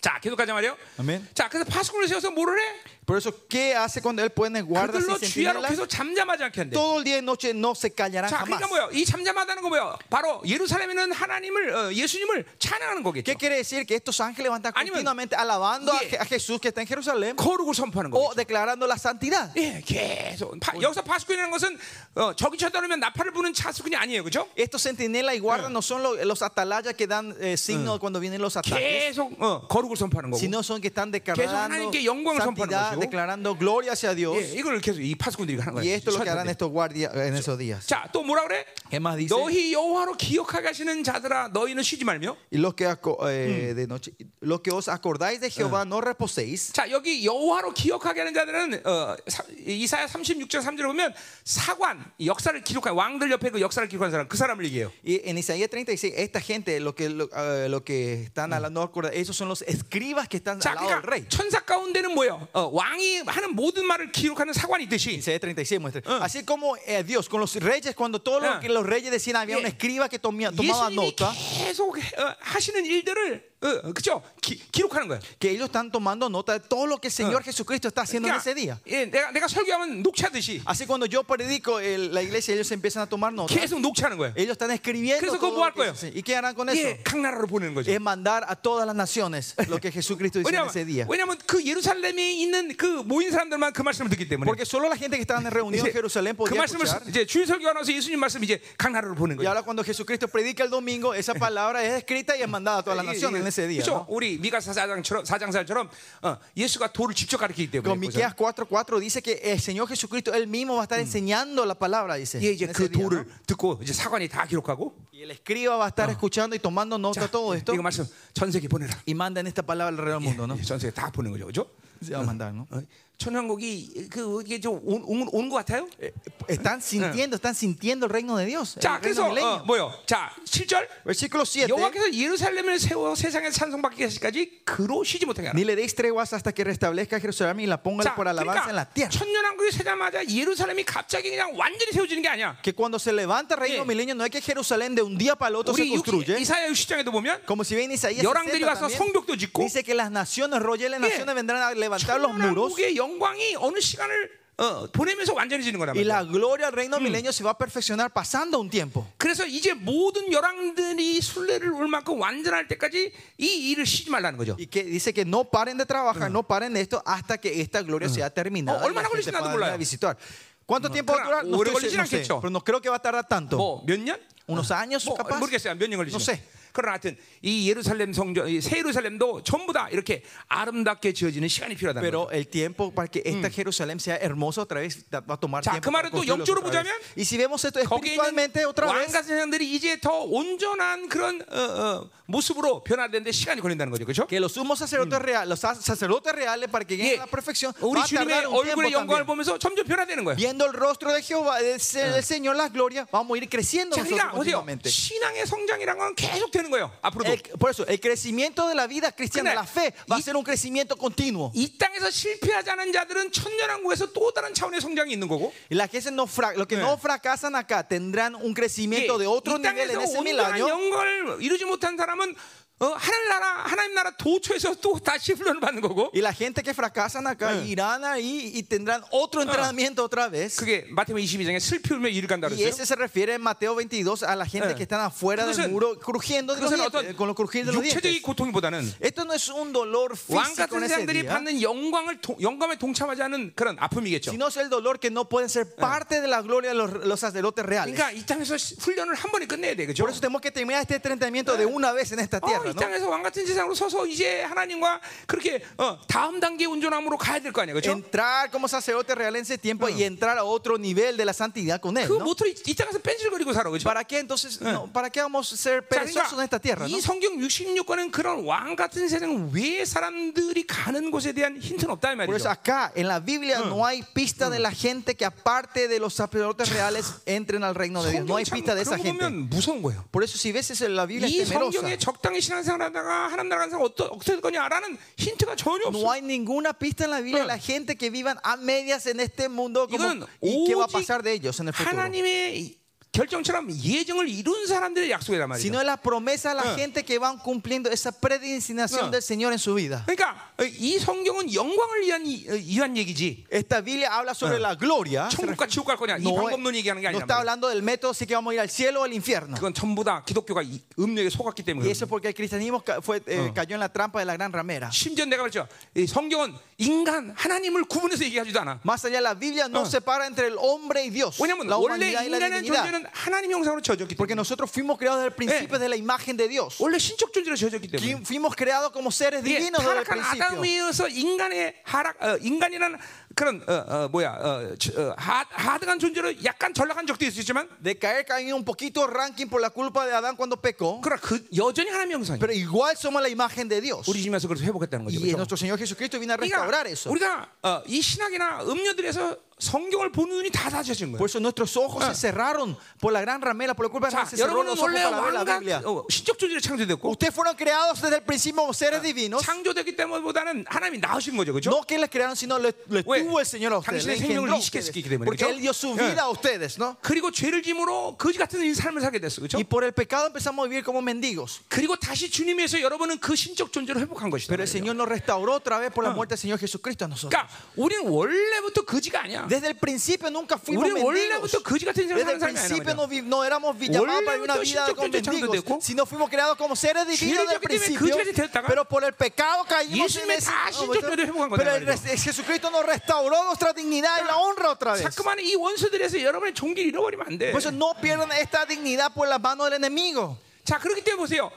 자, 계속 가자 말이요.
아멘.
자, 그래서 파수꾼을 세워서 뭐를 해?
Por eso, ¿qué hace cuando él pone guardas
그들로
y
주야로
centinelas?
계속 잠잠하지 않게 한대.
Todo el día y noche no se callarán
자,
jamás.
그러니까 뭐요? 이 잠잠하다는 거 뭐요? 바로 예루살렘에는 하나님을 어, 예수님을 찬양하는 거겠죠.
¿Qué quiere decir? Que estos ángeles van a estar
Anímen.
continuamente alabando a,
Yeah.
Je- a Jesús que está en Jerusalén
거룩을 선포하는 거겠죠.
o declarando la santidad.
예, 계속. 파- 여기서 파수꾼이라는 것은 어, 적이 쳐다보면 나팔을 부는 차수꾼이 아니에요, 그렇죠?
Estos centinelas y guardas no son lo- los, atalayas que dan eh, signos cuando vienen los ataques,
계속 어, 거룩을 선포하는 거고.
sino son que están declarando
하나님께 영광을
santidad,
선포하는 것이고.
declarando gloria hacia Dios.
예, 이걸 계속 이 파수꾼들이 하는 거예요.
Y esto es lo que harán
쳐다보는데.
estos guardias eh, en esos días.
자, 또 뭐라 그래?
¿Qué más dice?
너희 여호와로 기억하게 하시는 자들아 너희는 쉬지 말며.
Y los que, aco- eh, de noche, los que os acordáis de Jehová, no reposéis.
자, 여기 여호와로 기억하게 하는 자들은 어, 사- 이사야 36장 3절에 보면 사관 이 역사를 기록한 왕들 옆에 그 역사를 기록한 사람 그 사람을 얘기해요.
Y en Isaías 36, esta gente, lo que, lo, eh, lo que están hablando, no acordáis, esos son los escribas que están
자,
al lado del rey.
그러니까 천사 가운데는 뭐예요? 어, 왕이 하는 모든 말을 기록하는 사관이 있듯이
Isaías 36 muestra. Así como eh, Dios con los reyes, cuando todos
Ah.
los, que los reyes decían, había
Yeah.
un escriba que tomía- tomaba
예수님이
nota,
계속 어, 하시는 일들을 어, 그죠? 기, 기록하는 거예요.
que ellos están tomando nota de todo lo que el Señor Jesucristo está haciendo en ese día.
예, 내가 내가 설교하면 녹취하듯이
Así cuando yo predico el- la iglesia, ellos empiezan a tomar nota.
계속 녹취하는 거예요.
Ellos están escribiendo.
그래서
todo
그거 뭐
lo
할
que
거예요?
hacen. ¿Y qué harán con eso?
예, 각 나라로 보내는 거죠.
Es mandar a todas las naciones lo que Jesucristo hizo en
왜냐면
ese día.
왜냐면 그 예루살렘에 있는 그 모인 사람들만 그 말씀을 듣기 때문에.
Porque solo la gente que estaba en reunión en Jerusalén
그
podía
말씀을
escuchar.
이제 주일 설교 하나서 예수님 말씀 이제 각 나라로 보는
Y
거예요.
ahora cuando Jesucristo predica el domingo, esa palabra es escrita y es mandada a todas las naciones en ese día.
그렇죠?
¿no?
우리 미가사 사장처럼 사장살처럼 어, 예수가 돌을 직접 가르치기 때문에.
Con Miqueas 4:4 dice que el Señor Jesucristo él mismo va a estar enseñando la palabra, dice.
예,
en
이제
ese
그
día,
돌을
¿no?
듣고 이제 사관이 다 기록하고.
Y el escriba va a estar escuchando y tomando nota de
그러니까
todo esto
이거 말씀 전 세계 보내라.
y mandan esta palabra alrededor del mundo, ¿no?
예, 전 세계 다 보는 거죠, 그렇죠?
Se va a mandar, ¿no?
어, 천왕국이 그 이게 좀온온것 같아요.
Eh, oh, Están sintiendo, están sintiendo el reino de Dios. el
자,
reino
네, 그래서 어,
milenio.
뭐요? 자, 7절
Versículo
예, 네.
7.
여호와께서 예루살렘을 세워 세상에 찬송받기 하시까지 그로 쉬지 못하게 하라.
Ni le deis treguas hasta que restablezca Jerusalén y la ponga
자,
por alabanza en la
그러니까
tierra.
천년왕국이 세자마자 예루살렘이 갑자기 그냥 완전히 세워지는 게 아니야.
Que cuando se levanta el reino
Sí.
milenio, no es que Jerusalén de un día para el otro se
우리 육-
construye.
이사야 60장에도 보면
Como si bien Isaías
열왕들이
60
가서
también,
성벽도 짓고
dice que las naciones, royales
Yeah.
naciones vendrán a levantar los muros
천년왕국의 영광이 어느 시간을 어, 보내면서 완전히 지는 거란
y la
말이야.
gloria del
Mm.
reino milenio se va a perfeccionar pasando un tiempo.
그래서 이제 모든 열왕들이 순례를 올 만큼 완전할 때까지 이 일을 쉬지 말라는 거죠.
Y que dice que no paren de trabajar, no paren de esto hasta que esta gloria sea terminada.
Mm. Oh,
y la
얼마나
gente
걸리지도
pueda venir
몰라요.
a visitar. ¿Cuánto tiempo va a durar?
Mm. claro,
No,
오래
estoy-
걸리진
no sé,
않겠죠.
pero no creo que va a tardar tanto.
뭐 몇 년?
Unos años
뭐,
capaz.
모르겠어요. 몇 년 걸리지.
No sé.
그러나 하여튼 이 예루살렘 성전, 이새 예루살렘도 전부 다 이렇게 아름답게 지어지는 시간이 필요하다는 거죠.
Pero el tiempo para que esta Jerusalén sea hermosa otra vez da- va a tomar
자,
tiempo.
그
para
말은 또
construirlos
영적으로
otra vez.
보자면
Y si vemos esto
거기에 있는
espiritualmente otra vez,
왕가 세상들이 이제 더 온전한 그런 어, 어, 모습으로 변화되는데 시간이 걸린다는 거죠, 그렇죠?
que los sumos sacerdotes reales, los sac- sacerdotes reales para que lleguen
예,
a la perfección,
우리
va a
주님의
tardar un
얼굴의
tiempo
영광을
también.
보면서 점점 변화되는 거예요.
Viendo el rostro de Jehová, del Se- del Señor, la gloria, vamos a ir creciendo
자,
nosotros
그러니까 보세요.
continuamente.
신앙의 성장이란 건 계속 되는 거예요. 앞으로도
El- por eso, el crecimiento de la vida cristiana,
Pero-
la fe,
y-
va a ser un crecimiento continuo.
이 땅에서 실패하지 않은 자들은 천년왕국에서 또 다른 차원의 성장이 있는 거고.
Y las que se no fra- los que
Sí.
no fracasan acá tendrán
예,
un crecimiento de otro
이
nivel en
땅에서
ese mil
온전한
años.
영광을 이루지 못한 사람은 어, 하나님 나라 하나님 나라 도처에서 또 다시 훈련을 받는 거고
Y la gente que fracasan acá irán ahí y tendrán otro entrenamiento otra vez.
그게 마태복음 22장에 슬피 울며 이를 간다
Y
그랬어요.
ese se refiere en Mateo 22 a la gente
Eh.
que están afuera
Entonces-
del muro crujiendo de los
예, 그것은
dientes,
어떤
con los crujir de los
육체적인
dientes.
고통보다는
Esto no es un dolor
왕
físico en
같은
ese
사람들이
día,
받는 영광을 동- 영감에 동참하지 않은 그런 아픔이겠죠.
sino es el dolor que no pueden ser parte de la gloria de los, los sacerdotes reales.
그러니까 이 땅에서 시- 훈련을 한 번에 끝내야 돼, 그죠?
Por eso tenemos que terminar este entrenamiento de una vez en esta
어, 이
tierra, ¿no?
땅에서 왕 같은 세상으로 서서 이제 하나님과 그렇게 어, 다음 단계 운전함으로 가야 될 거 아니야, 그죠?
Entrar como sacerdote real en ese tiempo y entrar a otro nivel de la santidad con él,
그
¿no?
모토를 이- 이 땅에서 뺀질거리고 살아, 그죠?
¿Para qué entonces, no, para qué vamos a ser
자, 그러니까
perezosos en esta tierra, no?
이 성경 66권은 그런 왕 같은 세상 외 사람들이 가는 곳에 대한 힌트는 없다 이
Por eso
말이죠.
acá en la Biblia no hay pista de la gente que aparte de los sacerdotes reales entren al reino de Dios. No
성경
hay
참
pista de
그런
esa
거
gente.
보면 무서운 거예요.
Por eso si ves eso, la Biblia
이
es temerosa.
성경에 적당히 신앙생활하다가 하나님 나라 가는 사람 어떠- 어떻게 될 거냐라는 힌트가 전혀
No
없어.
hay ninguna pista en la Biblia de la gente que vivan a medias en este mundo como,
이건
y qué va a
오직
pasar de ellos en el futuro.
하나님의 결정처럼 예정을 이룬 사람들의 약속이란
Sino
말이죠.
es la promesa a la
Eh.
gente que van cumpliendo esa predestinación
Eh.
del Señor en su vida.
그러니까 이 성경은 영광을 위한 이- 위한 얘기지.
Esta Biblia habla sobre la gloria.
천국과 지옥 갈 거냐 이
No,
방법론 얘기하는 게
no
아니란
está
말이야.
hablando del método, si que vamos a ir al cielo o al infierno.
그건 전부 다 기독교가 이 음료에 속았기 때문에. 그런 거야.
Y eso porque el cristianismo ca- fue, eh, cayó en la trampa de la gran ramera.
심지어 내가 그랬죠. 이 성경은 인간 하나님을 구분해서 얘기하지도 않아.
Más allá, la Biblia no separa entre el hombre y Dios.
왜냐면
La
원래
humanidad y la
인간의
divinidad.
존재는 하나님 형상으로 지어졌기
Porque
때문에
nosotros fuimos creados desde el principio,
Eh.
desde la imagen de Dios.
원래 신적 존재로 지어졌기 때문에
Qui- Fuimos creados como seres
이게
divinos desde
타락한
el principio.
아담에서 인간의 하락 어, 인간이라는 그런 어, 어, 뭐야 어, 저, 어, 하, 하등한 존재로 약간 전락한 적도 있었지만
De caer caí un poquito ranking por la culpa de Adán cuando pecó.
그러나 그 여전히 하나님 형상이
Pero igual somos la imagen de Dios.
우리 집에서 그래서 회복했다는 거죠.
Y
그렇죠?
nuestro Señor Jesucristo vino a restaurar
그러니까
eso.
우리가 어, 이 신학이나 음료들에서 성경을 보는 눈이 다 닫혀진 거예요.
Por eso nuestros ojos se cerraron por la gran ramera, por la culpa de
자,
Adán se cerraron
여러분은
los ojos
원래
para ver la
왕과
Biblia.
어, 신적 존재로 창조됐고
Ustedes fueron creados desde el principio como seres divinos.
창조되기 때문에보다는 하나님이 나으신 거죠, 그렇죠?
No que les crearon, sino le, le
왜?
tuvo el Señor a ustedes.
당신의
le engendró
생명을
a ustedes.
이식했기 때문에,
porque
그렇죠?
Él dio su
예.
vida a ustedes, ¿no?
그리고 죄를 짐으로 거지 같은 이 삶을 살게 됐어, 그렇죠?
Y por el pecado empezamos a vivir como mendigos.
그리고 다시 주님에서 여러분은 그 신적 존재로 회복한 것이다.
Pero el
말이에요.
Señor nos restauró otra vez por la muerte del Señor Jesucristo a nosotros.
그러니까 우리는 원래부터 거지가 아니야.
Desde el principio nunca fuimos
우리는
mendigos.
원래부터 거지 같은
Desde
인생을 사는
el
사람이 아니야.
principio no, vi- no éramos vi- llamados para una
원래부터
vida
신적
como
존재 창조됐고,
mendigos, sino fuimos creados como seres divinos
죄를
del
졌기 때문에
principio.
거지같이 됐다가
Pero por el pecado caímos en
예수님의
ese.
다
Ah,
신적 존재로 회복한 거다,
Pero el
말이죠.
res- Jesucristo nos restauró nuestra dignidad y la honra otra vez.
자꾸만 이 원수들에서 여러분의 종기를 잃어버리면 안 돼.
Por eso no pierdan esta dignidad por las manos del enemigo.
자, 그렇기 때문에 보세요.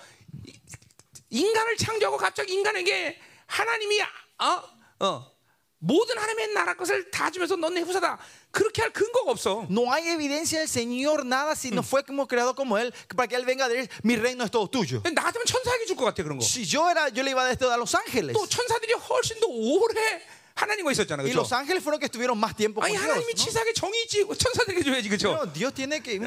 이- 인간을 창조하고 갑자기 인간에게 하나님이 어? 어. 모든 하나님의 나라 것을 다 주면서 넌 내 후사다. 그렇게 할 근거가 없어.
No hay evidencia del Señor nada si no fue como creado como Él, para que Él venga a decir, mi reino es todo tuyo.
나 같으면 천사에게 줄 것 같아 그런 거.
Si yo era, yo le iba a dar esto a los ángeles.
또 천사들이 훨씬 더 오래 하나님과 있었잖아.
Y
그렇죠?
los ángeles fueron que estuvieron más tiempo con
아니
Dios.
하나님이
¿no?
치사하게 정이 있지 뭐 천사들에게 줘야지 그렇죠?
No, Dios tiene que.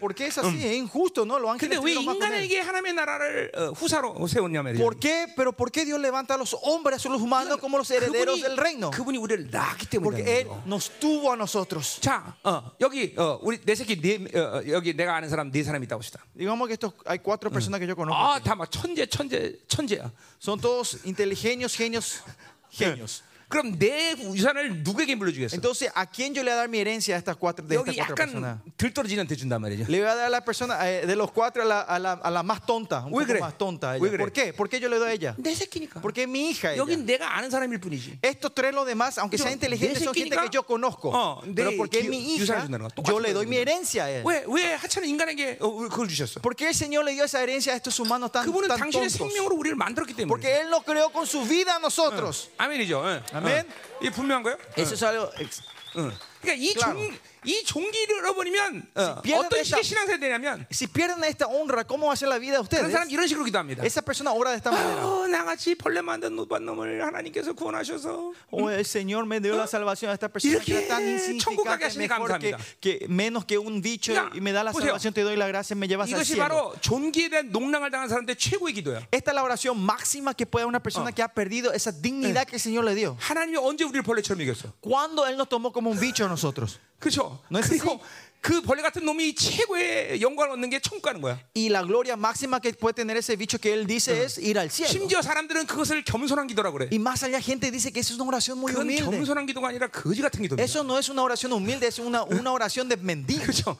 porque ¿Por qué es así? Es injusto, ¿no? Los
근데
ángeles
왜
estuvieron más con él.
인간에게 하나님의 나라를 어, 후사로 세웠냐 말이야.
¿Por qué? Pero ¿por qué Dios levanta a los hombres, a los humanos como los herederos del reino?
그분이 우리를 낳기
Porque
때문에.
Él nos tuvo a nosotros.
자, 어, 여기 어, 우리 내 새끼 네, 어, 어, 여기 내가 아는 사람 네 사람 있다고 시다.
Digamos que estos, hay cuatro personas que yo conozco.
아, 다 막 천재, 천재, 천재야.
Son todos inteligentes, genios, genios.
그럼 내 유산을 누구에게 물려주겠어?
Entonces, ¿a quién yo le voy a dar mi herencia a estas cuatro, de estas
여기
cuatro personas?
약간 들떨어지는 데 준단 말이죠.
Le voy a dar a la persona eh, de los cuatro a la, a la, a la más tonta, un
Uy, cre-
poco más tonta. a ella.
uy, cre-
¿Por qué? ¿Por qué yo le doy a ella?
내네 새끼니까.
Porque es mi hija. ella.
여긴 내가 아는 사람일 뿐이지.
Estos tres, los demás, aunque
Yo-
sean inteligentes,
de
son gente
새끼니까-
que yo conozco.
어,
Pero
내
porque es
기-
mi
유산을
hija,
준다는 거야. 똑같은
yo le doy
거야,
mi herencia a él.
왜, 왜 하찮은 인간에게 어, 그걸 주셨어?
¿Por qué el Señor le dio esa herencia a estos humanos tan,
그분은
tan
당신의
tontos?
생명으로 우리를 만들었기 때문에.
Porque Él nos creó con su vida a nosotros.
아멘이죠. 예.
아멘.
어. 이게 분명한 거예요?
Eso es algo. ex-
응. 그러니까 이
Claro.
종, 이 종기를 잃어버리면 어,
비하는
어떤
데다-
식의 신앙생활이 되냐면
Si pierden esta honra, ¿cómo va a ser la vida de
그런
ustedes?
사람 이런 식으로 기도합니다.
Esa Ah. persona ora de esta manera.
어, 나같이 벌레 만든 노반 놈을 하나님께서 구원하셔서
Oh, el Señor me dio la salvación a esta persona que era tan
이렇게 천국 가게
insignificante,
하시니
mejor que,
감사합니다.
que- menos que un bicho
Ya,
y me da la
보세요.
salvación, te doy la gracia, me llevas al
이것이
cielo.
바로 종기에 대한 농락을 당한 사람들의 최고의 기도야.
Esta es la oración máxima que puede una persona que ha perdido esa dignidad que el Señor le dio.
하나님이 언제 우리를 벌레처럼 이겼어?
Cuando Él nos tomó como un bicho a nosotros.
그렇죠?
No es
그리고 그 벌레 같은 놈이 최고의 영광을 얻는 게 천국 가는 거야.
Y la gloria máxima que puede tener ese bicho que él dice es ir al cielo.
심지어 사람들은 그것을 겸손한 기도라고 그래.
Y más allá gente dice que eso es una oración muy
그건
humilde.
겸손한 기도가 아니라 거지 같은 기도입니다.
Eso no es una oración humilde, es una, una oración de mendigo.
그렇죠?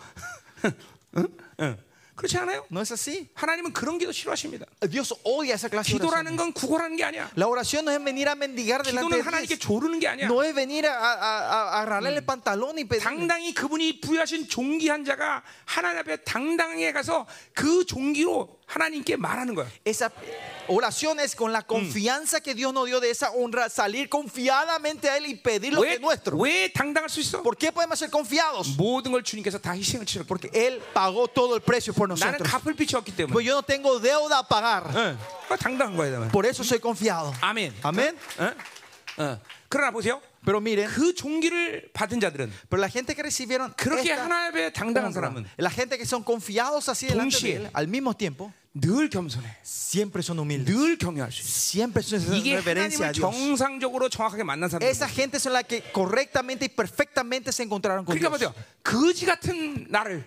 응? 응. 그렇지 않아요?
No es así.
하나님은 그런 기도 싫어하십니다.
Dios odia esa clase de oración.
기도라는 건 구걸하는 게 아니야.
La oración no es venir a mendigar delante
기도는
de
하나님께
Dios.
조르는 게 아니야.
No es venir a, a, a- a agarrarle el pantalón y pedir.
당당히 그분이 부여하신 종기한 자가 하나님 앞에 당당하게 가서 그 종기로 하나님께 말하는 거야.
Esa oración es con la confianza que Dios nos dio de esa honra, salir confiadamente a Él y pedir lo que
왜,
es nuestro.
왜 당당할 수 있어?
¿Por qué podemos ser confiados?
모든 걸 주님께서 다 희생을 치렀기 때문에.
Él pagó todo el precio por
나는
nosotros.
갚을 뭐 빛이 없기 때문에.
Pues yo no tengo deuda a pagar.
응. 그거 당당한 거야, 나는.
Por eso soy confiado.
아멘.
Amén.
응? 응. 그러나 보세요.
Pero miren,
그 종기를 받은 자들은
pero la gente que recibieron
그러니까 그렇게
esta
하나님 앞에 당당한
honra,
사람은
la gente que son confiados así delante de
동시에
Él, al mismo tiempo,
늘 겸손해.
siempre son humildes.
늘 경외할 수 그러니까 있어.
Siempre son
이게
reverencia a
하나님을
Dios.
정상적으로 정확하게 만난 사람들.
Esa gente son las que correctamente y perfectamente se encontraron con
그러니까
Dios.
보세요. 거지 같은 나를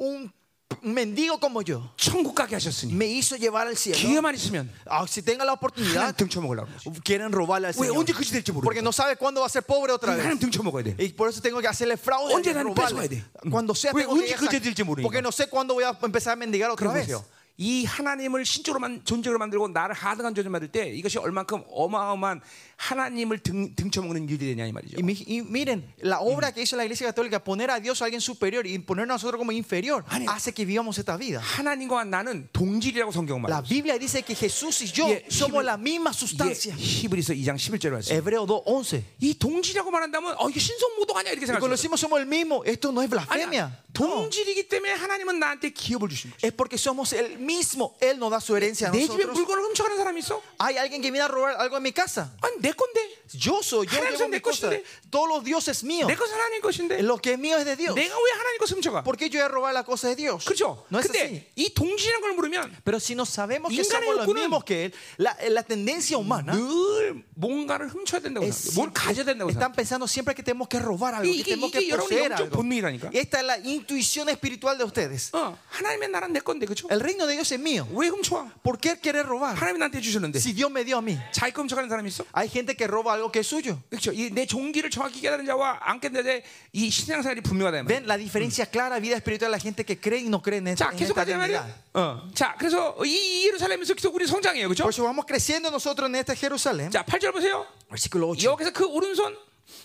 Un mendigo como yo
천국 가게 하셨으니
me hizo llevar al cielo.
기회만 있으면
Ah, si tenga la
하나님
oportunidad,
등쳐 먹으려고.
quieren robarle al
왜
Señor.
언제 그지 될지 모르.
Porque no sabe cuándo va a ser pobre otra vez.
하나님 등쳐 먹어야 돼.
Y por eso tengo que hacerle fraude.
언제
y
나는 뺏어가야
robarle.
돼?
Cuando sea,
왜
tengo que
언제
ir a sac-
그제 될지 모르니까.
Porque no sé cuándo voy a empezar a mendigar otra
그럼
vez.
보세요. 이 하나님을 신적으로만 존재로 만들고 나를 하등한 존재로 만들 때 이것이 얼만큼 어마어마한 하나님을 등, 등쳐먹는 일이 되냐 이 말이죠.
Y, mi- y miren, la obra que hizo la iglesia católica, poner a Dios a alguien superior y ponernos a nosotros como inferior,
Ani-
hace que vivamos esta vida.
하나님과 나는 동질이라고 성경
La
말해요.
Biblia dice que Jesús y yo
Yeah,
somos
Hebrew-
la misma
이게
sustancia.
히브리서 2장 11절에 말씀.
Hebreo 2.11.
이 동질이라고 말한다면 어 이게 신성모독 아니야 이렇게
Y
생각할 수 있어요.
cuando decimos somos el mismo, esto no
아니야.
es blasfemia. No.
동질이기 때문에 하나님은 나한테 기업을 주신 거죠.
Es porque somos el mismo. Él nos da su herencia a
내 집에
nosotros.
물건을 훔쳐가는 사람이 있어?
Hay alguien que viene a robar algo en mi casa.
아니 내 건데.
Yo soy, yo
Haram
llevo
son de
mi cosa.
cosas.
Todos los dioses míos.
내 것은 하나님 것인데.
Lo que es mío es de Dios.
내가 왜 하나님 것을 훔쳐가?
¿Por qué yo voy a robar la cosa de Dios?
그렇죠?
No es así.
근데 이 동질이라는 걸 모르면
Pero si no sabemos que
인간의
somos los
욕구는
mismos que Él, la, la tendencia humana
늘 뭔ga를 훔쳐야 된다고
es
생각해. 뭘
siempre-
가져야 된다고
están
생각해.
pensando siempre que tenemos que robar algo,
Y-
que
que-
tenemos
y- que
que
여러분의
poseer
영적
algo.
본능이라니까.
Esta es la intuición espiritual de ustedes.
어, 하나님의 나라는 내 건데 그렇죠?
El reino de Dios es mío.
왜 훔쳐와?
¿Por qué querer robar?
하나님 나한테 주셨는데.
Si Dios me dio a mí.
자기 거 훔쳐가는 사람이 있어?
Hay gente que roba algo que es suyo.
그렇죠? 이 내 종기를 정확히 깨달은 자와 안 깨달은 자의 이 신앙생활이 분명하다 이 말이야.
Ven la diferencia clara de vida espiritual de la gente que cree y no cree en esta,
자,
en
계속
esta
가자
realidad.
말이야. 어. 자, 그래서 이 예루살렘에서 계속 우리 성장해요. 그렇죠?
Por eso vamos creciendo nosotros en este Jerusalén.
자, 8절 보세요.
Versículo 8.
여기서 그 오른손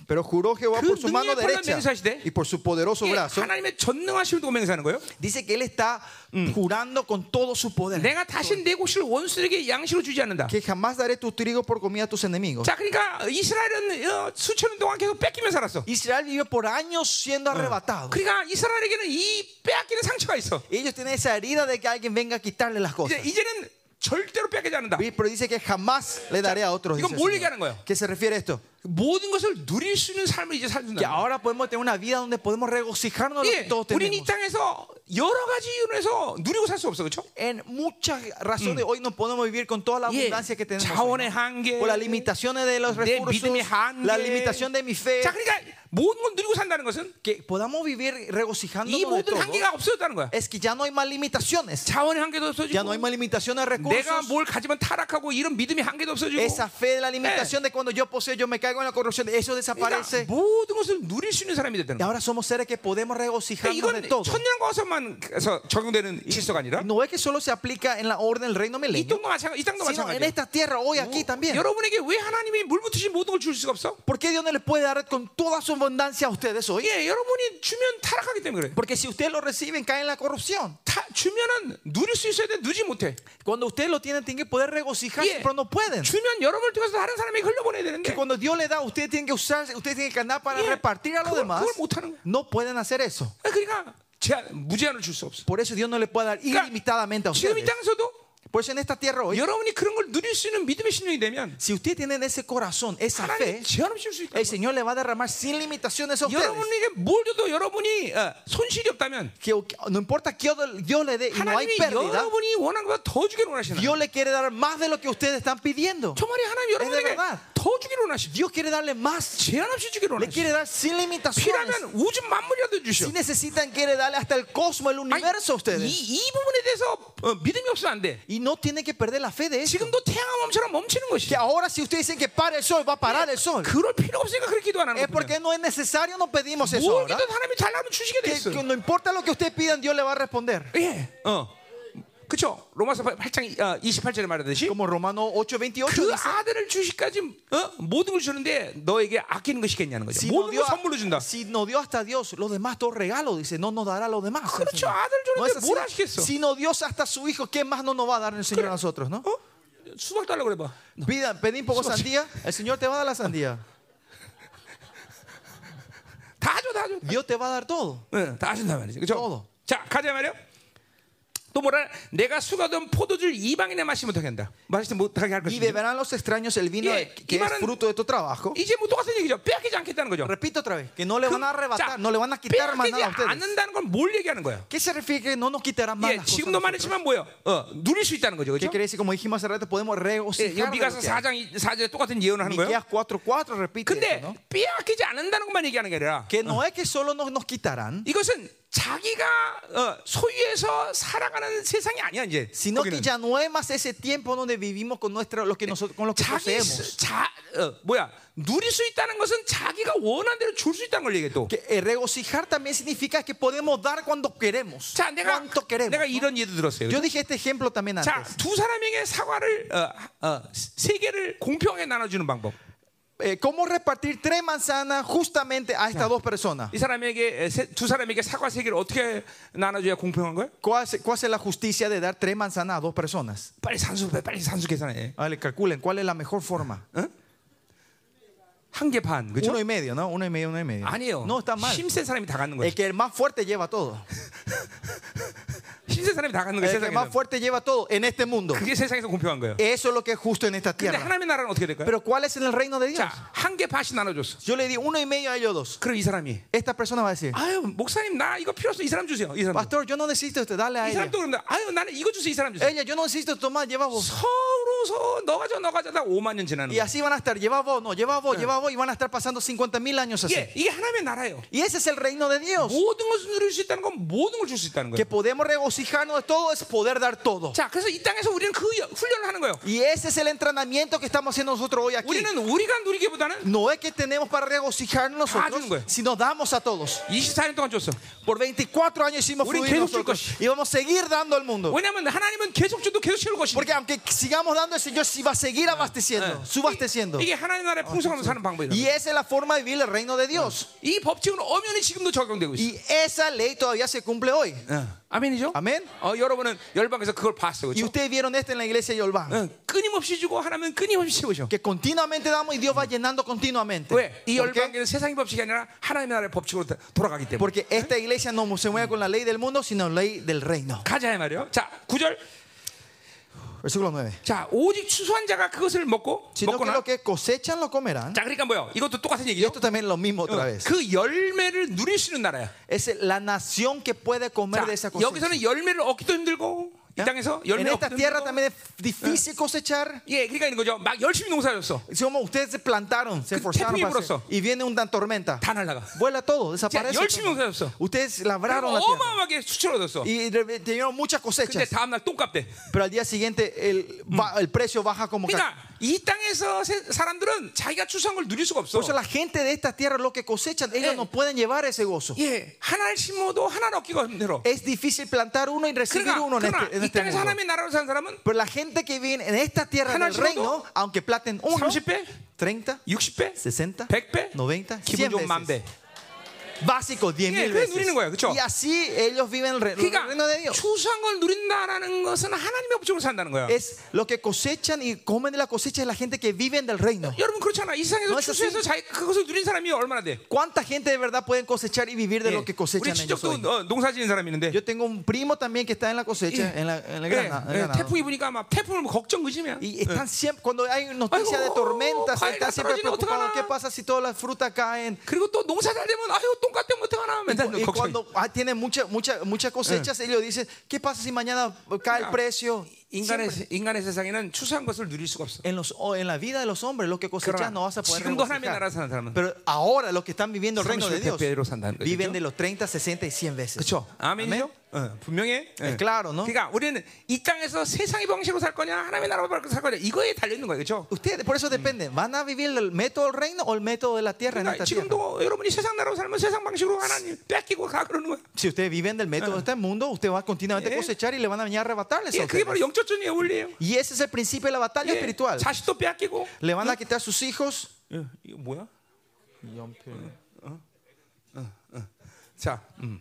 Pero juró Jehová
그
por su mano
능력에 관한
derecha
맹세하시되
y por su poderoso
이게 예,
brazo.
하나님의 전능하심을 두고 맹세하는 거예요.
Dice que él está mm, jurando con todo su poder.
내가 다시 내 곳을 원수들에게 양식으로 주지 않는다.
Que jamás daré tu trigo por comida a tus enemigos.
자, 그러니까 이스라엘은 어, 수천 년 동안 계속 뺏기며 살았어.
Israel vivió por años siendo arrebatado.
그러니까 이스라엘에게는 이 빼앗기는 상처가 있어.
Ellos tienen esa herida de que alguien venga a quitarle las
이제
cosas.
이제는 절대로 빼앗기지 않는다.
Pero dice que jamás le daré a otros.
이건
dice el
뭘
Señor.
얘기하는 거예요?
¿Qué se refiere a esto?
모든 것을 누릴 수 있는 삶을 이제
Que
살준다.
ahora podemos tener una vida donde podemos regocijarnos de lo que
예,
todos
우리는 이
tenemos.
땅에서 여러 가지 이유로 해서 누리고 살 수 없어, 그렇죠?
En muchas razones hoy no podemos vivir con toda la
예,
abundancia que tenemos.
자원의
hoy, ¿no?
한계.
Por las limitaciones de los
내
recursos,
믿음의 한계.
la limitación de mi fe.
자, 그러니까 모든 걸 누리고 산다는 것은
Que podamos vivir
이
regocijándonos de
모든
todo.
한계가 없어졌다는 거야.
es que ya no hay más limitaciones.
자원의 한계도 없어지고,
Ya no hay más limitaciones de
내가
recursos.
뭘 가지면 타락하고 이런 믿음의 한계도 없어지고,
Esa fe de la limitación de cuando yo poseo, yo me caigo en la corrupción, eso
그러니까
desaparece.
모든 것을 누릴 수 있는 사람이 됐다는
Y
거야.
ahora somos seres que podemos regocijarnos de
그러니까
todo.
이건 천년과서만 적용되는 질서가 아니라
No es que solo se aplica en la orden del reino
이
milenio,
땅도 마찬가지, 이 땅도
sino en
마찬가지.
esta tierra, hoy aquí también.
여러분에게 왜 하나님이 물붙으신 모든 걸 줄 수가 없어?
¿Por qué Dios no le puede dar con toda su abundancia a ustedes hoy?
예, 여러분이 주면 타락하기 때문에 그래.
Porque si ustedes lo reciben, caen en la corrupción.
타, 주면은 누릴 수 있어야 돼 누지 못해.
Cuando ustedes lo tienen, tienen que poder regocijarse,
Yeah.
pero no pueden.
주면 여러분을 통해서 다른 사람에게 흘려보내야
Que
되는데
cuando Dios le da, ustedes tienen que usarse, ustedes tienen que andar para
Yeah.
repartir a los
그걸-
demás.
그걸 못하는 거야.
No pueden hacer eso.
아, 그러니까 제한, 무제한을 줄 수 없어.
Por eso Dios no le puede dar
그러니까
ilimitadamente a
지금 이
ustedes.
땅에서도
Por eso en esta tierra hoy,
여러분이 그런 걸 누릴 수 있는 믿음의 신령이 되면
si ustedes tienen ese corazón, esa fe,
하나님 제한 없이 줄 수 있다.
el Señor le va a derramar sin limitaciones a ustedes.
여러분에게 뭘 줘도 여러분이 어, 손실이 없다면
Que, que- no importa que Dios le dé y no hay
하나님이
pérdida,
여러분이 원한 것보다 더 주기를 원하시나?
Dios le quiere dar más de lo que ustedes están pidiendo.
정말이 하나님
Es de
여러분에게
verdad.
더 더 주기로 원하시고
Dios quiere darle más.
제한 없이 주기로
Le quiere
원하시고
dar sin limitaciones.
필요하면 우주 만물이라도 주셔
Si necesitan, quiere darle hasta el cosmos, el
아니,
universo a ustedes.
이, 이 부분에 대해서 어, 믿음이 없으면 안 돼
Y no tienen que perder la fe de eso.
지금도 태양의 몸처럼 멈추는 것이
Que ahora, si ustedes dicen que para el sol, va a
아,
parar el sol.
그럴 필요 없으니까 그렇게 기도 안 하는
Es
거예요
porque no es necesario, no pedimos eso
뭘
ahora.
기도 하나님이 달라면 주시게 돼
Que,
있어
que no importa lo que ustedes pidan, Dios le va a responder.
예, 어, 그쵸 로마서 8장 어, 28절에 말하듯이
Como Romano 8:28
그
dice.
아들을 주시까지 어? 모든 걸 주는데 너에게 아끼는 것이 겠냐는 거죠.
Si no,
모든 걸
dio a-
선물로 준다.
si no dio hasta Dios, los demás todo regalo, dice, no nos dará los demás. el
그렇죠.
Señor.
아들 주는데
No es así.
뭘 하시겠어?
Si no Dios hasta su hijo, ¿qué más no nos va a dar el Señor a nosotros, no?
어? 수박 달라고 그래 봐.
Pidan, pedí un poco de sandía, el Señor te va a dar la sandía.
다 줘, 다 줘.
Dios te va a dar todo.
응, 다 준단 말이지. 그렇죠?
어.
자, 가자 말이요. 또 뭐라 내가 수가던 포도주를 이방인의 마시 못하게 한다. 마시지 못하게 할
Y
것이다.
beberán los extraños el vino
Yeah, y
que es
van a-
fruto de tu trabajo.
이제 뭐 똑같은 얘기죠. 빼앗기지 않겠다는 거죠.
Repito otra vez, que no le
그-
van a
자,
arrebatar, no le van a quitar más
빼앗기지
nada a ustedes.
않는다는 건 뭘 얘기하는 거예요?
¿Qué se refiere que no nos quitarán más
예,
las cosas?
지금도
nosotros?
말했지만 뭐예요? 어, 누릴 수 있다는 거죠.
¿Qué
그렇죠?
quiere decir? Como dijimos hace rato, podemos
예, 여기
regocijar. de lo
미가서
que
4장
hay.
4절에 똑같은 예언을 하는 거예요.
Miqueas 4:4 repite
근데
eso, ¿no?
빼앗기지 않는다는 것만 얘기하는 게 아니라
Que no es que solo nos, nos quitarán,
이것은 자기가 어, 소유해서 살아가는 세상이 아니야 이제.
sino
거기는.
que ya no es más ese tiempo donde vivimos con nuestro, lo que nosotros, con lo que
자기
poseemos.
스- 자 어, 뭐야 누릴 수 있다는 것은 자기가 원하는 대로 줄 수 있다는 걸 얘기해 또.
Que, eh, regocijar también significa que podemos dar cuando queremos.
자 내가
cuanto queremos.
내가
¿no?
뭐. 이런 예도 들었어요.
Yo dije este ejemplo también antes.
자두 사람에게 사과를 어, 어, 세 개를 공평하게 나눠주는 방법.
Eh, ¿Cómo repartir tres manzanas justamente a estas dos personas?
이 사람에게 에, 세- 두 사람에게 사과 세 개를 어떻게 나눠줘야 공평한 거예요?
¿Cuál es, cuál es la justicia de dar tres manzanas a dos personas?
빨리 산수 빨리 산수 계산해.
Vale, calculen, ¿cuál es la mejor forma?
한 개 반, 그죠
¿Eh? Uno y medio, ¿no? Uno y medio, uno y medio.
아니에요.
No, está mal.
힘센 사람이 다 갖는 거예요.
El que el más fuerte lleva todo.
힘센 사람이 다 갖는 거예요.
El que
세상에서.
más fuerte lleva todo en este mundo.
그게 세상에서 공평한 거예요.
Eso es lo que es justo en esta
근데
tierra.
하나님의 나라는 어떻게 될까요?
Pero ¿cuál es en el reino de Dios?
자, 한 개 반씩 나눠줬어.
Yo le di uno y medio a ellos dos.
그럼 이 사람이
Esta persona va a decir,
아유 목사님 나 이거 필요 없어 이 사람 주세요. 이 사람.
pastor, yo no necesito esto, dale a
이
ella.
사람도 그런다. 아유 나는 이거 주세요 이 사람 주세요.
Ella, yo no necesito esto más, lleva vos.
서로서 너가 져 너가 져다 5만 년 지나는
Y
거야.
así van a estar, lleva vos, no, lleva vos, lleva vos, y van a estar pasando 50 mil años así.
이게 이게 하나님의 나라예요.
Y ese es el reino de Dios.
모든 것을 누릴 수 있다는 건 모든 걸 줄 수 있다는
Que
거예요.
podemos regocijarnos de todo es poder dar todo.
자, 그래서 이 땅에서 우리는 그 여- 훈련을 하는 거예요.
Y ese es el entrenamiento que estamos haciendo nosotros hoy aquí.
우리는 우리가 누리기보다는
No es que tenemos para regocijarnos nosotros,
주는 거예요.
si nos damos a todos.
24년 동안 줬어.
Por 24 años hicimos
Uy,
fluir
계속 줄
nosotros. Y vamos a seguir dando al mundo.
왜냐하면 하나님은 계속 줘도 계속 채울 것이니까.
Porque aunque sigamos dando, el Señor sí va a seguir abasteciendo, subasteciendo.
이게 하나님 나라의 풍성함으로 사는 아, 그렇죠. 방법이에요.
Y esa es la forma de vivir el reino de Dios.
이 법칙은 엄연히 지금도 적용되고 있어요.
Y esa ley todavía se cumple hoy.
어. 아멘이죠?
아멘.
어, 여러분은 열방에서 그걸 봤어요.
Y
그렇죠?
ustedes vieron esto en la iglesia de Yolván.
응, 끊임없이 주고 하나면 끊임없이 채우셔.
Que continuamente damos y Dios va llenando continuamente.
왜? 이
¿Por qué?
열방에는 세상의 법칙이 아니라 하나님의 나라의 법칙으로 다- 돌아가기 때문에.
Porque esta iglesia no se mueve con la ley del mundo, sino la ley del reino.
가자 이 말이요. 자, 9절.
Versículo 9.
자, 오직 추수한 자가 그것을 먹고
Sino que
먹거나.
lo que cosechan lo comerán.
자, 그러니까 뭐요? 이것도 똑같은
Y
얘기죠.
esto también es lo mismo otra vez.
그 열매를 누릴 수 있는 나라야.
Es la nación que puede comer
자,
de esa cosecha.
여기서는 열매를 얻기도 힘들고 이
¿Ya?
땅에서
En
열매
esta
얻기도
tierra
힘들고.
también es difícil cosechar.
예, 그러니까 있는 거죠. 막 열심히 농사졌어.
Como ustedes se plantaron, se
Que-
esforzaron
que
para
fui
hacer,
broso.
y viene una tormenta.
다 날라가.
Vuela todo,
자,
desaparece.
열심히
todo.
농사졌어.
Ustedes labraron la tierra
어마어마하게 수치를 얻었어.
y re- tuvieron muchas
근데
cosechas,
다음 날 똥값 대.
pero al día siguiente el,
Mm.
ba- el precio baja como que.
그러니까 이 땅에서 세- 사람들은 자기가 추수한 걸 누릴 수가 없어.
Por eso la gente de esta tierra, lo que cosechan, ellos
Eh.
no pueden llevar ese gozo.
예, 하나를 심어도 하나를 얻기가 힘들어. 그러니까
Es difícil plantar uno y recibir
그러나,
uno en
그러나
este, en
이
este
땅에서
mundo.
하나님의 나라로 사는 사람은
Pero la gente que vive en esta tierra
하나
del reino,
심어도
aunque platen uno,
30배,
30,
60배,
60,
100배,
90,
기분
100
좋은 만 배.
veces. Básico,
예,
10 mil
그래
veces.
누리는 거야, 그렇죠?
Y así ellos viven el re- el reino de
그러니까
Dios.
추수한 걸 누린다라는 것은 하나님의 법칙으로 산다는 거야.
es lo que cosechan y comen de la cosecha es la gente que vive del reino.
여러분 그렇잖아. 이 세상에서
No es
추수해서
así.
자기 그것을 누린 사람이 얼마나 돼?
¿Cuánta gente de verdad pueden cosechar y vivir de
예,
lo que
우리
cosechan ellos
친척도
hoy?
어, 농사지는 사람이 있는데
Yo tengo un primo también que está en la cosecha,
Eh,
en la, en
예,
el grana- en
예,
el ganado.
태풍이 부니까 막 태풍을 뭐 걱정 의심이야.
Y están siempre, cuando hay noticias
Eh. Ay,
de
oh,
tormentas,
ay,
están
la
siempre
tormenta,
preocupados.
¿otra?
¿Qué pasa si todas las frutas caen?
그리고 또 농사 잘 되면 아유 똥값 때문에 어떻게 하나 뭐 맨날 걱정.
Y
Eh.
cuando ah, tienen muchas muchas muchas cosechas, ellos dicen, ¿qué pasa si mañana cae el
아,
precio?
인간의 세- 인간의 세상에는 추수한 것을 누릴 수가 없어.
En, los, o en la vida de los hombres, lo que cosechas no vas a poder
지금도 하나님의
regocijar.
나라 사는 사람은
Pero ahora los que están viviendo el reino de
30배
Dios
배로 산다는 거죠.
viven de los 30, 60 y 100 veces.
그렇죠? 아멘이죠? 어, 분명해.
네, claro, ¿no?
그러니까 우리는 이 땅에서 세상의 방식으로 살 거냐, 하나님의 나라 방식으로 살 거냐 이거에 달려 있는 거예요, 그렇죠?
Ustedes, por eso depende, ¿van a vivir el método del reino o el método de la tierra en
그러니까
esta tierra?
지금도 여러분이 세상 나라로 살면 세상 방식으로 하나님 뺏기고 가 그러는 거야.
Si ustedes viven del método de este mundo, usted va a continuamente
Eh.
cosechar y le van a venir a arrebatarles. a
예, 그게
ustedes.
바로 영적 전의 원리예요.
Y ese es el principio de la batalla
예,
espiritual.
자식도 뺏기고.
Le van a quitar sus hijos.
예, 이거 뭐야? 자, 음.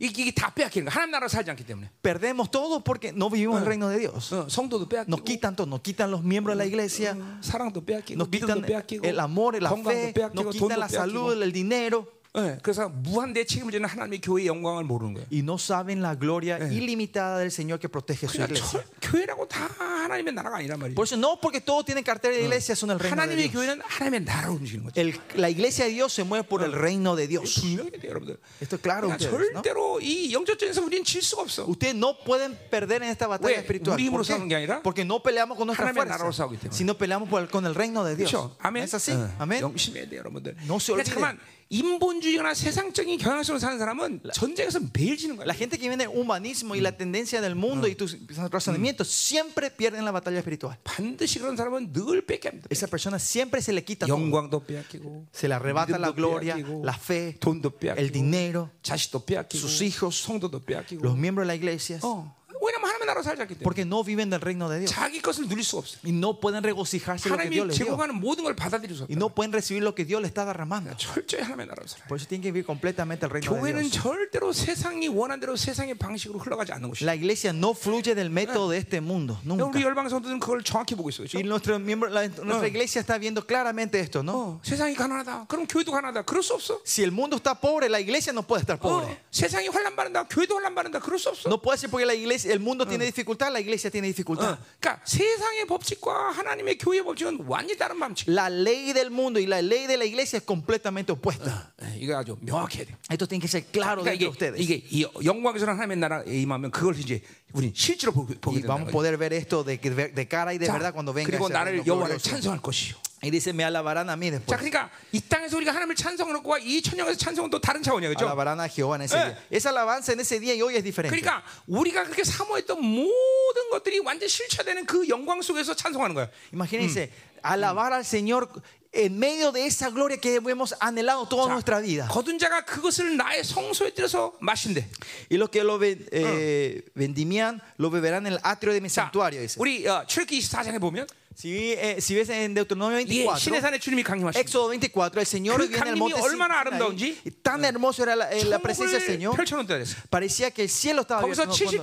이게, 이게 다 빼앗기는 거. 하나님 나라 살지 않기 때문에.
Perdemos todo porque no vivimos el reino de Dios.
어, 성도도
Nos
빼앗기고,
quitan todo, nos quitan los miembros de la iglesia,
사랑도 빼앗기고,
nos
믿음도
quitan
빼앗기고,
el amor, la
건강도
fe,
빼앗기고,
nos
돈도
quitan la
빼앗기고.
salud, el dinero.
예, 그래서 무한대 책임을 지는 하나님의 교회의 영광을 모르는 거예요.
Y no saben la gloria ilimitada del Señor que protege su
그냥
iglesia.
철, 그러니까 교회라고 다 하나님의 나라가 아니란 말이에요.
Por eso no porque todos tienen cartera de iglesia son el reino de
하나님의
Dios.
교회는 하나님의 나라로 움직이는 거죠.
El- la iglesia de Dios se mueve por el reino de Dios.
분명히 돼요, 여러분들.
Esto es claro.
그러니까
a Ustedes, ¿no?
절대로 이 영적전에서 우리는 질 수가 없어.
Ustedes no pueden perder en esta
Güey,
batalla espiritual.
우리 힘으로
¿Por qué?
싸우는 게 아니라
Porque no peleamos con nuestra
하나님의 나라로
fuerza,
싸우기 때문에.
sino peleamos por el- con el reino de Dios.
그렇죠? 아멘.
¿Es así?
어,
Amén.
명심해야 돼요, 여러분들.
No se olvide.
잠깐만 인본주의나 세상적인 경향성으로 사는 사람은 전쟁에서 매일 지는 거야.
La gente que viene del humanismo y la tendencia del mundo y tus razonamientos siempre pierden la batalla espiritual.
반드시 그런 사람은 늘 뺏깁니다.
Esa persona siempre se le quita todo.
영광도 빼앗기고,
Se le arrebata la
믿음도
gloria,
빼앗기고,
la fe,
돈도
el
빼앗기고,
dinero,
자식도 빼앗기고,
sus hijos,
성도도 빼앗기고.
los miembros de la iglesia.
어, 왜냐면 하나님의 나라 살지 않기 때문에
Porque no viven del reino de Dios.
자기 것을 누릴 수가 없어요.
Y no pueden regocijarse en lo que Dios
하나님이
les dio.
제공하는 모든 걸 받아들일 수
Y
없어요.
no pueden recibir lo que Dios le está derramando.
철저히 하나님의 나라로 살아요.
Por eso tienen que vivir completamente el reino de
교회는
Dios.
절대로 세상이 원한 대로 세상의 방식으로 흘러가지 않는 곳이에요.
La iglesia no fluye del método de este mundo,
우리
nunca.
열방 성도들은 그걸 정확히 보고 있어요. 그렇죠?
Y nuestro miembro, la- nuestra iglesia está viendo claramente esto,
어,
¿no?
세상이 가난하다. 그럼 교회도 가난하다. 그럴 수 없어.
Si el mundo está pobre, la iglesia no puede estar
어,
pobre.
세상이 환란 받는다. 교회도 환란 받는다. 그럴 수 없어.
No puede ser porque la iglesia, el mundo tiene dificultad, la iglesia tiene
어,
dificultad.
그러니까 세상의 법칙과 하나님의 교회의 법칙은 완전히 다른 방식.
La ley del mundo y la ley de la iglesia es completamente opuesta.
예, 이거 아주 명확해야 돼.
Esto tiene que ser claro
그러니까 이게,
dentro de ustedes.
이게 이 영광스러운 하나님의 나라에 임하면 그걸 이제 우리 실제로 보- 보게
Y vamos
된다.
a poder ver esto de, de cara y de verdad cuando venga.
그리고
ese reino
나를 여호와를
glorioso.
찬송할 것이요.
Y dice, me alabarán a mí
자,
después.
그러니까 이 땅에서 우리가 하나님을 찬송하는 것과 이 천영에서 찬송은 또 다른 차원이야, 그렇죠?
Alabarán a Jehová en ese
Eh.
día. Esa alabanza en ese día y hoy es diferente.
그러니까 우리가 그렇게 사모했던 모든 것들이 완전 히 실체되는 그 영광 속에서 찬송하는 거야.
Imagínense, alabar al Señor en medio de esa gloria que hemos anhelado toda nuestra vida.
거둔 자가 그것을 나의 성소에 들여서 마신대.
Y los que lo ven- eh, vendimian, lo beberán en el atrio de mi santuario. dice.
우리 어, 출애기 24장에 보면
Si, eh, si ves en Deuteronomio
이
24,
신의 산에 주님이 강림하신
Éxodo 24, el Señor
그
viene
강림이
al monte
얼마나
Sinaí.
아름다운지.
Y tan hermoso era la, eh, la presencia del
천국을
Señor.
펼쳐놓다 그랬어.
Parecía que el cielo estaba
거기서
abierto. ¿no?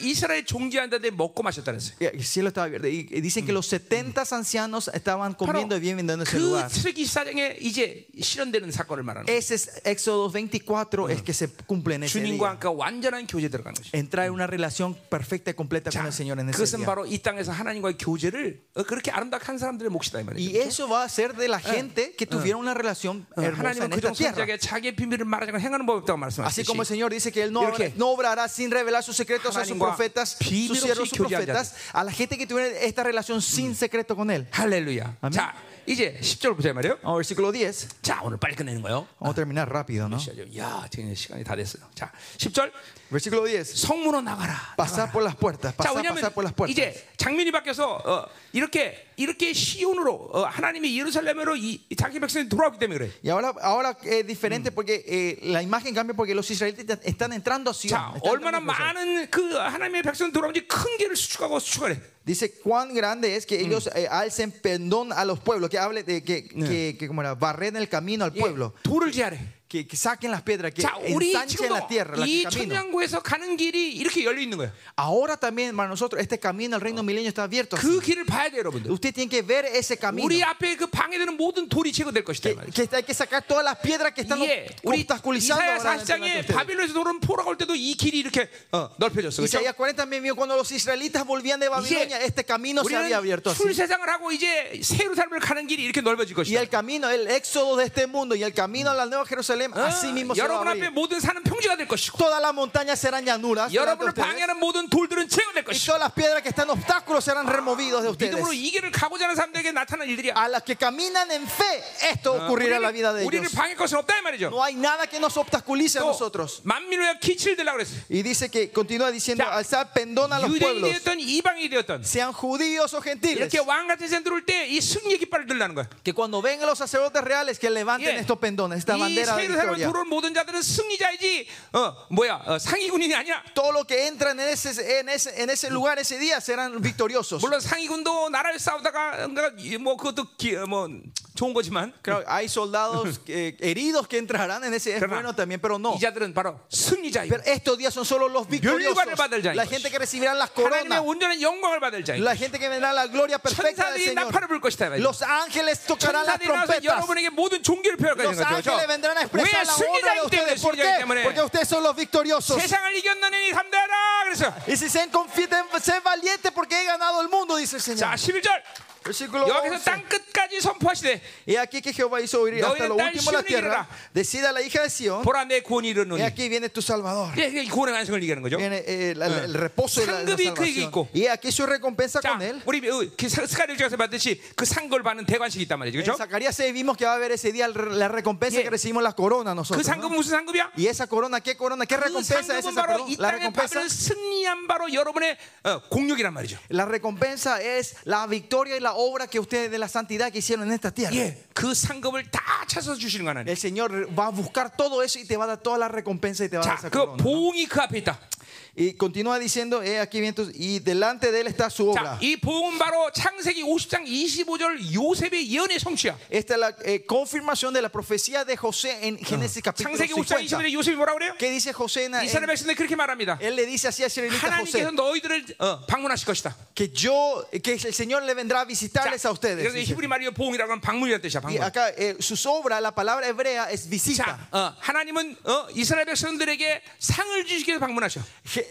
70장로와 이스라엘 종지한다데 먹고 마셨다 그랬어요.
Eh, El cielo estaba abierto. Y y dicen que los 70 ancianos
바로
estaban comiendo y bien en ese
그
lugar.
출애기 24장에 이제 실현되는 사건을 말하는 거예요.
Ese es Éxodo 24 es que se cumple en ese
주님과
día.
함께 완전한 교제 들어가는 것이죠.
Entrar en una relación perfecta y completa
자,
con el Señor en ese
그것은
día.
바로 이 땅에서 하나님과의 교제를 어, 그렇게 아름답게 한 사람들의 몫이다 이
Y
말이에요.
eso va a ser de la gente que tuviera una relación
어,
hermosa
하나님은
en
그중
esta tierra.
성자에게 자기의 비밀을 말하지 않고 행하는 법이 없다고
Así
말씀하셨듯이
como el Señor dice que Él no,
Iroque.
habrá- no obrará sin revelar sus secretos a sus
Hananim과
profetas, sus
비밀
siervos,
없이
sus profetas, a la gente que tuviera esta relación sin secreto con Él.
할렐루야.
아멘.
자, 이제 10절 보자 이 말이에요.
Vamos, versículo 10.
자, 오늘 빨리 끝내는 거예요.
Vamos a terminar rápido, ¿no?
야, 지금 시간이 다 됐어요. 자, 10절
Versículo 10.
성문으로 나가라.
Pasar por las puertas,
자,
pasar,
왜냐하면
pasar por las puertas.
이제 장면이 바뀌어서 어, 이렇게 이렇게 시온으로 어, 하나님이 예루살렘으로 이, 이 자기 백성이 돌아왔기 때문에 그래.
Y ahora, ahora es diferente porque eh, la imagen cambia porque los israelitas están entrando a Sion.
자,
están entrando
얼마나
a Jerusalén.
많은 그 하나님의 백성 돌아온지 큰 길을 수축하고 수축하래.
Dice cuán grande es que ellos eh, alcen pendón a los pueblos, que hable de que, que, que, como era, barren el camino al
예,
pueblo,
돌을 지하래.
que, que saquen las piedras, que
자, 우리
ensanchen la tierra,
지금도
la-
이
el camino.
천양구에서 가는 길이 이렇게 열려 있는 거예요.
Ahora también para nosotros este camino al reino milenio está abierto.
그 길을 봐야 돼요, 여러분들.
Usted tiene que ver ese camino.
우리 앞에 그 방해되는 모든 돌이 제거될 것이다. 이
Que,
말이에요.
que hay que sacar todas las piedras que están
예, 우리
obstaculizando.
이사야
ahora delante de
40장에
ustedes.
바빌론에서 돌은 포라고 올 때도 이 길이 이렇게 어, 넓혀졌어. 그렇죠?
Isaías 40 también vio cuando los israelitas volvían de Babilonia, este camino se había
우리는
abierto así.
출세상을 하고 이제 새로 삶을 가는 길이 이렇게 넓어질
Y
것이다.
el camino, el éxodo de este mundo y el camino a la nueva Jerusalén,
Ah,
así mismo se va a
여러분 앞에
abrir.
모든 산은 평지가 될 것이고
Todas las montañas serán llanuras. delante de
여러분을
ustedes,
방해하는 모든 돌들은 제거될
y
것이고
todas las piedras que están obstáculos serán removidos de
믿음으로
ustedes.
이 길을 가고자 하는 사람들에게 나타난 일들이야.
A las que caminan en fe, esto
Ah,
ocurrirá en la vida de
우리를, 우리를
ellos.
방해할 것은 없다 이 말이죠.
No hay nada que nos obstaculice a
또
nosotros.
만민을 위하여 기치를 들라 그랬어.
Y dice que continúa diciendo,
Ya.
alzad pendón a los
유대인이
pueblos,
되었던 이방인이 되었던
sean judíos o gentiles,
이렇게 왕 같은 세상 들어올 때 이 승리의 깃발을 들라는 거야.
que cuando vengan los sacerdotes reales que levanten
예.
estos pendones, esta
이
bandera
세계로
de
사람을
victoria.
들어온 모든 자들은 승리자이지 어 뭐야 어, 상위군인이 아니야.
Todo lo que entran en ese, en ese, en ese lugar ese día serán victoriosos.
물론 상위군도 나라를 싸우다가 뭔가 이- 뭐 그것도 기, 뭐 좋은 거지만
Claro, hay soldados eh, heridos que entrarán en ese es
그러나
bueno también, pero no.
이 자들은 바로 승리자이고
Pero estos días son solo los victoriosos,
멸류관을 받을 자인
la
것이죠.
gente que recibirán las
하나님의
coronas,
온전한 영광을 받을 자이고
la gente que vendrá la gloria perfecta
천사들이
del
나팔을
Señor.
불 것이다. 말이죠.
Los ángeles tocarán las
천사들이 나와서
trompetas.
여러분에게 모든 종교를 표현할
Los
거예요. 그렇죠?
ángeles vendrán a
왜
expresar la honra de
승리자이기 때문에
ustedes. ¿Por
승리자이기
qué?
때문에
Porque ustedes son los victoriosos.
세상을 이겼는 이니 담대하라 그래서
Y si sean confiados, sean valientes porque he ganado el mundo, dice el
자
Señor.
11절
Versículo
여기서
11.
땅 끝까지 선포하시되
He aquí que Jehová hizo oír hasta
Noiden
lo
tal
último la
Sion
tierra. Decida la hija de Sion.
보라 내 구원이
He
이르노니
aquí viene tu Salvador.
예, 이게 구원의 완성을 얘기하는 거죠.
Viene eh, la- la- el reposo de la, la
상급이 그에게
salvación.
있고.
Y aquí su recompensa
자,
con él.
우리 어, 그 사- 스가랴에서 봤듯이 그 상걸 받는 대관식이 있단 말이죠.
En
그렇죠?
Zacarías 6 vimos que va a haber ese día el- la recompensa
Yeah.
que recibimos la corona
그
nosotros. ¿no?
상급은 무슨 상급이야?
Y esa corona, ¿qué corona? ¿Qué
그
recompensa es
상급은
esa?
바로
perdón?
이
La
땅에
recompensa.
바벨은 승리한 바로 여러분의 어, 공력이란 말이죠.
La recompensa es la victoria y la obra que ustedes de la santidad que hicieron en esta tierra.
예, 그 상급을 다 찾아서 주시는 거 하나님.
El Señor va a buscar todo eso y te va a dar toda la recompensa y te va a dar
자,
esa
그
corona. ¿no?
보응이 그 앞에 있다.
Y continúa diciendo, "He aquí vientos y delante de él está su
자,
obra.
이 보응은 바로 창세기 50장 25절 요셉의 예언의 성취야.
Esta es la eh, confirmación de la profecía de José en Génesis capítulo
창세기 50장
50.
25절에 요셉이 뭐라 그래요?
¿Qué dice José? En,
이스라엘
en-
백성들 그렇게 말합니다.
él le dice así al israelita José
하나님께서 너희들을 어, 방문하실 것이다.
que yo, que el Señor le vendrá a visitarles a ustedes.
그래서
dice.
히브리 말로 보응이라고 하면 방문이라는 뜻이야.
Y
방문.
acá eh, sus obras, la palabra hebrea es
자,
visita.
어, 하나님은 어, 이스라엘 백성들에게 상을 주시기 위해서 방문하셔.
Je-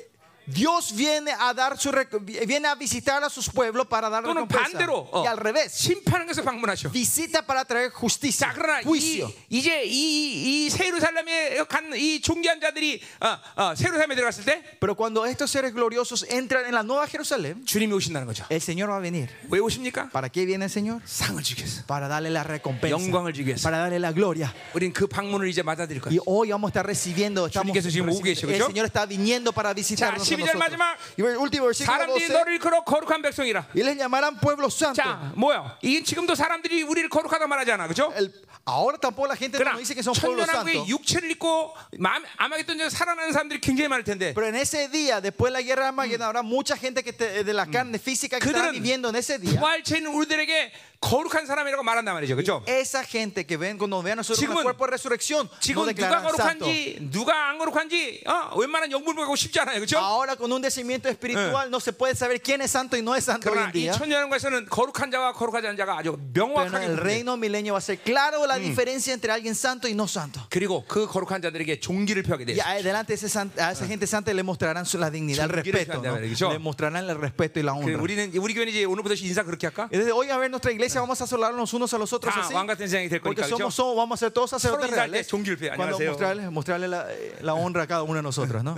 Dios viene a dar su rec- viene a visitar a sus pueblos para dar
또는
recompensa.
반대로 어,
Y al revés,
심판하는 것을 방문하셔.
visita para traer
자,
justicia,
그러나
juicio.
이, 제 이, 이, 이 세루살렘에 간 이 종교한 자들이 어, 어, 세루살렘에 들어갔을 때
Pero cuando estos seres gloriosos entran en la nueva Jerusalén,
주님이 오신다는 거죠.
el Señor va a venir.
왜 오십니까?
¿Para qué viene el Señor?
예. 상을 주기 위해서.
Para darle la recompensa,
영광을 주기 위해서.
para darle la gloria.
우린 그 방문을 이제 받아들일 거야.
Y hoy vamos a estar recibiendo. Estamos
주님께서 지금 오고 계시고,
el
그죠?
Señor está viniendo para visitarnos. a
12절
nosotros.
마지막.
Y el último versículo
사람들이
12.
너를 걸어 거룩한 백성이라.
Y les llamarán pueblo santo.
자, 뭐야? 이게 지금도 사람들이 우리를 거룩하다 말하지 않아, 그죠?
El- ahora tampoco la gente
그러나
no dice que son pueblo santo.
천년왕국의 육체를 입고 암하겠던 자 살아나는 사람들이 굉장히 많을 텐데
Pero en ese día, después de la guerra de Armagedón, habrá mucha gente que te- de la carne física que estará
그들은
viviendo en ese día.
부활체 있는 우리들에게 거룩한 사람이라고 말한단 말이죠, 그죠?
Esa gente que ven cuando vean a nosotros en
지금은-
el cuerpo de resurrección,
지금 누가
nos declararán santo.
거룩한지 누가 안 거룩한지 어, 웬만한 영문을 보고 쉽지 않아요, 그렇죠? 그죠?
Ahora con un descimiento espiritual no se puede saber quién es santo Eh. y no es santo hoy
그러나
en
이
día.
천년왕국에서는 거룩한 자와 거룩하지 않은 자가 아주
Pero en
명확하게
el
구분돼.
reino milenio va a ser claro la diferencia entre alguien santo y no santo.
그리고 그 거룩한 자들에게 종기를 표하게
Y
돼요.
adelante ese san- a esa gente santa le mostrarán su- la dignidad, el
Sí,
respeto.
quiere
¿no?
cambiar, ¿eso?
Le mostrarán el respeto y la honra.
그 우리는 우리 교회는 이제 오늘부터 인사 그렇게 할까?
Y desde hoy a ver nuestra iglesia vamos a saludarnos unos a este los otros
Ah,
así.
왕 같은 세상이 될
Porque
거니까,
somos,
그죠?
somos- vamos a ser todos sacerdotes
서로 인사할
reales.
때 종기를 펴요.
Cuando
안녕하세요.
mostrarle, mostrarle la, eh, la honra a cada uno de nosotros, ¿no?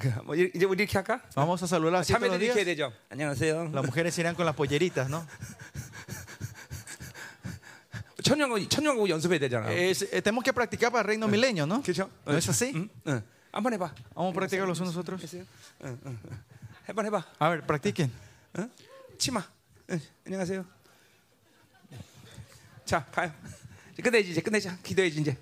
그, 뭐 이- 이제 우리 이렇게 할까?
Vamos a saludar así todos los
자매들이 이렇게 해야
días.
되죠. 안녕하세요.
Las mujeres irán con las polleritas, ¿no?
천년왕국 천년왕국 연습해야 되잖아.
Es- eh, tenemos que practicar para el reino milenio, ¿no?
그죠?
¿No es así?
응? 응. 한번 해봐.
Vamos a practicar los unos a los otros.
됐어요? 응, 응. 한번 해봐.
A ver, practiquen.
응? 치마. 응. 안녕하세요. 자 가요. 이제 끝내지 이제 끝내자. 기도해지 이제.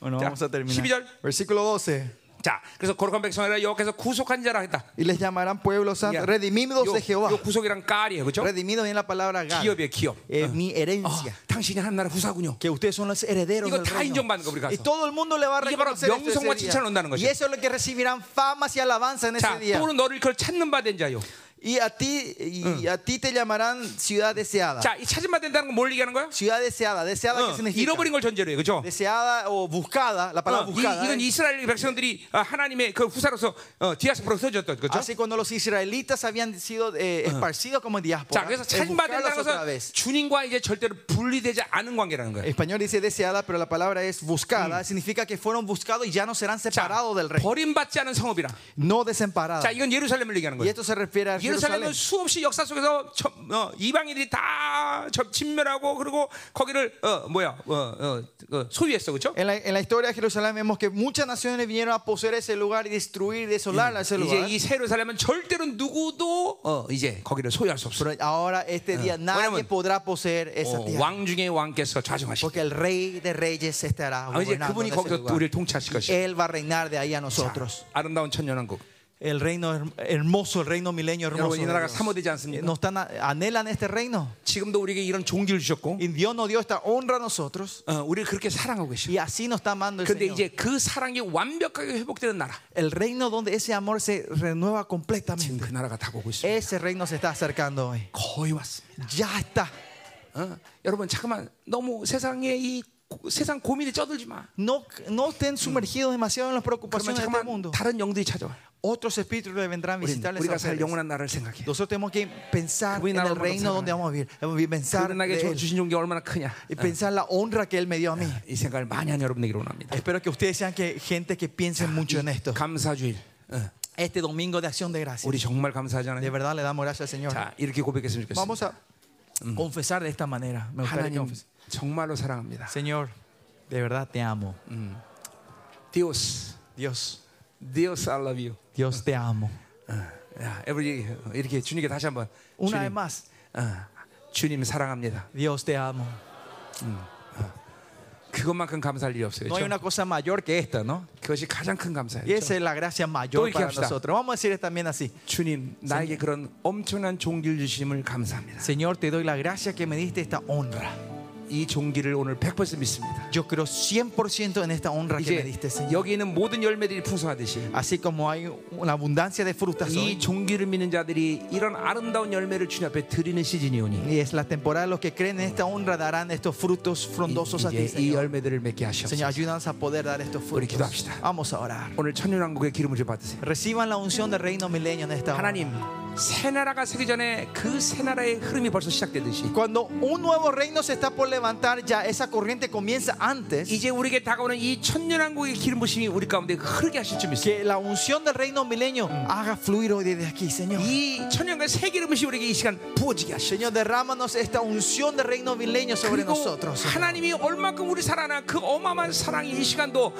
Bueno,
Ya.
vamos a terminar.
12.
Versículo 12.
자 그래서 거룩한 백성이라 여호와께서 구속한 자라 했다.
Y les llamarán pueblo santo,
야,
redimidos de Jehová.
요, 요 구속이란 깔이에요, 그렇죠?
Redimido viene la palabra Gad.
기업이에요, 기업.
Es mi
아,
herencia.
당신이 하나님 나라 후사군요.
Que ustedes son los herederos
이거
del
다
reino.
인정받는 거, 우리 가서.
Y todo el mundo le va a
이게 바로
reconocer esto ese
명성과
día.
칭찬을 얻는다는
Y
것이야.
eso es lo que recibirán famas y alabanza en ese
자
día.
또는 너를 그걸 찾는 바 된 자요.
Y Y a ti, y a ti te llamarán ciudad deseada.
자, 이 찾으면 된다는 건 뭘 얘기하는 거야?
Ciudad deseada. Deseada,
어,
¿qué significa?
잃어버린 걸 전제로 해, 그렇죠?
Deseada o buscada, la palabra
이,
buscada. ¿eh?
이건 이스라엘 백성들이 어, 하나님의 그 후사로서 어, 디아스포로 써졌던 거죠.
Así cuando los israelitas habían sido eh, esparcidos como en
자,
diáspora,
그래서
es
찾음받
buscarlos
된다는
otra
것은
vez.
주님과 이제 절대로 분리되지 않은 관계라는 거예요.
Español dice deseada, pero la palabra es buscada. Significa que fueron buscados y ya no serán
자,
separados del rey.
버림받지 않은 성읍이라.
No
자,
desamparados.
이건 예루살렘을 얘기하는
Y
거예요.
esto se refiere a
예루살렘은
Jerusalén.
수없이 역사 속에서 저- 어, 이방인들이 다 저- 진멸하고 그리고 거기를 어, 뭐야 어, 어, 어, 소유했어, 그렇죠?
En la, en la historia de Jerusalén vemos que muchas naciones vinieron a poseer ese lugar y destruir, desolar a ese
이제
lugar.
이 세루살렘은 절대로 누구도 어, 이제 거기를 소유할 수 없어.
Pero ahora este día nadie
왜냐면-
podrá poseer esa
어,
tierra.
왕 중에 왕께서 좌정하시고
Porque el rey de reyes estará
아, 이제
gobernando
그분이
en ese
거기서
lugar.
우리를 통치하실 것이.
Él va a reinar de ahí a nosotros.
아름다운 천년왕국.
El reino her- hermoso, el reino milenio
여러분
hermoso.
이
de
나라가
Dios.
사모되지 않습니까?
¿No están, a- anhelan este reino?
지금도 우리에게 이런 종기를 주셨고,
Y Dios nos dio esta honra a nosotros.
어, 우리를 그렇게 사랑하고 계셔.
Y así nos está amando el
그런데
Señor.
이제 그 사랑이 완벽하게 회복되는 나라.
El reino donde ese amor se renueva
지금
completamente.
그 나라가 다가오고 있습니다.
Ese reino se está acercando hoy.
거의 왔습니다.
Ya está.
어? 여러분 잠깐만 너무 세상에 이 고- 세상 고민에 쩌들지 마.
No, no estén sumergidos demasiado en las
그러면
preocupaciones de este
잠깐만
mundo.
다른 영들이 찾아와.
Otros espíritus le vendrán
우린
a visitarles. a
우리가 살
ustedes.
영원한 나라를 생각해.
Nosotros tenemos que pensar
그분이
en
나라를
el reino
만들어
donde vamos a vivir. Vamos a Pensar
그분에게
de
주-
él.
주신 종이 얼마나 크냐.
y pensar la honra que Él me dio a mí.
이 생각을 많이 한 여러분에게 원합니다.
Espero que ustedes sean que, gente que piensen
음,
mucho en esto.
감사주일. 어,
Este domingo de acción de gracias.
우리 정말
De
감사하잖아요.
verdad le damos gracias al Señor.
자 이렇게 고백했으면 좋겠습니다.
Vamos a confesar de esta manera. Me gustaría que
하나님
confes-
정말로 사랑합니다.
Señor, de verdad te amo.
Dios,
Dios,
Dios, I love you. 어,
Dios te amo.
야, every 어, 이렇게 주님께 다시 한번
Una
주님,
vez más,
어, 주님 사랑합니다.
Dios te amo.
그것만큼 감사할 일이 없어요.
No hay
그렇죠?
una cosa mayor que esta, ¿no?
그것이 가장 큰 감사예요.
Y
그렇죠?
esa es la gracia
Todo
mayor
y
para
que habla.
nosotros. Vamos a decir también así.
주님 나에게 그런 엄청난 종기를 주심을 감사합니다.
Señor, te doy la gracia que me diste esta honra.
이 종기를 오늘 100% 믿습니다.
Yo creo 100% en esta honra que me
이제
diste, Señor.
여기 있는 모든 열매들이 풍성하듯이
Así como hay una abundancia de frutas
이
hoy,
종기를 믿는 자들이 이런 아름다운 열매를 주님 앞에 드리는 시즌이 오니
y es la temporada, los que creen en esta honra darán estos frutos frondosos a ti,
이제 이
Señor.
열매들을 맺게 하시옵소서.
Señor, ayúdanos a poder dar estos frutos.
기도합시다.
Vamos a orar.
오늘 천년왕국의 기름을 좀 받으세요.
Reciban la unción del reino milenio en esta hora.
하나님 새 나라가 세기 전에 그 새 나라의 흐름이 벌써 시작되듯이
Cuando un nuevo reino se está por levantar, ya esa corriente comienza antes.
이제 우리에게 다가오는 이 천년왕국의 기름 부심이 우리 가운데 흐르게 하실 줄 믿습니다.
Que la unción del reino milenio haga fluir hoy desde aquí, Señor.
이 천년의 새 기름 부심이 우리에게 이 시간 부어지게 하시옵소서.
Señor, derrámanos esta unción del reino milenio sobre
그리고
nosotros. Señor.
하나님이 얼마큼 우리 살아나 그 어마어마한 사랑이 이 시간도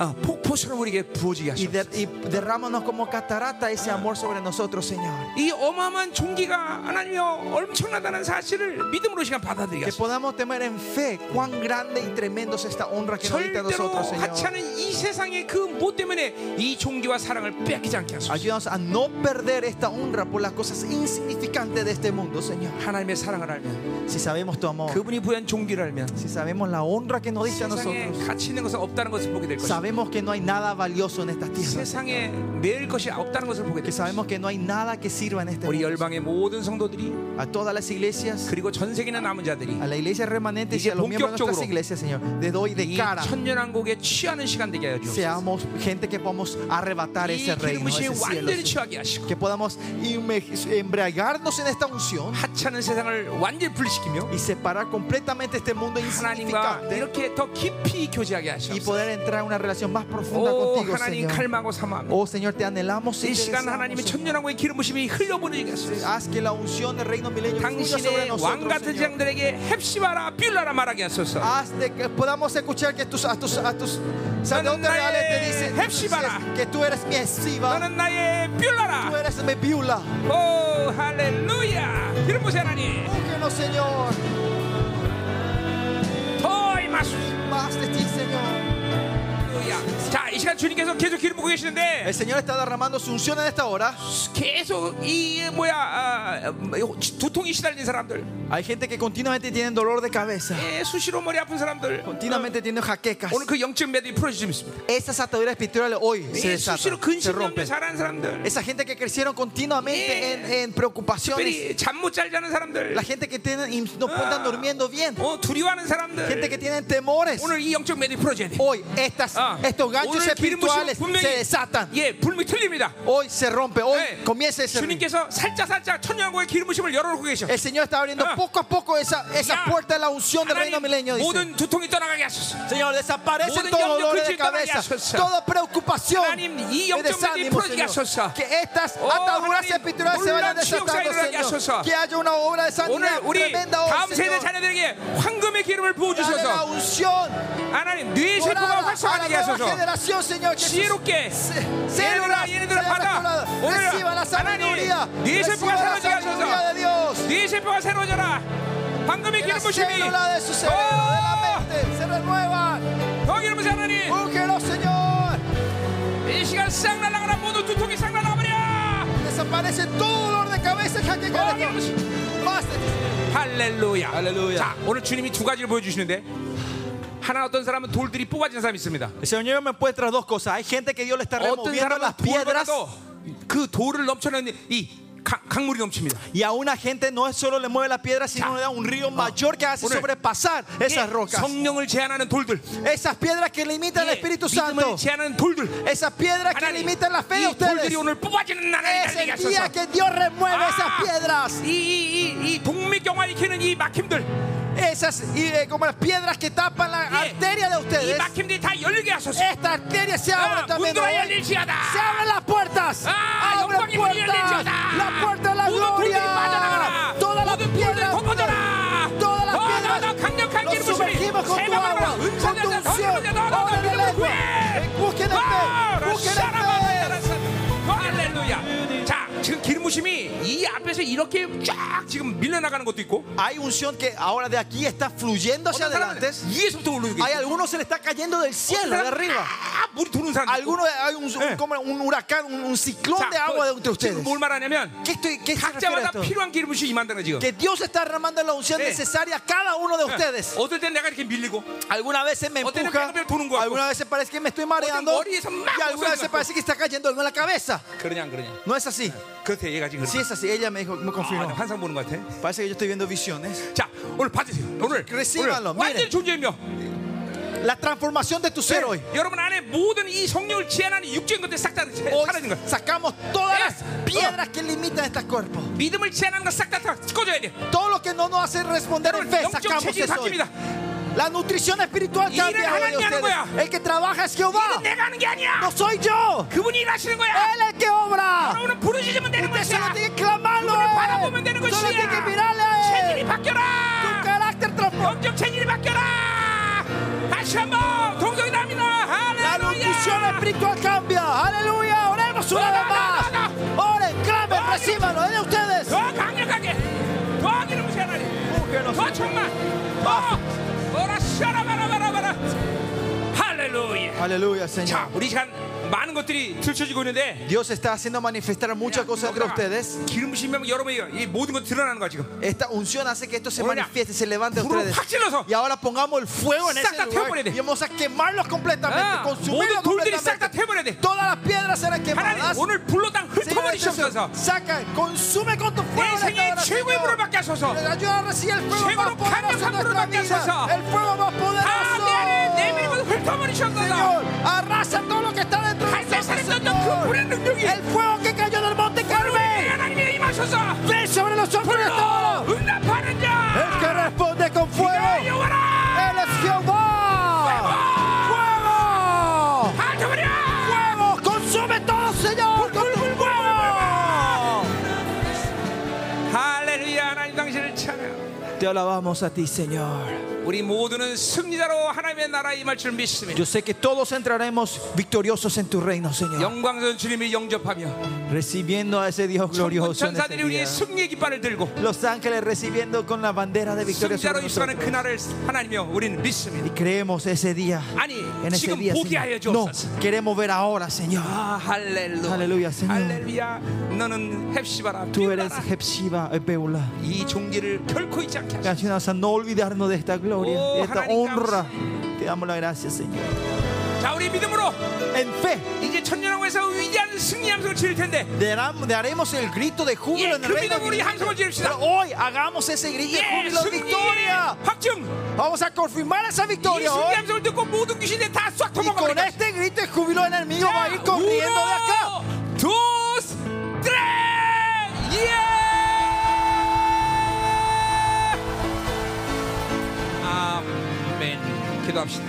어, 폭포처럼 우리에게 부어지게
Y,
하시옵소서.
der- y derrámanos como catarata ese amor sobre nosotros, Señor.
이 어마어마한 종기가 하나님이 엄청나다는 사실을 믿음으로 이 시간 받아들이게
Que
하소서.
podamos tener en fe cuán grande y tremendo es esta honra que nos diste a
절대로
nosotros, Señor.
하찮은 이 세상의 그 무엇 때문에 이 종기와 사랑을 빼앗기지 않게 하소서.
Ayúdanos a no perder esta honra por las cosas insignificantes de este mundo, Señor.
하나님의 사랑을 알면
Si sabemos tu amor,
그분이 부여한 종기를 알면
si sabemos la honra que nos diste a
세상에
nosotros,
가치 있는 것은 없다는 것을 보게 될 것이다.
sabemos que no hay nada valioso en estas tierras,
세상에 매일 것이 없다는 것을 보게 될
que
것이다.
sabemos que no hay nada que sirva en este
우리
mundo.
열방의 모든 성도들이
A todas las iglesias,
그리고 전 세계는 남은 자들이
a la iglesia remanente y a los miembros de nuestras iglesias, Señor, de doy de
이
cara.
천년왕국에 취하는 시간 되게 하여 주옵소서.
Seamos gente que podamos arrebatar
이
ese reino,
기름부심에
ese cielo,
완전히
Señor.
취하게 하시고
que podamos inme- embriagarnos en esta unción
하찮은 세상을 완전히 분리시키며
y separar completamente este mundo
하나님과
insignificante
이렇게 더 깊이 교제하게
y
하시옵소서.
poder entrar en una relación más profunda
오
contigo,
하나님
Señor.
칼마고 삼아합니다.
Oh Señor, te anhelamos y
이
te
시간
deseamos,
하나님의
Señor.
천년왕국의 기름부심이 흘려보내게 하소서.
Haz que la unción del reino
그
milenio fluya sobre
당신의 왕
nosotros,
같은
Señor.
장들에게 헵시바라 뷸라라 말하게 하소서.
Haz de que podamos escuchar que tus, a tus, a tus sacerdotes
나의
reales te dicen
Hepzibah라.
dices que tú eres mi esciba,
너는 나의
tú
뷸라라.
eres mi viula.
오 할렐루야. 기름 부세 하나님
Úngenos, Señor,
더 임하소서.
más de ti, Señor.
할렐루야. 자 이 시간 주님께서 계속 기름 부고 계시는데
El Señor está derramando su unción en esta hora.
계속 이 뭐야 아, 두통이 시달린 사람들,
Hay gente que continuamente tiene dolor de cabeza,
예, 수시로 머리 아픈 사람들
continuamente tiene jaquecas.
오늘 그 영적 매듭이 풀어지고 있습니다.
Esas ataduras espirituales hoy se
예, 수시로
desatan, se
근심염에
rompen.
살아난 사람들,
Esa gente que crecieron
Eh.
continuamente en, en preocupaciones,
특별히 잠 못 잘 자는 사람들,
la gente que tiene, y no
Ah.
están durmiendo bien,
어, 두려워하는
gente
사람들
que tiene temores.
오늘 이 영적 매듭이 풀어져야 돼.
Hoy estas,
아,
estos ganchos
오늘 기름 부심
espirituales se desatan.
예, 불미 틀립니다.
Hoy se rompe, hoy
예,
comienza ese río.
주님께서 살짝 살짝 천년왕국의 기름 부심을 열어놓고 계셔.
El Señor está abriendo
Ah.
poco a poco esa, esa
Ya.
puerta de la unción del reino
하나님
milenio. dice.
모든 두통이 떠나가게 하소서.
Señor, desaparecen
모든
todos
염려,
dolores de
근심, 떠나게
cabeza,
하소서.
toda preocupación,
하나님, 이
y
영적
desánimo,
물이 풀어지게
Señor.
하소서.
Que estas
Oh,
ataduras
하나님,
espirituales se vayan
놀라운 치유가
desatando,
일어나게
Señor.
하소서.
Que haya una obra de
오늘
sanidad
우리
tremenda
다음
hoy,
세대
Señor.
자녀들에게 황금의 기름을
Dale la
부어주셔서
unción
하나님 뇌의
dorada
세포가
a la
활성화되게
nueva
하소서
generación, Señor. Que sus
지혜롭게 얘네들아
células
얘네들아
sean
받아
restauradas. Reciba la
오늘
sabiduría,
하나님 뇌의
reciba
세포가
la
새로워지게
sabiduría
하소서
de Dios.
뇌의 세포가 새로워져라 황금의
Que
기름
las
부심이
células de su cerebro, de la
더
mente, se renuevan.
기름 부심 하나님
Úngelos, Señor.
이 시간 싹 날아가라 모든 두통이 싹 날아가버려
Desaparece todo dolor de cabeza, jaque con
더 기름
esto.
부심.
Más.
할렐루야.
할렐루야.
자, 오늘 주님이 두 가지를 보여주시는데 하나 어떤 사람은 돌들이 뽑아진 사람이 있습니다.
El Señor me muestra dos cosas. Hay gente que Dios le está
어떤
removiendo las
사람은
piedras
돌보다도 그 돌을 넘쳐나는 이 강, 강물이 넘칩니다.
y a una gente no es solo le mueve las piedras, sino le da un río mayor que hace
오늘
sobrepasar esas
예,
rocas.
성령을 제한하는 돌들,
Esas piedras que limitan
예,
al Espíritu
믿음을
Santo.
제한하는 돌들,
Esas piedras que
하나님,
limitan la fe de
이 돌들이
ustedes.
오늘 뽑아지는 나라에
Es
달리게
el
하소서.
día que Dios remueve
아,
esas piedras.
이, 이, 이, 이 동맥 경화 일으키는 이 막힘들,
Esas y, eh, como las piedras que tapan la
예,
arteria de
이
ustedes.
막힘들이 다 열리게 하소서.
Esta arteria se abre
아,
también
문도가
hoy.
열릴지어다.
Se abren las puertas.
¡Ah!
Abren
영광의 문이
puertas.
열릴지어다.
La puerta de la
모든 돌들이
gloria.
빠져나가라.
Todas las
모든 돌들
piedras.
덮어져라.
Todas las
더, 더,
piedras.
더 강력한
Los
기름 부심이
sumergimos con tu
세방으로
agua. Con
은사들 더
tu unción.
기름 더, 더, 더
Órale,
믿음을
lengua.
구해.
Busquen en
아,
fe. Busquen en
라샤라만
fe.
따라서. 할렐루야. 자, 지금 기름 부심이 이 앞에서 이렇게 쫙 지금 밀려나가는 것도 있고
Hay unción que ahora de aquí está fluyendo hacia
어떤 사람은
adelante.
위에서부터 오르고
Hay
있고
algunos se le está cayendo del cielo, de
사람은
arriba.
아, 물이 도는 사람 있고.
Algunos hay un, un- como un huracán, un, un ciclón de agua de entre
그 지금
ustedes.
뭘 말하냐면
¿Qué, estoy, qué se refiere a
각자마다
esto?
필요한 기름 부심이 만다는 거예요, 지금.
Que Dios está derramando la unción
Eh.
necesaria a cada uno de ustedes.
어떨 땐 내가 이렇게 밀리고
Algunas veces me
Otros
empuja,
que no do는 것 같고.
algunas veces parece que me estoy mareando
Otros morir,
y algunas veces parece que está cayendo algo en la cabeza.
그러냐 안 그러냐
No es así.
그렇대 얘가 지금
Sí
그러지.
es así. Ella me dijo, me
아, 나
confirmó.
환상 보는 것 같아
Parece que yo estoy viendo visiones.
자 오늘 받으세요 오늘, 오늘
Recíbanlo, miren.
완전 존재이며 예,
La transformación de tu ser hoy.
여러분 안에 모든 이 성령을 제한하는 육적인 것들 싹다
Hoy
사라진 거야
sacamos todas
Eh.
las piedras que limitan este cuerpo.
믿음을 제한하는 거싹다 꺼져야 돼
Todo lo que no nos hace responder en
여러분
fe,
영적
sacamos
체질이
eso hoy.
바뀝니다
La nutrición espiritual
Ir은
cambia hoy en
하나님이 하는
ustedes.
거야.
El que trabaja es Jehová.
이건 내가 하는 게 아니야 어.
No soy yo.
그분이 일하시는 거야
Él es el que obra.
여러분은 부르짖으면 되는
Usted
것이야
solo tiene que clamarlo.
그분을
a
바라보면 되는
él. Solo tiene que mirarle a
것이야 체질이
él. Tu
바뀌어라
carácter transforma.
영적 체질이 바뀌어라 다시 한번 동성이 납니다
La nutrición
할렐루야
espiritual cambia. Aleluya. Oremos una vez más. Oren, clamen, recibanlo. Es de ustedes.
더 강력하게 더 기름 부세 하나님 더 천만 더 오라 샤라바라바라바라 할렐루야
Aleluya,
자
Señor.
우리 시간 많은 것들이 들춰지고 있는데
Dios está haciendo manifestar muchas cosas entre ustedes.
기름 부심면 여러분이 이 모든 것 드러나는 거야 지금
Esta unción hace que esto se
Ahora,
manifieste, se levante en
불을
ustedes.
확 찔러서
Y ahora pongamos el fuego en ese
싹다
lugar
태워버려야 돼.
y vamos a quemarlos completamente,
아, 모든
consumirlos
돌들이 싹 다
completamente.
태워버려야 돼
Todas las piedras serán quemadas.
하나님 오늘 불로 땅
Señor,
흩어버리시옵소서
saca, consume con tu fuego.
내
en esta
생에
hora,
최고의
Señor.
불을 받게 하소서
Te ayuda a recibir el fuego más
Seguro
poderoso
cambia,
en nuestra
cambia,
vida.
cambia.
El fuego más Ah,
다내 안에
poderoso.
내밀고 흩어버리시옵소서
Señor, arrasa todo lo que está dentro de
갈 때
nosotros.
사랬던 그
Señor.
불의 능력이
El fuego que cayó del monte
우리
Carmen.
네. 하나님의 임하셔서
Ven sobre los hombros de todos.
불로 응답하는
El
자
que responde con fuego.
여와라
Él es 네. Jehová. Fuego.
흩어버려
Fuego. Consume todo, Señor. Con tu fuego.
할렐루야 하나님 당신을 찬양
Te alabamos a ti, Señor.
우리 모두는 승리자로 하나님의 나라에 임할 줄 믿습니다.
Yo sé que todos entraremos victoriosos en tu reino, Señor.
영광스러운 주님을 영접하며
Recibiendo a ese Dios
천군
glorioso. En este
천사들이 우리의
día.
승리의 깃발을 들고
Los ángeles recibiendo con la bandera de victoria.
승자로
sobre
입수하는
nosotros.
그날을 하나님이여 우리는 믿습니다.
Y creemos ese día.
아니
En ese
지금
día.
보게 하여
Señor. No,
주옵소서.
queremos ver ahora, Señor.
아 할렐루야.
할렐루야, 세요.
할렐루야. 너는 헵시바라.
Tú eres eh,
빛나라.
Hepsiba, Epeula.
이 종기를 결코 잊지 않게 하소서.
Canciones a no olvidarnos de esta gloria,
Oh,
de esta
Hanánico.
honra. Te damos la gracia, Señor.
자 우리 믿음으로
En fe,
이제 천년왕국에서 위대한 승리 함성을 지를 텐데
daram- daremos el grito de
예,
júbilo en
그
el reino.
믿음으로 우리 함성을 지릅시다.
Pero hoy hagamos ese grito de
예,
júbilo de
승리
victoria.
확증.
Vamos a confirmar esa
이
victoria
승리
hoy.
함성을 듣고 모든 귀신이 다싹
Y con
도망가버리겠다.
este grito de júbilo el enemigo va a ir corriendo de acá.
Uno, dos, tres. 예! 아멘. 기도합시다.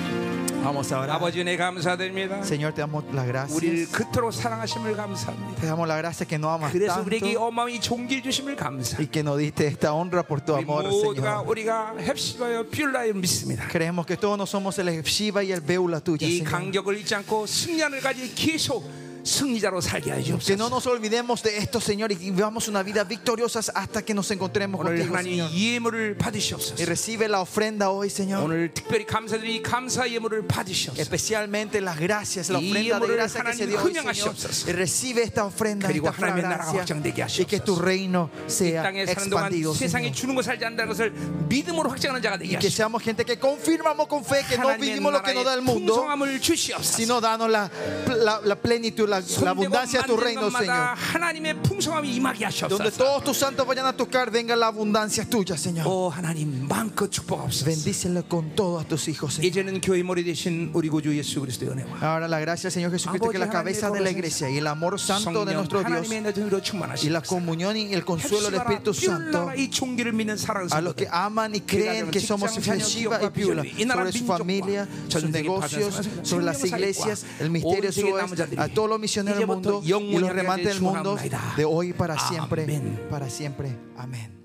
Vamos ahora.
아버지 은혜 감사드립니다.
Señor, te damos las
우리를
gracias.
그토록 사랑하심을 감사합니다.
Te damos las gracias que nos amas
그래서 우리에게 이
tanto
어마어마한 종기를 주심을 감사.
y que nos diste esta honra por tu
우리
amor,
모두가
Señor.
우리가 헵시바여 뷰라에 믿습니다.
Creemos que todos no somos el Shiva y el Beula tuya,
이
Señor.
간격을 잊지 않고 승리하는 가지 계속 승리자로 살게 하여
Que no
주옵소서.
nos olvidemos de esto, Señor, y vivamos una vida victoriosa hasta que nos encontremos
오늘
contigo,
하나님
Señor.
예물을
Y
받으시옵소서.
recibe la ofrenda hoy, Señor.
오늘 특별히 감사드리 감사 예물을 받으시옵소서.
Especialmente las gracias, la
Y
ofrenda de
예물을
gracias que se
하나님
dio hoy, Señor.
흥양하시옵소서.
Y recibe esta ofrenda,
그리고
esta
하나님의 나라가 확장되게
fragancia, y
하시옵소서.
que tu reino sea
땅에 사는 동안
expandido,
세상이
Señor.
주는 거 살지 않는다는 것을 믿음으로 확증하는 자가 되게
Que
하시옵소서.
seamos gente que confirmamos con fe que no
하나님의
vivimos lo
나라의
que nos da el mundo,
풍성함을 주시옵소서.
sino danos la, la, la plenitud, la, la
손대고
abundancia de tu
만든
reino,
것마다
Señor.
하나님의 풍성함이 임하게
Donde
하시옵소서.
todos tus santos vayan a tocar, venga la abundancia tuya, Señor.
오 어, 하나님 마음껏 축복하옵소서.
Bendícelo con todos tus hijos, Señor.
이제는 교회 머리 되신 우리 구주 예수 그리스도의 은혜와
Ahora la gracia del Señor Jesucristo, que es la cabeza de la iglesia y el amor santo de
성령
nuestro Dios
하나님의 능력으로
y la
충만하시옵소서.
comunión y el consuelo del
헵시바라
Espíritu Santo
뷰라라 이 종기를 믿는 사랑하는
a los que
성도들.
aman y creen que somos Jesiva y Piula sobre su familia, sus negocios, sobre las iglesias, el misterio sobre a todos los misioneros del mundo y los remantes del mundo de hoy para siempre, para siempre. Amén.